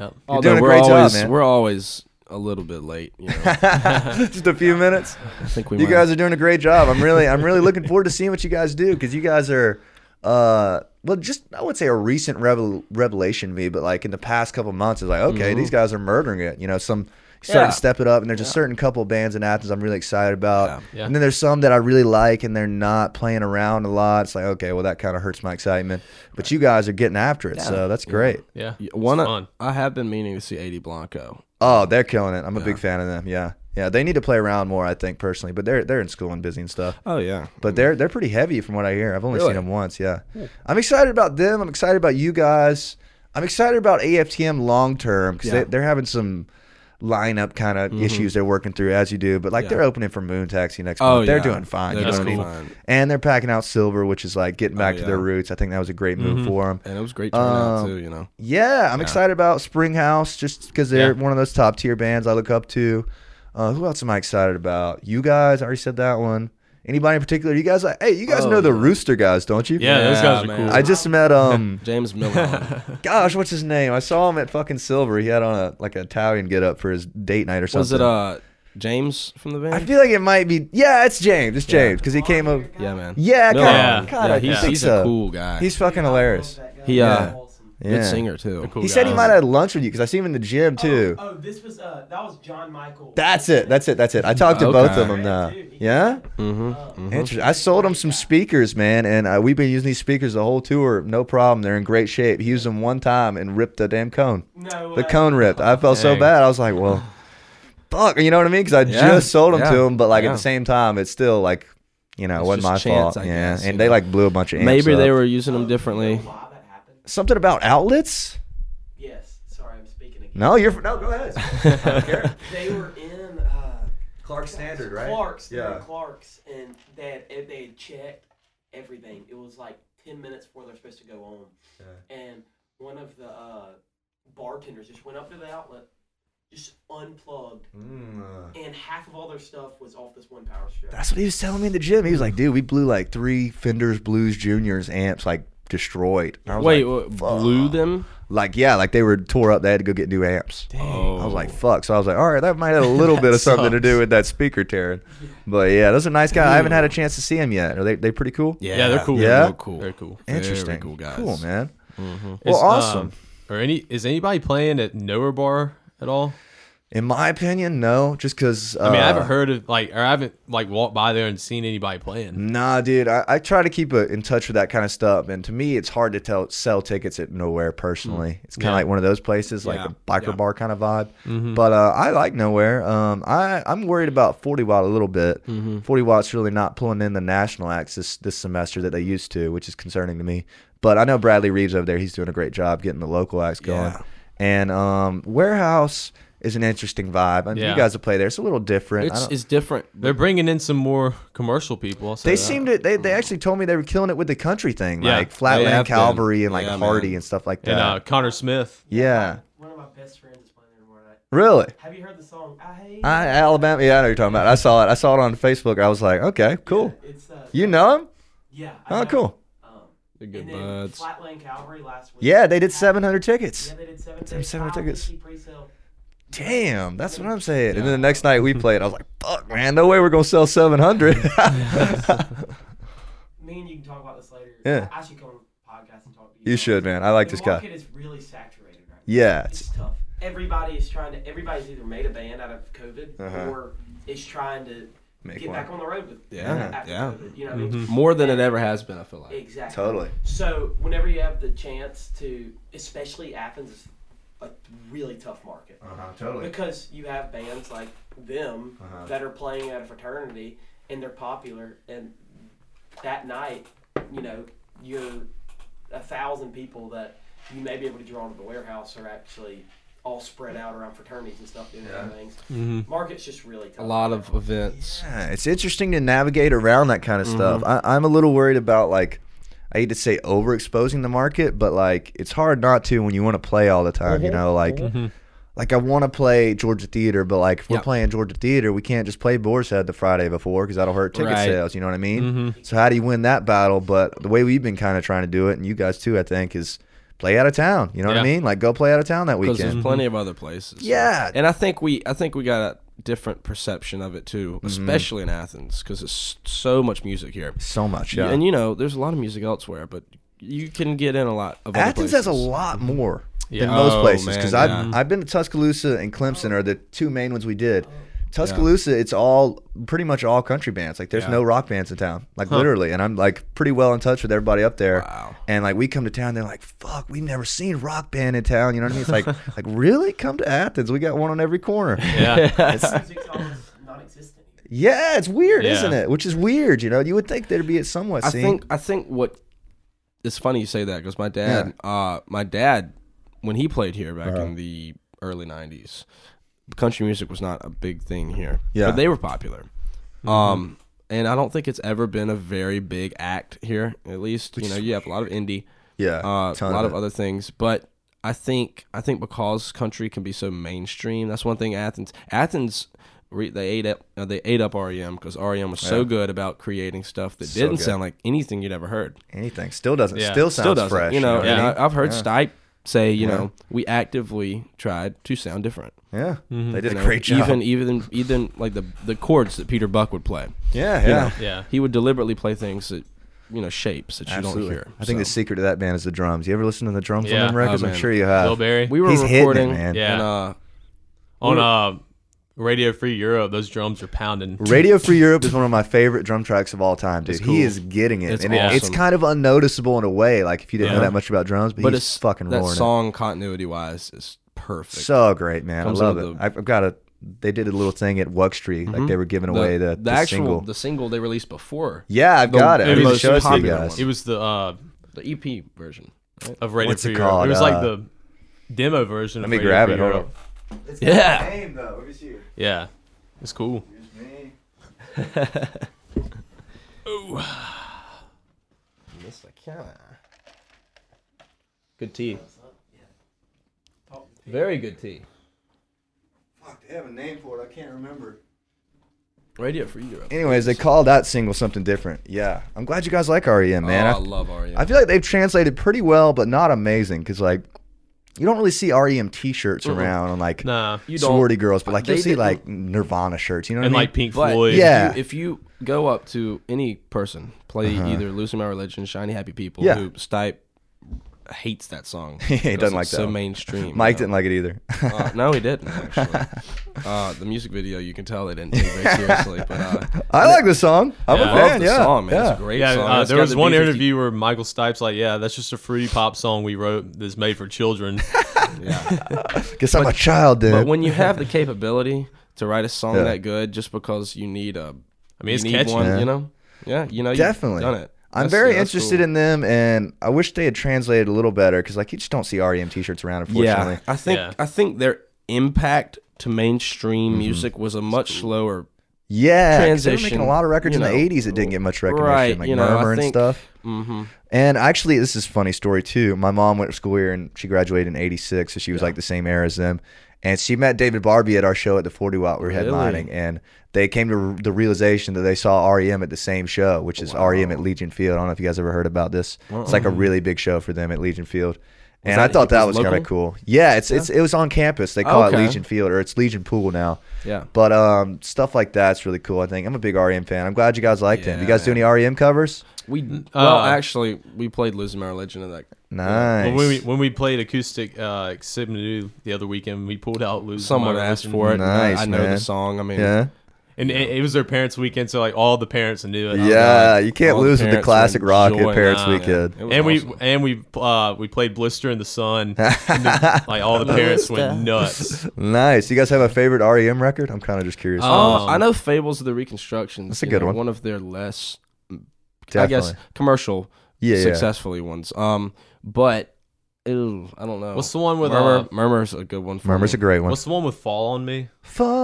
B: Yep.
A: doing
C: Although
A: a
C: we're
A: great job,
C: always
A: man.
C: we're always a little bit late. You know, I
A: Just a few minutes.
C: think we
A: You
C: might-
A: guys are doing a great job. I'm really, I'm really looking forward to seeing what you guys do because you guys are, uh, well, just I would say a recent revel- revelation to me, but like in the past couple months, it's like okay, these guys are murdering it. You know, some starting
C: Yeah.
A: to step it up, and there's a certain couple of bands in Athens I'm really excited about,
B: Yeah.
A: and then there's some that I really like, and they're not playing around a lot. It's like okay, well that kind of hurts my excitement, but you guys are getting after it, so that's great.
B: Yeah.
C: Yeah, One,
B: It's fun.
C: I have been meaning to see 80 Blanco.
A: Oh, they're killing it. I'm a big fan of them. Yeah, yeah, they need to play around more, I think personally, but they're they're in school and busy and stuff.
C: Oh yeah,
A: But they're they're pretty heavy from what I hear. I've only seen
C: Really? Hmm.
A: them once. Yeah, I'm excited about them. I'm excited about you guys. I'm excited about AFTM long term because
C: Yeah. Mm-hmm.
A: they, they're having some lineup kind of issues they're working through as you do. But like
C: Yeah.
A: they're opening for Moon Taxi next
C: Oh,
A: month. They're
C: yeah.
A: doing fine.
C: They're
A: you know
B: doing
A: what I mean?
C: fine.
A: And they're packing out silver, which is like getting back
C: Oh,
A: to their
C: yeah. Mm-hmm.
A: roots. I think that was a great move for them.
C: and it was great turnout
A: Um,
C: too. You know,
A: Yeah, I'm excited about Springhouse just because they're
B: Yeah.
A: one of those top tier bands I look up to. Uh, who else am I excited about? You guys, I already said that one. Anybody in particular? You guys, like, hey, you guys
C: Oh,
A: know the Rooster guys, don't you?
B: Yeah, those
C: Yeah,
B: guys are
C: man.
B: cool.
A: I just met um,
C: James Miller.
A: gosh, what's his name? I saw him at fucking Silver. He had on a like an Italian get up for his date night or something.
C: was it uh James from the
A: I
C: band?
A: feel like it might be. Yeah, it's James. It's James because he came up.
C: yeah, man.
A: Yeah,
C: Miller.
A: kinda,
B: Yeah.
A: kinda,
C: yeah, he's,
A: think
C: he's
A: so.
C: a cool guy.
A: He's fucking hilarious.
C: He, uh,
A: Yeah.
C: good singer too.
B: Cool
A: He said he
B: guys.
A: might have had lunch with you because I see him in the gym too.
D: Oh, this was uh, that was John Michael.
A: That's it. That's it. That's it. I talked to both of them now. Yeah.
D: Mm-hmm.
A: Interesting. I sold him some speakers, man, and uh, we've been using these speakers the whole tour. No problem. They're in great shape. He used them one time and ripped the damn cone.
D: No, uh,
A: The
D: way.
A: cone ripped. I felt so
B: Dang.
A: bad. I was like, well, fuck. You know what I mean? Because I
C: Yeah,
A: just sold them to
C: yeah,
A: him, but like at
C: yeah.
A: the same time, it's still like, you know, it
C: It's
A: wasn't
C: just
A: my
C: chance,
A: fault.
C: I
A: yeah.
C: guess,
A: and
C: you
A: they
C: know.
A: like blew a bunch of amps
C: Maybe they
A: up.
C: were using him differently.
D: Oh, Why that happened?
A: something about outlets.
D: Yes. Sorry, I'm speaking again.
A: No, you're no. Go ahead. I don't care.
D: They were in uh,
A: Clark Standard, right?
D: Clark's. They were
A: Yeah.
D: in Clark's, and they had eh, they had checked everything. It was like ten minutes before they're supposed to go on, and one of the uh, bartenders just went up to the outlet, just unplugged,
A: Mm.
D: and half of all their stuff was off this one power strip.
A: That's what he was telling me in the gym. He was like, dude, we blew like three Fenders Blues Juniors amps, like destroyed. And I was
C: Wait,
A: like,
C: what, blew them?
A: like yeah, like they were tore up. They had to go get new amps.
C: Oh.
A: I was like, fuck. So I was like, all right, that might have a little bit of something to do with that speaker tearing. But yeah, those are nice guys. I haven't had a chance to see them yet. Are they they pretty cool?
C: yeah,
B: they're cool.
A: Yeah?
C: real cool.
B: They're cool.
C: Very
A: Interesting.
C: cool guys. Mm-hmm.
A: Cool, man. Well,
B: Is,
A: awesome.
B: um, or any is anybody playing at Nowhere Bar at all?
A: In my opinion, no, just uh, because.
B: I mean, I haven't heard of like, or I haven't like walked by there and seen anybody playing.
A: Nah, dude, I, I try to keep uh in touch with that kind of stuff, and to me, it's hard to tell sell tickets at nowhere. Personally, it's kind of
B: Yeah.
A: like one of those places, like
C: Mm. Yeah,
A: a biker
C: yeah. Mm-hmm.
A: bar kind of vibe. But uh, I like nowhere. Um, I I'm worried about Forty Watt a little bit.
C: Mm-hmm.
A: Forty Watt's really not pulling in the national acts this this semester that they used to, which is concerning to me. But I know Bradley Reeves over there; he's doing a great job getting the local acts going.
C: Yeah.
A: And um, Warehouse is an interesting vibe. And
B: Yeah.
A: You guys will play there; it's a little different. I
C: It's
A: don't-
C: it's different.
B: They're bringing in some more commercial people. I'll say
A: they
B: that.
A: seemed to they, they actually told me they were killing it with the country thing,
B: uh, Yeah,
A: like
B: they
A: Flatland
C: have been.
A: Calvary and like
C: Yeah,
A: Hardy
C: man.
A: and stuff like that.
B: and uh, Connor Smith.
A: yeah,
D: One of my best friends is playing there tomorrow night.
A: really.
D: Have you heard the song? I hate.
A: I, Alabama, yeah, I know what you're talking about. I saw it. I saw it on Facebook. I was like, okay, cool.
D: It's uh,
A: You know him?
D: yeah. I
A: Oh,
D: know.
A: cool.
D: Um,
C: They're
D: and
C: good
D: then
C: buds.
D: Flatland Calvary last week.
A: Yeah, they did 700 tickets.
D: Yeah, they did seven.
A: Damn,
D: tickets.
A: 700
D: Five
A: tickets.
D: weekly pre-sale.
A: Damn, that's what I'm saying. And then the next night we played. I was like, fuck, man, no way we're gonna sell 700.
D: Me and you can talk about this later.
A: Yeah.
D: I, I should come on the podcast and talk to you.
A: you should, man. I like
D: The
A: this guy.
D: market is really saturated right now.
A: Yeah,
D: It's
A: it's-
D: tough. Everybody is trying to. Everybody's either made a band out of COVID
A: Uh-huh.
D: or is trying to
A: Make
D: get
A: one. Mm-hmm.
D: back on the road with.
C: Yeah,
D: After
C: yeah.
D: COVID, you know what I mean?
C: More than it ever has been. I feel like.
D: Exactly.
A: totally.
D: So whenever you have the chance to, especially Athens is a really tough market
A: Uh-huh, totally.
D: because you have bands like them that are playing at a fraternity and they're popular and that night you know you're a thousand people that you may be able to draw into the warehouse are actually all spread out around fraternities and stuff doing
A: Yeah.
D: their things market's just really tough
C: Mm-hmm. A lot of events.
A: Yeah, it's interesting to navigate around that kind of stuff. I, I'm a little worried about like I hate to say overexposing the market, but like it's hard not to when you want to play all the time.
C: Mm-hmm.
A: You know, like like I want to play Georgia Theater, but like if we're
C: Yeah.
A: playing Georgia Theater, we can't just play Boar's Head the Friday before because that'll hurt ticket
C: Right. Mm-hmm.
A: sales. You know what I mean? So how do you win that battle? But the way we've been kind of trying to do it, and you guys too, I think, is play out of town. You know what I
B: Yeah.
A: mean? Like go play out of town that
C: because there's
A: weekend.
C: plenty of other places.
A: Yeah.
C: and I think we I think we got a different perception of it too,
A: Mm-hmm.
C: especially in Athens because it's so much music here.
A: So much, yeah.
C: and you know, there's a lot of music elsewhere, but you can get in a lot of other
A: Athens has a
C: places. Mm-hmm.
A: lot more
B: Yeah.
A: than most
C: Oh,
A: places
C: man,
A: because I've
C: yeah.
A: I've been to Tuscaloosa and Clemson are the two main ones we did. Tuscaloosa, it's all pretty much all country bands. Like there's
C: Yeah.
A: no rock bands in town, like literally. And I'm like pretty well in touch with everybody up there.
C: Wow.
A: And like we come to town, they're like, "Fuck, we've never seen rock band in town." You know what I mean? It's like, like really, come to Athens. We got one on every corner.
B: Yeah,
D: music's almost non-existent here.
A: Yeah, it's weird,
B: Yeah.
A: isn't it? Which is weird. You know, you would think there'd be it somewhat.
C: I
A: seen.
C: think I think what it's funny you say that because my dad, uh, my dad, when he played here back
A: Uh-huh.
C: in the early '90s, country music was not a big thing here.
A: Yeah. Mm-hmm.
C: but they were popular. Um, and I don't think it's ever been a very big act here. At least you know you have a lot of indie,
A: yeah,
C: uh, a
A: ton
C: lot of,
A: it.
C: other things, but. I think I think because country can be so mainstream, that's one thing. Athens, Athens, re, they ate up uh, they ate up REM because REM E was so good about creating stuff that didn't
A: good.
C: sound like anything you'd ever heard
A: anything still doesn't
B: Yeah.
A: still sounds
C: still doesn't.
A: fresh.
C: you know,
A: what I
C: and
A: mean?
C: I, I've heard Stipe say, you know, we actively tried to sound different.
A: Yeah, they did
C: Mm-hmm. You
A: a
C: know,
A: great job.
C: Even even even like the the chords that Peter Buck would play.
A: yeah, yeah.
C: You know,
B: Yeah.
C: He would deliberately play things that you know shapes that you don't hear.
A: I think the
C: So,
A: secret of that band is the drums. You ever listen to the drums
B: Yeah.
A: on them records?
C: Oh,
A: I'm
C: man.
A: sure you have.
B: Bill Berry
C: we were
A: He's hitting it,
C: recording
A: man.
B: Yeah.
C: and uh,
B: on uh, Radio Free Europe. Those drums are pounding.
A: Radio Free Europe is one of my favorite drum tracks of all time, dude. He
C: cool.
A: is getting it,
C: It's
A: and it, it's
C: awesome.
A: kind of unnoticeable in a way. Like if you didn't know
B: Yeah.
A: that much about drums, but,
C: but
A: he's
C: it's
A: fucking
C: that
A: roaring it.
C: song continuity wise is perfect.
A: So great, man! I
C: Comes
A: love
C: out
A: it.
C: of the- Mm-hmm.
A: I've I've got a. They did a little thing at Wuck Street, like they were giving
C: the,
A: away the,
C: the
A: the
C: actual
A: single.
C: the single they released before
A: yeah, I've
C: the-
A: got it.
C: it
A: I need to
C: was
A: show it to you
C: popular
A: guys.
B: It was the uh,
C: the EP version.
B: of Radio
A: What's it
B: Free Europe.
A: called?
B: It was
A: Uh,
B: like the demo version.
A: Let
B: of
A: me
B: Radio
A: grab
B: Free
A: it. Hold
B: Europe.
A: on. It's
C: got Yeah.
A: name though. Let me see.
B: Yeah, it's cool.
C: Good tea.
D: Talk tea.
B: Very good tea.
A: Fuck, they have a name for it. I can't remember.
C: Radio Free Europe.
A: Anyways, they call that single something different. Yeah, I'm glad you guys like REM, man.
C: oh, I,
A: I-
C: love REM.
A: I feel like they've translated pretty well, but not amazing. Because like, you don't really see REM T-shirts around on like
B: Nah.
C: you don't.
A: sorority girls, but like
C: They
A: you'll see
C: didn't-
A: like Nirvana shirts. You know what
B: And
A: I mean?
B: like Pink
C: But
B: Floyd.
C: if
A: Yeah. Uh-huh.
C: you, if you go up to any person, play either "Losing My Religion," "Shiny Happy People,"
A: Yeah.
C: who Stipe hates that song.
A: He doesn't
C: Because
A: like
C: it's
A: that
C: So
A: one.
C: mainstream.
A: Mike
C: you
A: didn't like it either.
C: know? Uh, no, he didn't. Actually, uh, the music video you can tell they didn't take very seriously. But uh,
A: I like the song. I'm
B: Yeah.
A: a
B: I
A: fan.
C: love the
A: Oh, yeah,
C: song, man.
A: yeah.
C: It's a great
B: Yeah,
C: song.
B: uh,
C: It's
B: there
C: got
B: was
C: the
B: one
C: B50
B: interview where Michael Stipe's like, "Yeah, that's just a fruity pop song we wrote that's made for children."
C: Yeah.
A: Guess I'm a child, dude.
C: But when you have the capability to write a song
A: Yeah.
C: that good, just because you need a,
B: I mean, it's
C: you need
B: catchy.
C: one,
A: Yeah.
C: you know, yeah, you know, you've
A: Definitely.
C: done it.
A: I'm
C: That's-
A: very
C: yeah, that's
A: interested
C: cool.
A: in them, and I wish they had translated a little better because like you just don't see REM T-shirts around, unfortunately.
C: Yeah, I think
B: Yeah.
C: I think their impact to mainstream
A: Mm-hmm.
C: music was a much slower
A: Yeah, 'cause They were making
C: Transition,
A: a lot of records
C: you
A: in the
C: know,
A: '80s that didn't get much recognition,
C: right,
A: like
C: you know, I
A: Murmur and
C: think-
A: stuff.
C: hmm
A: And actually, this is a funny story too. My mom went to school here, and she graduated in '86, so she was like the same era as them. And she met David Barbie at our show at the 40 Watt we were
C: Really?
A: headlining, and they came to the realization that they saw REM at the same show, which is REM at Legion Field. I don't know if you guys ever heard about this. It's like a really big show for them at Legion Field. And I
C: that-
A: thought that
C: was
A: was kind of
C: local?
A: cool. Yeah, it's it's it was on campus. They call
C: Okay.
A: it Legion Field, or it's Legion Pool now.
C: Yeah.
A: But um, stuff like that's really cool. I think I'm a big REM fan. I'm glad you guys liked them. You
C: Yeah,
A: guys do any REM covers?
C: We well,
B: uh,
C: actually, we played "Losing My Religion" and that
A: Nice.
B: When we when we played acoustic uh, Xibnadu the other weekend, we pulled out "Lose
C: someone
B: My
C: asked
B: Religion.
C: for it. and I-
A: Nice,
C: I, know
A: man.
C: the song. I mean,
A: yeah.
B: and it, it was their parents' weekend, so like all the parents knew it.
A: Yeah, you can't
C: all the
A: lose with the
C: parents were
A: classic rock at
C: enjoying
A: Parents
B: that, yeah.
A: Weekend.
C: It was
B: and we
C: awesome.
B: and we uh, we played Blister in the Sun. And the- like all the parents went nuts.
A: Oh. Nice. You guys have a favorite REM record? I'm kind of just curious.
B: Uh,
C: Oh,
B: Um,
C: I know "Fables of the Reconstruction."
A: That's a good one.
C: One of their less,
A: Definitely.
C: I guess, commercial,
A: Yeah, yeah.
C: successfully ones. Um, but ew, I don't know.
B: What's the one with
C: Murmur,
B: uh,
C: Murmur's a good one. For
A: Murmur's a
C: me.
A: great one.
B: What's the one with "Fall on Me"?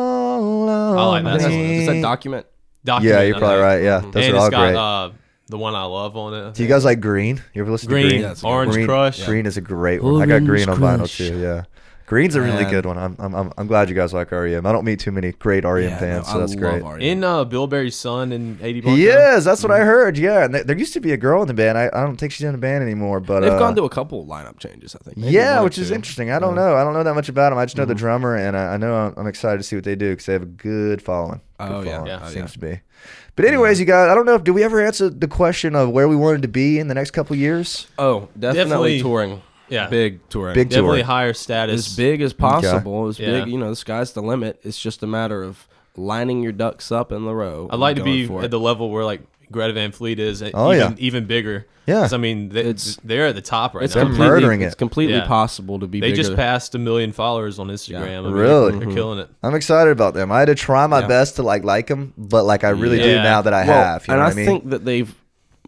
A: Follow
B: I like that. That's-
A: me.
C: Is that document?
B: Document,
A: yeah, you're
B: I
A: probably
B: think.
A: right. Yeah, those
B: and
A: are
B: it's
A: all
B: got
A: great.
B: uh, the one I love on it. I
A: do you
B: think.
A: guys like Green? You ever listen
B: Green,
A: to Green?
C: Yeah, it's a good
B: Orange
A: Green,
B: Crush.
A: Green is a great one. I got
C: Orange
A: Green on vinyl
C: Crush.
A: too. Yeah, Green's a really
C: Man.
A: good one. I'm, I'm, I'm, I'm glad you guys like REM. I don't meet too many great REM
C: Yeah,
A: fans,
C: no,
A: so
C: I
A: that's
C: love
A: great.
C: REM.
B: In uh, Bill Berry's son in 80 Blanco.
A: He is. That's
C: Mm-hmm.
A: what I heard. Yeah, and th- there used to be a girl in the band. I, I don't think she's in the band anymore. But
C: They've
A: uh,
C: gone to a couple lineup changes, I think. Maybe
A: yeah,
C: one or
A: which is
C: two. Mm-hmm.
A: interesting. I don't know. I don't know that much about them. I just know the drummer, and I, I know I'm, I'm excited to see what they do because they have a good following. Good
C: Oh, yeah.
A: following,
C: Yeah. Mm-hmm. Oh,
A: seems to be. But anyways, you guys, I don't know if do we ever answer the question of where we wanted to be in the next couple years?
C: Oh, definitely,
B: Definitely-
C: touring.
B: Yeah.
C: big touring.
A: Big
B: Definitely
A: tour.
B: higher status.
C: as big as possible. As
B: Yeah.
C: big, you know, the sky's the limit. It's just a matter of lining your ducks up in the row.
B: I'd like to
C: and
B: be
C: going for
B: at
C: it.
B: the level where like Greta Van Fleet is. and
A: Oh,
B: even,
A: yeah.
B: even bigger.
A: Yeah.
B: 'Cause, I mean, they,
C: It's-
B: they're at the top right
C: It's
B: now.
C: completely,
A: murdering
C: It's
A: it.
C: completely
B: Yeah.
C: possible to be.
B: They
C: bigger.
B: just passed a million followers on Instagram. I mean,
A: Really?
B: They're killing it.
A: I'm excited about them. I had to try my
C: Yeah.
A: best to like like them, but like I really do
B: Yeah.
A: now that I
C: Well,
A: have. You
C: and
A: know
C: I
A: what I mean?
C: think that they've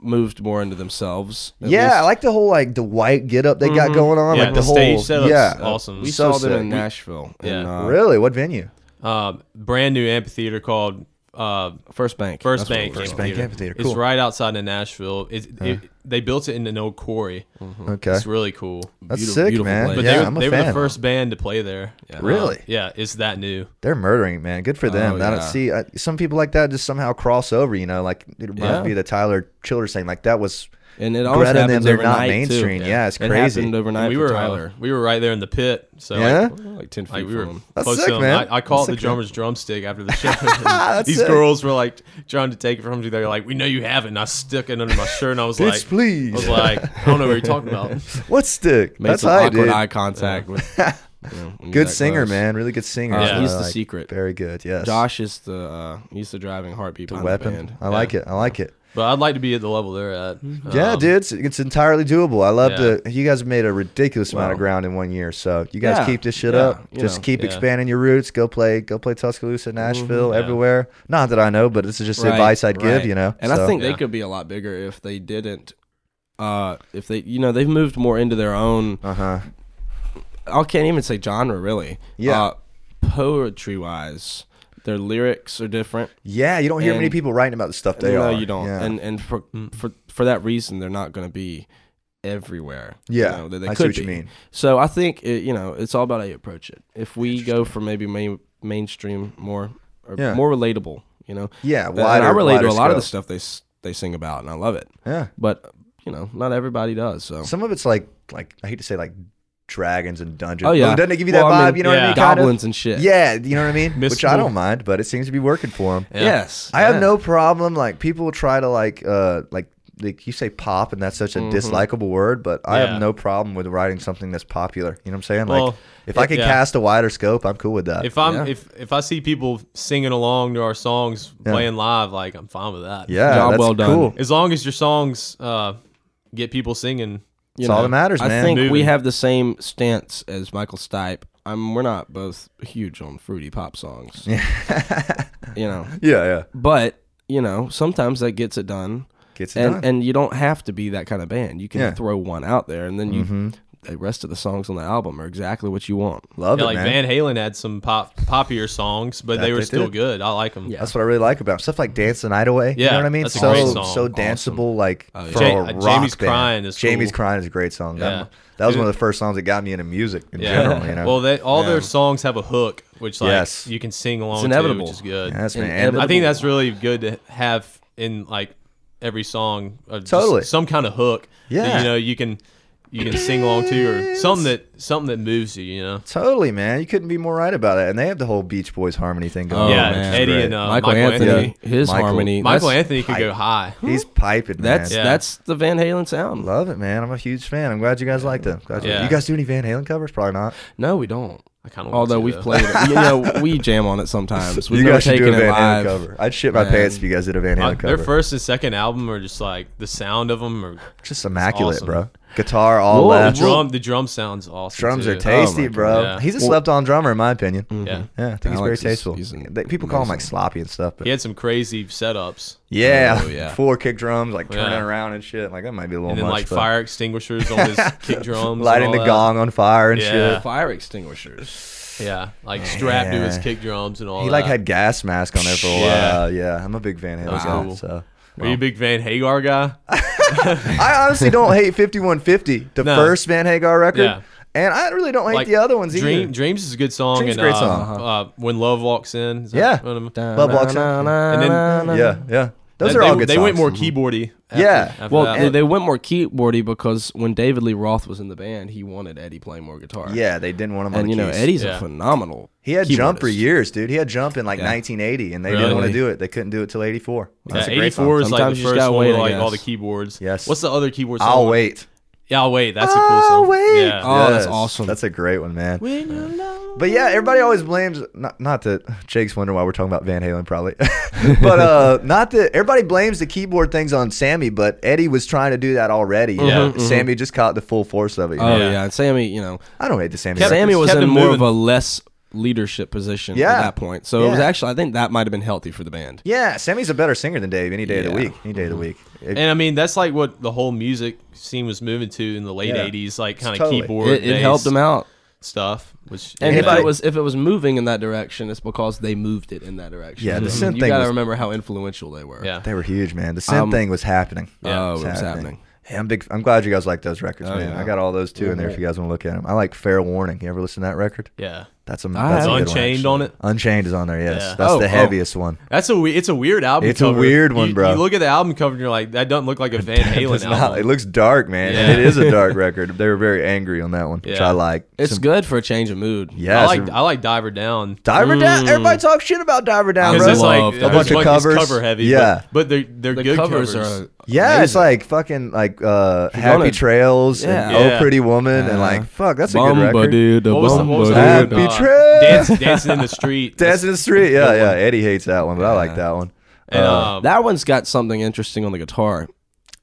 C: moved more into themselves. at
A: yeah,
C: least. Mm-hmm.
A: I like the whole like the white get up they got going on,
B: Yeah,
A: like
B: the
A: the,
B: stage
A: whole
B: setup's
A: yeah,
B: awesome. Uh,
C: we
A: so
C: saw them
A: sick.
C: in
A: We-
C: Nashville.
B: Yeah.
C: in, uh,
A: really, what venue?
B: Uh, brand new amphitheater called uh,
C: First Bank.
B: First
C: That's what
B: Bank.
C: it was
A: First
C: called.
A: Bank Amphitheater,
B: It's
A: cool.
B: right outside of Nashville. It, it, they built it in an old quarry.
A: Okay,
B: It's really cool.
A: that's
C: Beautiful-
A: sick,
C: beautiful
A: man.
C: place.
B: But
A: yeah,
B: they, were-
A: I'm a
B: they
A: fan.
B: were the first band to play there. Uh,
A: Really?
B: yeah, it's that new.
A: They're murdering, it, man. Good for them.
C: Oh,
A: I don't
C: yeah.
A: see I, some people like that just somehow cross over. You know, like it reminds
C: Yeah.
A: me of the Tyler Childers thing. Like that was
C: And it almost
A: Greta, and
C: happens
A: then they're
C: overnight
A: not mainstream.
C: Too.
A: Yeah, it's
C: It
A: crazy.
C: happened overnight.
B: we
C: for
B: were uh,
C: Tyler.
B: we were right there in the pit. So like,
A: yeah.
C: like ten feet
B: Like we
C: from
B: were
C: him.
A: That's
B: close
A: sick,
B: to him.
A: man.
B: I, I called
A: That's
B: the
A: sick,
B: drummer's drumstick after the show. And These
A: sick.
B: girls were like trying to take it from me. They're like, "We know you have it." And I stuck it under my shirt, and I was
A: Bitch,
B: like,
A: please.
B: I was like, "I don't know what you're talking about."
A: What stick?
C: Made
A: That's
C: some
A: high,
C: awkward
A: dude.
C: eye contact with. you know, when you're
A: Good
C: that
A: singer,
C: close.
A: man. Really good singer.
C: Uh,
B: Yeah.
C: He's the secret.
A: Very good. Yes.
C: Josh is the uh, he's the driving heartbeat
A: The
C: behind the
A: weapon.
C: band.
A: I like it. I like it.
B: But I'd like to be at the level they're at.
A: Yeah,
B: Um,
A: dude, it's, it's entirely doable. I love
B: Yeah.
A: to. You guys have made a ridiculous amount of
C: Well.
A: ground in one year, so you guys
C: Yeah,
A: keep this shit
C: yeah,
A: up.
C: you
A: Just
C: know,
A: keep
B: yeah.
A: expanding your roots. Go play, go play Tuscaloosa, Nashville, everywhere. Not that I know, but this is just the
C: Right,
A: advice I'd give.
C: right.
A: You know,
C: And
A: So,
C: I think
B: Yeah.
C: they could be a lot bigger if they didn't. Uh, if they, you know, they've moved more into their own.
A: uh-huh.
C: I can't even say genre really.
A: Yeah.
C: Uh, poetry wise, their lyrics are different.
A: Yeah, you don't hear many
C: And-
A: people writing about the stuff they
C: no,
A: are.
C: you don't.
A: Yeah.
C: And and for for for that reason, they're not going to be everywhere.
A: Yeah,
C: know, that they
A: I see
C: could
A: what you
C: be.
A: mean.
C: So I think it, you know it's all about how you approach it. If we go for maybe main, mainstream more, or
A: Yeah.
C: more relatable, you know.
A: Yeah,
C: And
A: wider-
C: I relate
A: wider
C: to a lot of the
A: scope.
C: stuff they s- they sing about, and I love it.
A: Yeah.
C: But you know, not everybody does. So
A: Some of it's like like I hate to say like dragons and dungeons.
C: Oh, yeah.
A: Well, doesn't it give you
C: Well,
A: that
C: I
A: vibe?
C: mean,
A: you know what I
B: yeah.
A: mean? Kind of?
C: goblins and shit.
A: Yeah, you know what I mean. Which I
B: Mystical.
A: don't mind, but it seems to be working for him.
C: Yes.
A: I have
C: yeah.
A: no problem. Like people try to like uh like like you say pop, and that's such a dislikable word, but I
B: Mm-hmm. Yeah.
A: have no problem with writing something that's popular. You know what I'm saying? like
B: Well,
A: if I could
B: yeah.
A: cast a wider scope, I'm cool with that.
B: If I'm
C: Yeah.
B: if if I see people singing along to our songs
A: Yeah.
B: playing live, like I'm fine with that.
A: yeah,
C: Job
A: that's
C: well done.
A: cool.
B: As long as your songs uh, get people singing.
C: You
A: It's all that matters,
C: I
A: man.
C: think we
B: Moving.
C: have the same stance as Michael Stipe. I'm, we're not both huge on fruity pop songs. you know,
A: Yeah, yeah,
C: but you know, sometimes that gets it done,
A: gets it
C: and
A: done.
C: and you don't have to be that kind of band. You can
A: Yeah. Mm-hmm.
C: throw one out there, and then you the rest of the songs on the album are exactly what you want.
A: Love
B: Yeah,
A: it,
B: like
A: man.
B: Van Halen had some pop poppier songs, but
A: That
B: they were
A: they
B: still
A: did.
B: good. I like them.
A: That's what I really like about it. stuff like Dance the Night Away. you
B: Yeah,
A: know what I mean?
B: that's a
A: so
B: great song.
A: so
B: Awesome.
A: danceable, like
C: Oh, yeah.
A: for
B: Ja-
A: a
B: uh,
A: rock
B: Jamie's
A: band.
B: Crying is
A: Jamie's
B: cool.
A: crying is a great song. That-
B: Yeah.
A: That, was one of the first songs that got me into music in
B: Yeah.
A: general. You know?
B: Well, they, all
C: Yeah.
B: their songs have a hook, which like
A: Yes.
B: you can sing along
C: It's inevitable.
B: to, which is good.
A: yes, man.
C: and-
B: I
A: And-
B: think that's really good to have in like every song. uh, just
A: Totally.
B: some kind of hook. that,
A: Yeah.
B: you know you can you can sing along to, or something that something that moves you. You know.
A: Totally, man. You couldn't be more right about it. And they have the whole Beach Boys harmony thing going
C: Oh,
A: on.
B: yeah,
A: which is
C: man.
B: Eddie
A: great.
B: and uh,
C: Michael, Anthony, his
A: Michael-
C: harmony.
B: Michael
C: that's,
B: Anthony could go high.
A: He's piping,
C: That's
A: man.
B: Yeah.
C: that's the Van Halen sound.
A: Love it, man. I'm a huge fan. I'm glad you guys liked them. Glad you-
B: Yeah.
A: You guys do any Van Halen covers? Probably not.
C: No, we don't.
B: I kind of
C: Although we've played it, you know, we jam on it sometimes. We've
A: you
C: never
A: guys should
C: taken
A: do a
C: it
A: Van Halen
C: live.
A: cover. I'd shit my
C: Man. Uh,
A: pants if you guys did a Van Halen cover.
B: their first and second album are just like the sound of them or
A: Just immaculate,
B: awesome.
A: bro. Guitar all
B: the
A: left.
B: drum. The drum sounds awesome.
A: Drums are
B: too.
A: tasty,
C: Oh my Mm.
A: bro.
B: God. Yeah.
A: He's a slept on drummer, in my opinion.
B: Yeah.
A: Yeah, I think
C: Alex
A: he's very
C: is-
A: tasteful.
C: he's an-
A: They- People call him like sloppy and stuff, but
B: He had some crazy setups
A: yeah,
C: Oh, yeah.
A: four kick drums, like turning
B: Yeah.
A: around and shit. Like that might be a little
B: and then
A: much.
B: like
A: but-
B: fire extinguishers on his kick drums, and
A: lighting
B: all
A: the
B: that.
A: gong on fire and
B: Yeah.
A: shit.
C: Fire extinguishers.
B: Yeah, like strapped to his
A: Yeah.
B: kick drums and all.
A: He like
B: that.
A: had gas mask on there for a
B: Yeah.
A: while. Yeah, I'm a big Van Halen
B: That's
A: guy.
B: cool.
A: So
B: Are you a big Van Hagar guy?
A: I honestly don't hate 5150, the
B: No.
A: first Van Hagar record,
B: Yeah.
A: and I really don't hate the other ones either.
B: Dream, Dreams is a good song.
A: Dreams is
B: and,
A: a great
B: uh,
A: song.
B: Uh, when love walks in. is that
A: Yeah.
B: one of them?
A: Love Walks In.
C: And
B: then-
A: Yeah, yeah, those
B: they,
A: are all
B: they-
A: good.
B: They went
A: songs. Mm-hmm.
B: more keyboardy. after-
A: Yeah.
B: after
C: Well,
B: that,
C: they,
B: but-
C: they went more keyboardy because when David Lee Roth was in the band, he wanted Eddie playing more guitar.
A: Yeah, they didn't want him on
C: and
A: the
C: you know
A: keys.
C: Eddie's
B: Yeah.
C: a phenomenal.
A: He had jump for
C: keyboardist.
A: years, dude. He had jump in like
C: Yeah.
A: 1980, and they
B: Really?
A: didn't want to do it. They couldn't do it till 84. That's
B: yeah,
A: a great song.
B: 84 is like
C: Sometimes
B: the
C: you just
B: first
C: gotta
B: one with
C: wait, I
B: like all the
C: guess.
B: keyboards.
A: Yes.
B: What's the other keyboard song?
A: I'll wait.
B: Yeah, I'll wait. That's a cool
A: I'll
B: song.
A: wait.
B: Yeah.
C: Oh, that's awesome.
A: That's a great one, man. But yeah, everybody always blames not not that Jake's wondering why we're talking about Van Halen probably. but uh not that everybody blames the keyboard things on Sammy, but Eddie was trying to do that already. you
B: Yeah.
C: Mm-hmm,
A: know? Sammy just caught the full force of it. you
C: Oh
A: know?
C: yeah.
B: Yeah.
C: and Sammy, you know,
A: I don't hate the Sammy.
B: Kept-
A: record.
C: Sammy was
B: kept
C: in
B: him
C: more of
B: moving.
C: a less leadership position
A: Yeah.
C: at that point. So it was
A: Yeah.
C: actually, I think that might have been healthy for the band.
A: yeah, Sammy's a better singer than Dave any day of the
C: Yeah. Mm-hmm.
A: week. Any day of the week. It-
B: And I mean, that's like what the whole music scene was moving to in the late
A: Yeah.
B: 80s, like kind of
A: Totally.
B: keyboard
C: It, it helped
B: based
C: them out.
B: stuff. Which
C: And
B: yeah.
C: if
A: Anybody-
C: it was if it was moving in that direction, it's because they moved it in that direction.
A: Yeah, the
C: Mhm.
A: synth
C: you
A: thing
C: gotta
A: was-
C: remember how influential they were.
B: yeah.
A: they were huge, man. The synth
C: Um,
A: thing was happening.
B: Yeah.
C: Oh,
A: It's
C: it was happening.
A: Hey, I'm big. I'm glad you guys like those records,
C: Oh,
A: man.
C: yeah.
A: I got all those too in there. If you guys want to look at them, I like Fair Warning. You ever listen to that record?
B: Yeah.
A: That's a
C: I
A: that's a
C: have.
A: good
B: Unchained
A: one,
B: on
A: actually.
B: it.
A: Unchained is on there. Yes,
B: Yeah.
A: that's
C: Ah. Oh,
A: the
C: oh.
A: heaviest one.
B: That's a we- it's a weird album.
A: It's a
B: cover.
A: weird one,
B: You-
A: bro.
B: You look at the album cover and you're like, that doesn't look like a Van Halen
A: It's not-
B: album.
A: it looks dark, man. and
B: Yeah.
A: It is a dark record. They were very angry on that one, which
B: Yeah.
A: I like.
C: It's
A: Some-
C: good for a change of mood.
A: Yeah,
B: I
A: it's
B: like
A: a-
B: I like Diver Down.
A: Diver Down. Everybody talks shit about Diver Down,
B: Mm. Because
A: bro.
B: it's like
C: love
B: a
C: that.
B: bunch
A: A
B: of
A: bunch of
B: covers,
A: covers.
B: cover heavy.
A: Yeah.
B: but, but they're they're
C: The
B: good
C: covers,
B: covers.
C: are
A: yeah, it's
C: amazing.
A: like fucking like uh, Happy
C: gonna-
A: Trails and
C: Yeah.
A: Oh
B: Yeah.
A: Pretty Woman and
C: Yeah.
A: like fuck, that's a good
C: Bumba
A: record.
C: dude,
B: what was the, what was the
A: Happy
B: one, uh,
A: Trail.
B: dance, dancing in the street?
A: Dancing in the Street. Yeah,
B: Good
A: yeah.
B: one.
A: Eddie hates that one, but I like
C: Yeah.
A: that one.
B: And, uh,
C: That one's got something interesting on the guitar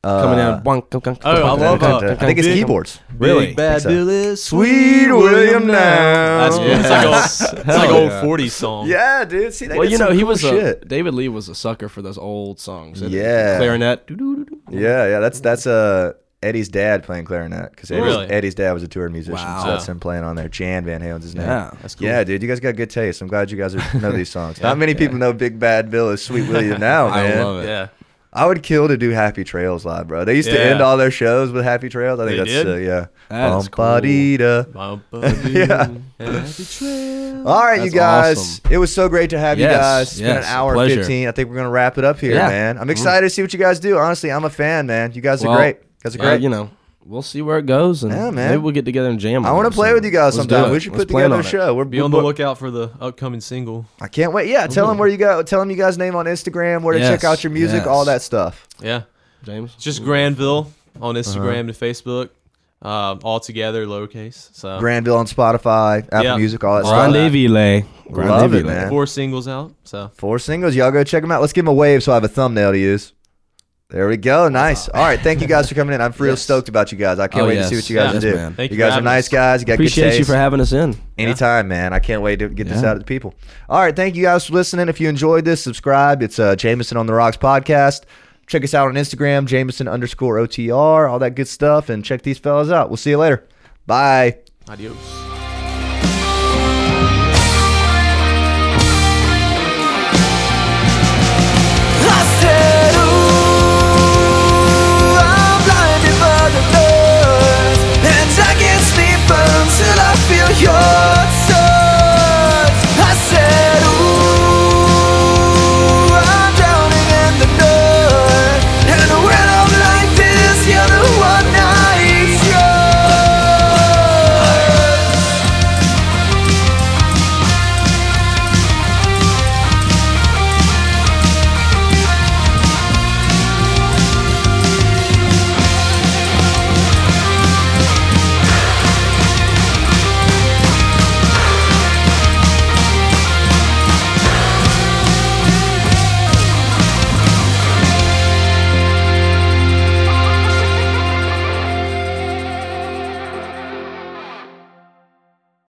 A: Uh,
C: coming out. Bonk, bonk, bonk,
B: oh, I love,
C: bonk, bonk,
B: uh,
C: bonk,
A: I think it's
C: bonk.
A: keyboards.
C: Really?
B: Big bad
A: so.
B: Billy,
A: Sweet William now.
B: That's
C: Yeah.
B: it's like old, it's like
C: Hell
B: old
C: yeah.
B: '40s song.
A: Yeah, dude. See, they
C: Well,
A: did
C: you know,
A: some
C: he
A: cool
C: was
A: shit.
C: a David Lee was a sucker for those old songs. And
A: Yeah.
C: clarinet. doo-doo-doo-doo.
A: Yeah, yeah. That's that's uh Eddie's dad playing clarinet because Eddie's,
B: Really?
A: Eddie's dad was a touring musician,
C: Wow.
A: so that's him playing on there. Jan Van Halen's his name.
C: Yeah, that's cool.
A: Yeah, dude, you guys got good taste. I'm glad you guys are, know these songs. Not many people know Big Bad Bill is Sweet William now,
C: I
A: man.
C: love it.
B: yeah.
A: I would kill to do Happy Trails live, bro. They used to
B: Yeah.
A: end all their shows with Happy Trails. I think
B: They
A: that's
B: did?
A: sick, yeah.
C: That is cool.
A: Bum-ba-dee-da. Yeah. All right, you
C: That's
A: guys.
C: awesome.
A: It was so great to have you
C: Yes,
A: guys. It's been an
C: yes,
A: hour and
C: pleasure.
A: 15. I think we're going to wrap it up here,
C: Yeah. Mm-hmm.
A: man. I'm excited to see what you guys do. Honestly, I'm a fan, man. You guys are
C: Well,
A: great. You guys are
C: Uh,
A: great.
C: you know, we'll see where it goes, and
A: Yeah, man.
C: maybe we'll get together and jam.
A: I want to play with you guys sometime. We should put together a show. We're,
B: Be on the
A: we're-
B: lookout for the upcoming single.
A: I can't wait. Yeah, tell them where you go. Tell them you guys name on Instagram, where to check
C: Yes,
A: out your music,
C: yes.
A: all that stuff.
B: Yeah.
C: James.
B: It's just Granville on
A: Uh-huh.
B: Instagram and Facebook, um, all together, lowercase. So
A: Granville on Spotify, Apple
B: Yeah.
A: Music, all that
B: Grande
A: stuff.
B: Grande
C: Ville.
A: Love it, man.
B: four singles out. So
A: Four singles. Y'all go check them out. Let's give them a wave so I have a thumbnail to use. There we go. Nice. All right. Thank you guys for coming in. I'm real stoked about you guys. I can't
C: Oh,
A: wait to
C: yes.
A: see what you guys
B: Yes,
A: do.
C: man.
B: Thank
A: you
B: you
A: guys
B: for
A: are
B: having
A: nice
B: us.
A: guys. You got good
C: Appreciate
A: taste.
C: you for having us in.
A: Anytime, man. I can't wait to get this
C: Yeah.
A: out to the people. All right. Thank you guys for listening. If you enjoyed this, subscribe. It's uh, Jameson on the Rocks podcast. Check us out on Instagram, Jameson underscore OTR, all that good stuff. And check these fellas out. We'll see you later. Bye.
B: adios.